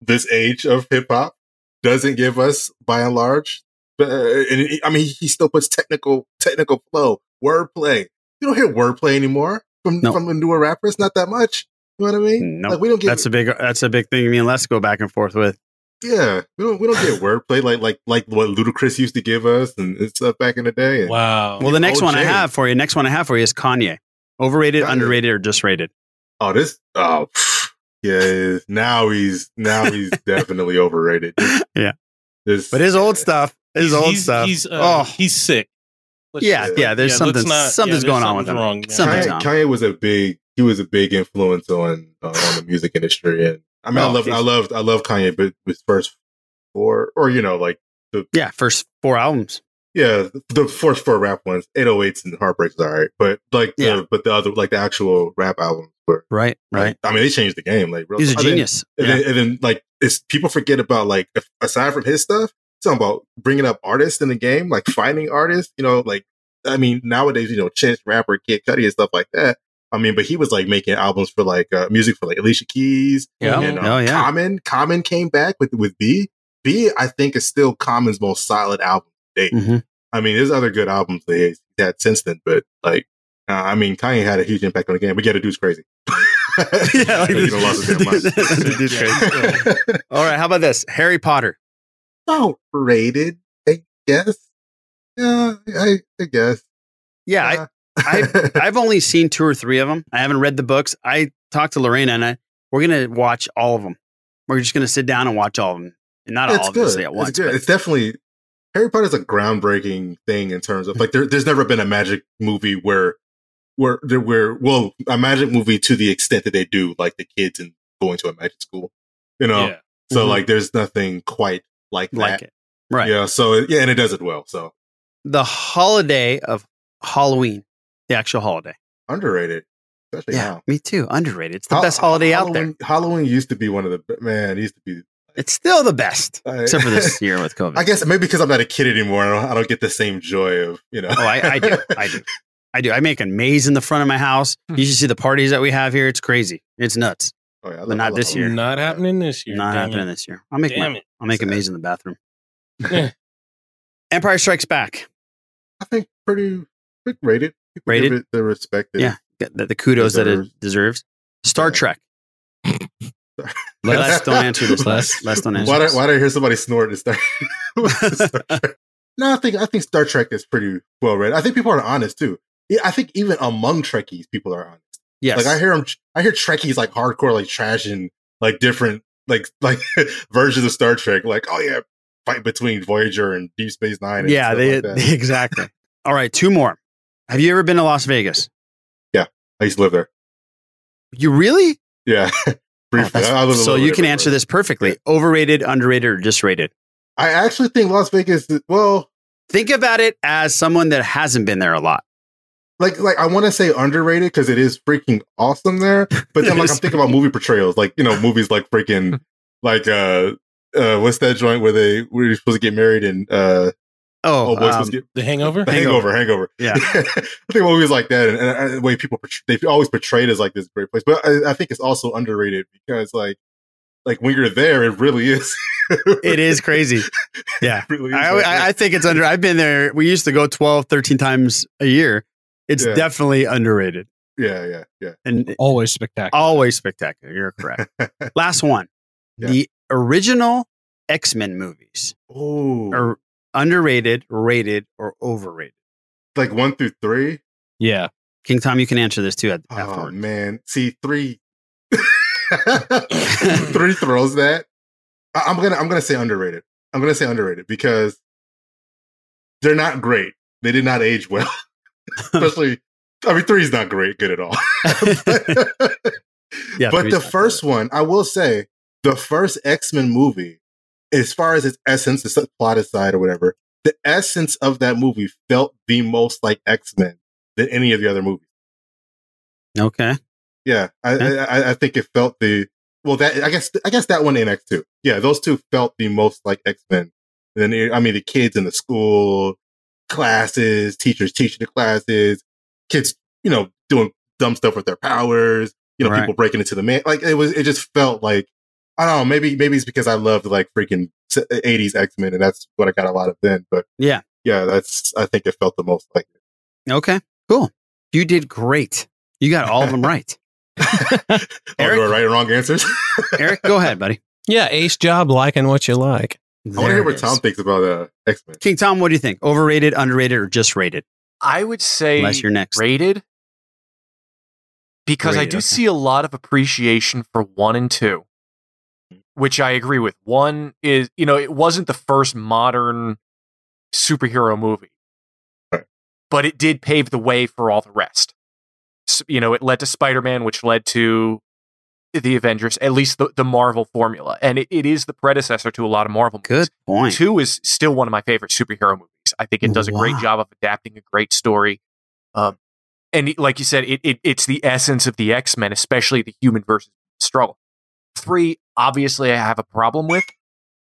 P: this age of hip hop doesn't give us by and large. But, uh, and he- I mean, he still puts technical technical flow, wordplay. You don't hear wordplay anymore from from the newer rappers. Not that much. You know what I mean?
M: No,
P: Like we don't get
M: that's a big that's a big thing. Me and Les go back and forth with.
P: yeah, we don't we don't get wordplay like like like what Ludacris used to give us and, and stuff back in the day. And
R: Wow.
M: Well, the next one I
P: OJ.
M: have for you, next one I have for you is Kanye. Overrated, underrated, or just rated?
P: Oh, this. Oh, yeah. Now he's now
M: *laughs*
P: he's definitely overrated.
M: Yeah.
P: This,
M: But his old stuff, his
R: He's-
M: old
R: he's-
M: stuff.
R: *laughs* he's, uh,
M: oh,
R: he's sick. Let's
M: yeah,
R: just-
M: yeah. There's
R: yeah, let's
M: something,
R: not- yeah,
M: something's
R: there's
M: going on with him.
R: something's wrong, yeah.
M: Something's
P: Kanye,
M: wrong.
P: Kanye was a big he was a big influence on uh, on the music industry, and I mean, I
M: Oh,
P: love I
M: he's-
P: loved I love Kanye, but his first four or you know like the
M: yeah first four albums.
P: Yeah, the first four rap ones, 808s and Heartbreaks, all right, but like the, but the other like the actual rap albums were
M: right, right.
P: I mean, they changed the game. Like real-
M: He's a
P: and then-
M: genius.
P: And,
M: Yeah.
P: then, and then like it's people forget about like if- aside from his stuff, it's talking about bringing up artists in the game, like finding artists. You know, like I mean, nowadays you know, Chance Rapper, Kid Cudi, and stuff like that. I mean, but he was like making albums for like uh, music for like Alicia Keys.
M: Yeah.
P: and, um,
M: Oh, yeah.
P: Common. Common came back with with B. B, I think, is still Common's most solid album to date.
M: Mhm.
P: I mean, there's other good albums that he's had since then, but like, uh, I mean, Kanye had a huge impact on the game. But yeah, the dude's crazy. *laughs*
M: yeah, like
P: He's gonna lost his damn mind.
M: *laughs* The
P: *laughs*
M: dude's crazy. All right, how about this? Harry Potter.
P: Rated, I guess. Yeah, I, I guess.
M: Yeah,
R: *laughs*
M: I,
P: *laughs*
M: I, I've only seen two or three of them. I haven't read the books. I talked to Lorena, and I we're gonna watch all of them. We're just gonna sit down and watch all of them, and not all obviously at once.
P: It's, good. it's definitely Harry Potter's a groundbreaking thing in terms of like there, there's never been a magic movie where where there where well a magic movie to the extent that they do like the kids and going to a magic school, you know.
M: Yeah.
P: So
M: Mhm.
P: like there's nothing quite like that.
M: Like it. Right.
P: Yeah. So yeah, and it does it well. So
M: the holiday of Halloween, the actual holiday.
P: underrated. Especially
M: yeah,
P: now.
M: me too. Underrated. It's the
P: Hol-
M: best holiday out
P: Halloween- Halloween used to be one of the man. It used to be
M: there. It's still the best,
P: I-
M: except for
P: *laughs*
M: this year with COVID.
P: Uh, I guess maybe because I'm not a kid anymore, I don't, I don't get the same joy of you know.
M: Oh, I,
P: *laughs*
M: I do. I do. I do. I make a maze in the front of my house.
R: Hmm.
M: You should see the parties that we have here. It's crazy. It's nuts.
P: Oh, yeah, I
M: but
P: love- I
M: not
P: love
M: this year.
P: Halloween.
R: Not happening this year.
M: Not
R: damn
M: happening
R: it.
M: this year. I'll make
R: Damn
M: my,
R: it.
M: I'll make a maze in the bathroom.
R: Yeah.
M: Empire Strikes Back.
P: I think pretty pretty rated. People
M: Rated?
P: give it the respect. that
M: Yeah, get the, the kudos that
P: Deserves.
M: it deserves.
P: *laughs*
M: Star Trek. *laughs* Les, don't answer this. Les, Les don't answer.
P: Why
M: this.
P: did, why did I hear somebody snort and start? *laughs* no, I think I think Star Trek is pretty well read. I think people are honest too. Yeah, I think even among Trekkies, people are honest.
M: Yes.
P: like I hear 'em- I hear Trekkies like hardcore, like trashing like different like *laughs* like versions of Star Trek. Like, oh yeah, fight between Voyager and Deep Space Nine. And
M: yeah,
P: stuff
M: they,
P: like that.
M: *laughs* exactly. All right, two more. Have you ever been to Las Vegas?
P: yeah. I used to live there.
M: You really?
P: Yeah, *laughs* briefly. I- I lived a
M: Oh, so
P: little
M: you
P: bit
M: can
P: abroad.
M: answer this perfectly. Overrated, underrated, or just rated?
P: I actually think Las Vegas. is- Well,
M: think about it as someone that hasn't been there a lot.
P: like like I want to say underrated because it is freaking awesome there. But then like I'm thinking about movie portrayals, like you know movies like freaking like uh uh what's that joint where they where you're supposed to get married and uh
M: Oh,
P: old boy's
M: um,
P: supposed to get
R: *laughs* The
P: *laughs*
R: Hangover.
P: the hangover, hangover. *laughs*
M: Yeah.
P: I think movies like that and, and, and the way people portray- they always portrayed as like this great place, but I, I think it's also underrated because like like when you're there, it really is. *laughs*
M: It is crazy. Yeah.
P: Really is
M: I,
P: like
M: I, I think it's under, I've been there. We used to go 12, 13 times a year. It's
P: Yeah.
M: definitely underrated
P: yeah, yeah, yeah. *laughs*
M: and
Q: Always spectacular.
M: always spectacular. You're correct. Last one the original X Men movies
P: Oh,
M: are underrated, rated, or overrated.
P: like one through three.
M: Yeah. King Tom, you can answer this too.
P: Oh man, see three, *laughs*
M: *laughs*
P: three throws that. I, am gonna I'm gonna say underrated. I'm gonna say underrated because they're not great. They did not age
M: *laughs*
P: well. *laughs* Especially, I mean, three's not great, good at all. *laughs*
M: Yeah,
P: but
M: three's
P: the
M: not
P: first one, I will say, the first X Men movie, as far as its essence, the plot aside or whatever, the essence of that movie felt the most like X Men than any of the other movies.
M: Okay.
P: Yeah, I,
M: Hmm?
P: I I- I think it felt the well that I guess I guess that one and X two. Yeah, those two felt the most like X Men. Then I mean the kids in the school classes, teachers teaching the classes, kids you know doing dumb stuff with their powers. You know,
M: Right.
P: people breaking into the man. Like it was, it just felt like I don't know. Maybe maybe it's because I loved like freaking eighties X Men, and that's what I got a lot of then. But
M: Yeah.
P: yeah, that's I think it felt the most
M: *laughs*
P: like. It. *laughs*
M: Okay. Cool. You did great. You got all of
P: *laughs*
M: them right.
P: Eric, oh, do I write wrong answers?
M: Eric, go ahead, buddy.
N: Yeah, ace job liking what you like.
P: I want to hear what Tom thinks about uh, X Men.
M: King Tom, what do you think? Overrated, underrated, or just rated?
O: I would say
M: Unless you're next.
O: rated because I
M: Rated,
O: do
M: okay.
O: see a lot of appreciation for one and two, which I agree with. One is, you know, it wasn't the first modern superhero movie, but it did pave the way for all the rest. S you know, it led to Spider Man, which led to the Avengers, at least the, the Marvel formula. And it, it is the predecessor to a lot of Marvel movies.
M: Good point.
O: Two is still one of my favorite superhero movies. I think it does a great
M: Wow.
O: job of adapting a great story. Um, and it- like you said, it, it it's the essence of the X Men, especially the human versus struggle. Three, obviously, I have a problem with,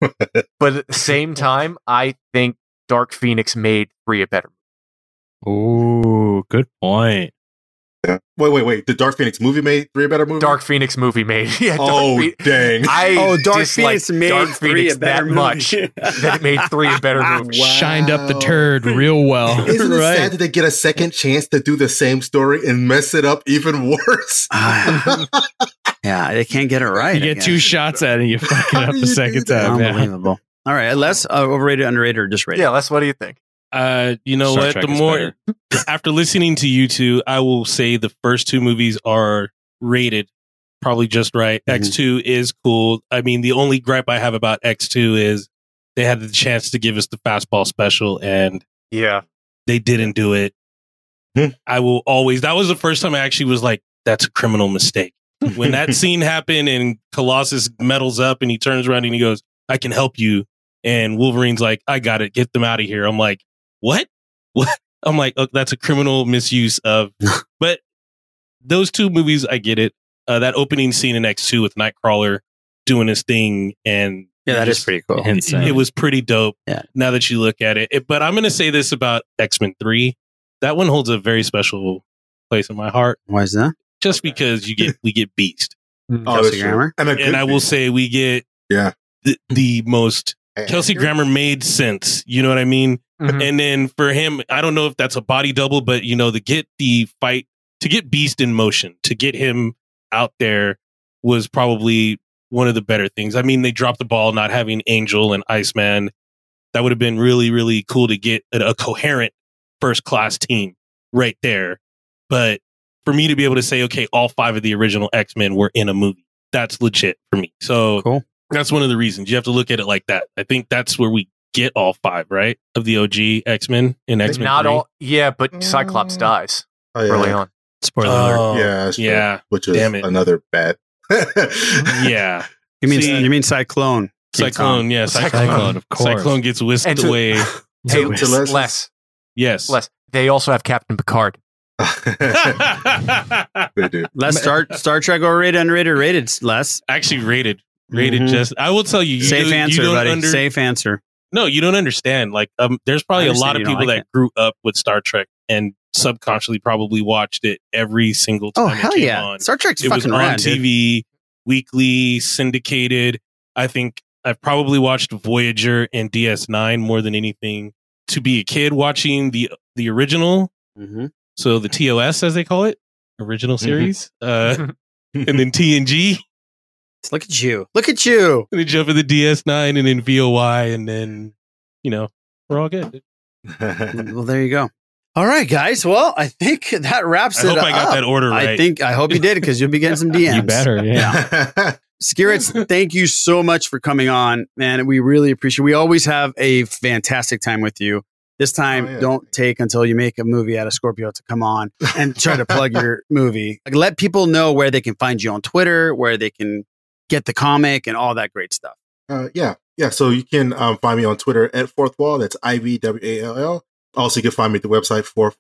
O: but at the
M: *laughs*
O: same time, I think Dark Phoenix made three a better.
D: Ooh, good point.
P: *laughs* Wait, wait, wait. The Dark Phoenix movie made three better movies.
O: Dark Phoenix movie made. *laughs* Yeah, Dark
P: oh
O: Phoe-
P: dang!
R: *laughs*
O: I
M: Oh, Dark
O: dislike
M: Phoenix made
O: Dark
M: three
O: Phoenix
M: a better
O: that much
M: movie.
O: that it made three a
M: *laughs*
O: better movie.
Q: Shined up the turd real
R: Oh.
P: *laughs*
Q: well. *laughs*
P: Isn't it sad that they get a second chance to do the same story and mess it up even worse?
M: *sighs*
P: *laughs*
R: *laughs*
P: Oh,
M: Yeah, they can't get it
Q: You
M: right. I
Q: get
M: guess.
Q: two shots at it, *laughs*
M: *laughs*
Q: you fuck it up the second time. yeah.
M: Unbelievable. All right, less uh, overrated, underrated, or just rated?
O: Yeah, Les, what do you think?
R: Uh, you know
M: Star
R: what?
M: Trek
R: the
M: is
R: more *laughs* after listening to you two, I will say the first two movies are rated probably just right. X two is cool. I mean, the only gripe I have about X two is they had the chance to give us the fastball special, and
O: yeah,
R: they didn't do it. I will always. That was the first time I actually was like, "That's a criminal mistake." when that scene happened and Colossus medals up and he turns around and he goes, I can help you. And Wolverine's like, I got it. Get them out of here. I'm like, what? *laughs* What? I'm like, oh, that's a criminal misuse
M: *laughs*
R: of, but those two movies, I get it. Uh, that opening scene in X2 with Nightcrawler doing his thing and
M: Yeah, that is pretty cool.
R: it, it was pretty dope.
M: Yeah.
R: Now that you look at it. It- but I'm going to say this about X Men Three. That one holds a very special place in my heart,
M: Why is that?
R: just because you get we get Beast,
P: Oh, that's
M: Kelsey
P: true.
M: Grammer.
P: And, a
R: and
P: good
R: I will say we get
P: Yeah.
R: the, the most Kelsey Grammer made sense. You know what I mean?
O: Mhm.
R: And then for him, I don't know if that's a body double, but you know, to get the fight, to get Beast in motion, to get him out there was probably one of the better things. I mean, they dropped the ball not having Angel and Iceman. That would have been really, really cool to get a, a coherent first class team right there. But for me to be able to say, okay, all five of the original X Men were in a movie, that's legit for me. So
M: Cool.
R: that's one of the reasons you have to look at it like that. I think that's where we get all five, right? Of the OG X Men in X Men.
O: Not all. Yeah, but Cyclops
M: Mm.
O: dies
P: Oh, yeah.
O: early on.
M: Spoiler
R: Oh,
P: yeah, that's true.
R: yeah.
P: which is
R: Damn it.
P: another *laughs*
R: *laughs*
P: bad.
R: Yeah.
M: You mean
R: See-
M: you mean Cyclone? King
R: Cyclone,
M: Tom.
R: yeah, Cyclone.
M: Cyclone, of course.
R: Cyclone gets whisked
O: And to-
R: away.
O: Hey,
P: To- to
O: Les,
P: Les-
O: Les,
R: Yes.
O: Les, they also have Captain Picard.
P: *laughs* they do.
M: Les Star Star Trek overrated, underrated, or rated. Les
R: *laughs* Actually rated. *laughs* Rated
M: Mhm.
R: just I will tell you, you
M: safe
R: don't-
M: answer,
R: you don't
M: buddy.
R: under-
M: Safe answer.
R: No, you don't understand. Like, um, there's probably
M: I
R: a lot
M: understand
R: of
M: you don't
R: people
M: like
R: that grew up with Star Trek and subconsciously probably watched it every single time.
M: Oh
R: it
M: hell
R: came
M: yeah!
R: on.
M: Star Trek's
R: it was
M: fucking
R: on
M: rad. dude.
R: TV, weekly, syndicated. I think I've probably watched Voyager and DS9 more than anything. To be a kid watching the the original,
M: Mhm.
R: so the TOS as they call it, original
D: Mm-hmm.
R: series,
D: *laughs*
R: uh, and then TNG, *laughs*
M: Look at you. Look at you.
R: and then jump in the DS9 and then VOY, and then you know we're all good. *laughs*
P: *laughs*
M: Well, there you go. All right, guys. Well, I think that wraps
R: I
M: it
R: hope
M: up.
R: I got that order
M: I
R: right.
M: think I hope you did because you'll be
N: *laughs*
M: getting some DMs.
N: You better, yeah.
M: Skirits, thank you so much for coming on, man. We really appreciate. We always have a fantastic time with you. This time, don't take until you make a movie out of Scorpio to come on and try to plug your movie. Like, let people know where they can find you on Twitter, where they can get the comic, and all that great stuff.
P: Uh, yeah, yeah. So you can um, find me on Twitter at Fourth Wall. That's I V W A L L. Also, you can find me at the website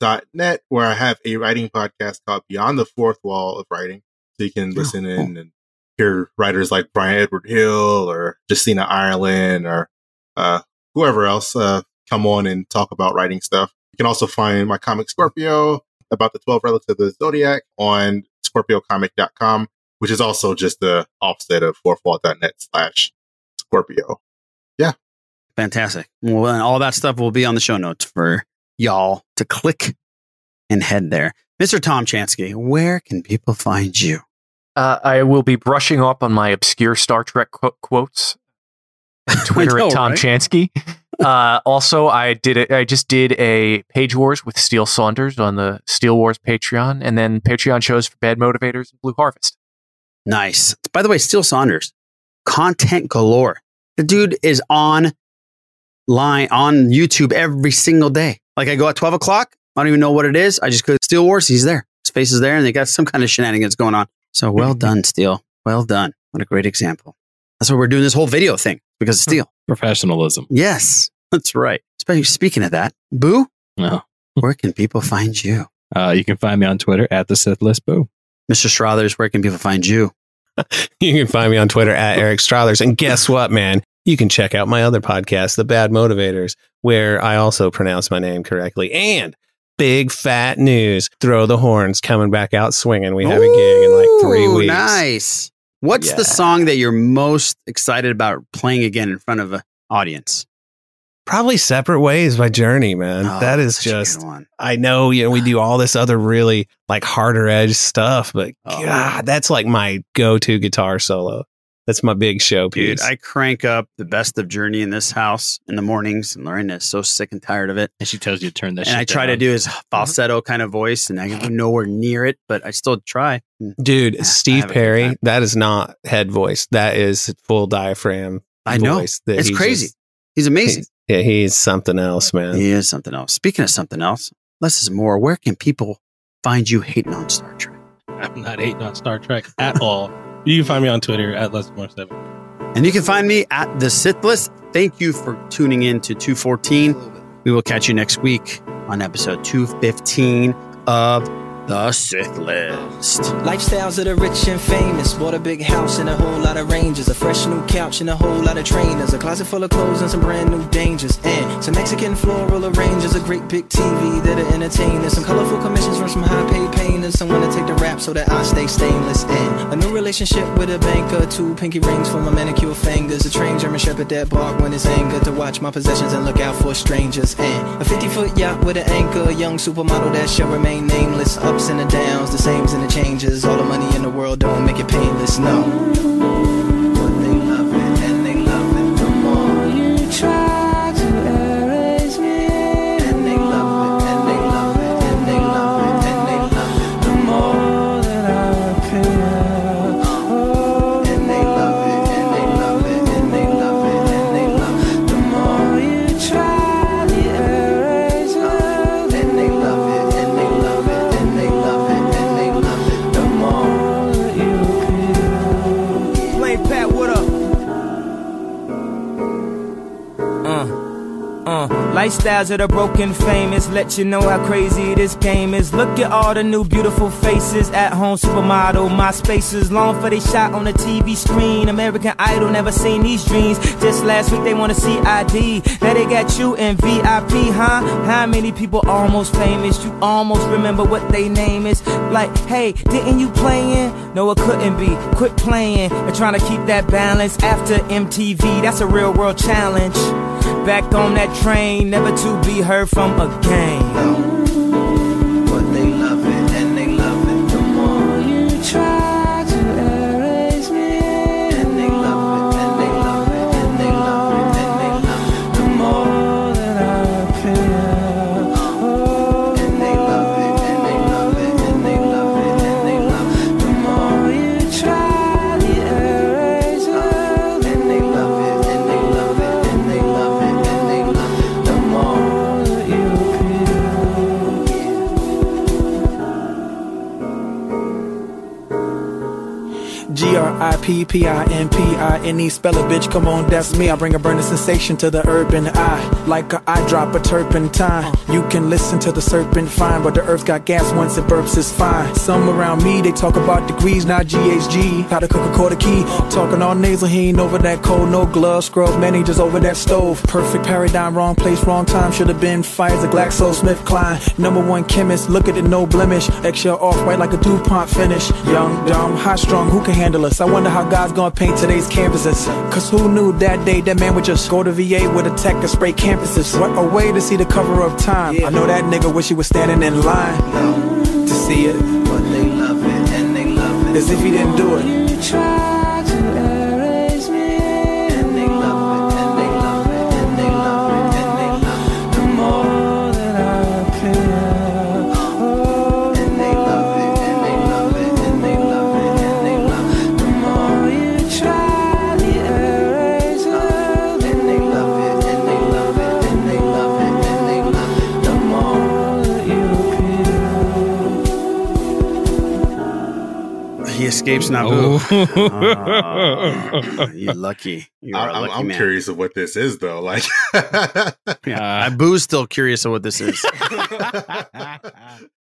P: fourthwall.net, where I have a writing podcast called Beyond the Fourth Wall of Writing. So you can listen in and hear writers like Brian Edward Hill or Justina Ireland or uh, whoever else uh, come on and talk about writing stuff. You can also find my comic Scorpio about the 12 relics of the zodiac on scorpiocomic.com, which is also just the offset of fourthwall.net slash Scorpio.
M: Fantastic. Well, and all that stuff will be on the show notes for y'all to click and head there. Mr. Tom Chansky, where can people find you?
O: Uh, I will be brushing up on my obscure Star Trek qu- quotes.
M: *laughs*
O: Twitter
M: know,
O: at Tom
M: right? *laughs*
O: Chansky. Uh, also, I did a, I just did a Page Wars with Steel Saunders on the Steel Wars Patreon, and then Patreon shows for Bad Motivators and Blue Harvest.
M: Nice. By the way, Steele Saunders, content galore. The dude is on line on YouTube every single day. Like I go at 12 o'clock. I don't even know what it is. I just go Steel Wars. He's there. His face is there and they got some kind of shenanigans going on. So well done, Steele. Well done. What a great example. That's why we're doing this whole video thing because of Steele.
D: Professionalism.
M: Yes, that's right. Spe- Speaking of that, Boo, where can people find you?
D: Uh, you can find me on Twitter at the Sith List Boo.
M: Mr. Strathers, where can people find you?
N: *laughs* you can find me on Twitter at Eric Strathers. And guess what, man? You can check out my other podcast, The Bad Motivators, where I also pronounce my name correctly. And big fat news, Throw the Horns coming back out swinging. We have a gig in like three
M: Ooh,
N: weeks.
M: Nice. What's
N: Yeah.
M: the song that you're most excited about playing again in front of an audience?
N: Probably Separate Ways by Journey, man.
M: Oh,
N: that is
M: such a good
N: just,
M: one.
N: I know, you know, we do all this other really like harder edge stuff, but
M: Oh.
N: God, that's like my go to guitar solo. That's my big show
M: Dude,
N: piece.
M: I crank up the best of Journey in this house in the mornings, and Lorena is so sick and tired of it.
D: And she tells you to turn that.
M: And
D: shit
M: I try to
D: down.
M: do his
N: Mm-hmm.
M: falsetto kind of voice, and I get nowhere near it, but I still try. Mm,
N: Dude, Steve
M: have a good
N: Perry, that is not head voice. That is full diaphragm.
M: I know.
N: voice that
M: It's
N: he
M: crazy.
N: just-
M: he's amazing.
N: yeah, he's something else, man.
M: He is something else. Speaking of something else, less is more. Where can people find you hating on Star Trek?
R: I'm not hating on Star Trek at all. You can find me on Twitter at Lesmore7.
M: And you can find me at the Sith List. Thank you for tuning in to 214. We will catch you next week on episode 215 of the Sith List.
B: Lifestyles of the rich and famous. Bought a big house and a whole lot of rangers. A fresh new couch and a whole lot of trainers. A closet full of clothes and some brand new dangers. And some Mexican floral arrangers. A great big TV that'll entertain us. Some colorful commissions from some high paid painters. Someone to take the rap so that I stay stainless. And a new relationship with a banker. Two pinky rings for my manicure fingers. A trained German shepherd that bark when it's anger. To watch my possessions and look out for strangers. And a 50 foot yacht with an anchor. A young supermodel that shall remain nameless. Ups and the downs, the sames and the changes. All the money in the world don't make it painless, no. But they love it and they love it the more you try to erase me. And they love it and they love it and they love it and they love it the more that I appear. Oh, and they love it and they love it and they love it and they love it the more you try to erase me. And they love it and they love it and they love it and they love it the more that you appear. Play Pat, what up?
F: Uh, uh. Lifestyles of the broken famous let you know how crazy this game is. Look at all the new beautiful faces at home, supermodel. My spaces long for they shot on the TV screen. American Idol never seen these dreams. Just last week they wanna see ID. Now they got you in VIP, huh? How many people almost famous? You almost remember what they name is. Like, hey, didn't you playing? No, it couldn't be. Quit playing and trying to keep that balance after MTV. That's a real world challenge. Back on that train, never to be heard from again.
B: But they love it and they love it the more you try to erase me. And they love it and they love it and they love it and they love it the more that I appear. Oh, and they love it and they love it and they love it and they love it the more you try to erase me. And they love it and they love it and they love it and they love it the more.
H: *laughs* G R I P P I N P I N E. Spell it, bitch. Come on, that's me. I bring a burning sensation to the urban eye. Like a eyedropper turpentine. You can listen to the serpent fine, but the earth's got gas once it burps, it's fine. Some around me, they talk about degrees, not GHG. How to cook a quarter key. Talking all nasal, he ain't over that cold, no gloves, scrub managers over that stove. Perfect paradigm, wrong place, wrong time. Should have been fired the GlaxoSmithKline. Number one chemist, look at it, no blemish. Eggshell off white like a DuPont finish. Young, dumb, high strung, who can handle us? I wonder how God's gonna paint today's canvases. Cause who knew that day that man would just go to VA with a tech and spray campuses? What a way to see the cover of time. I know that nigga wish he was standing in line to see it. But they love it, and they love it. As if he didn't do it.
B: He escapes Naboo. *laughs* Ah,
M: *laughs*
B: you're Oh. lucky. You're
M: I,
B: a
M: am
B: lucky man.
M: curious of what this is though.
P: *laughs*
B: *laughs*
M: Like,
B: *laughs* Yeah, I boo's still curious of what this is.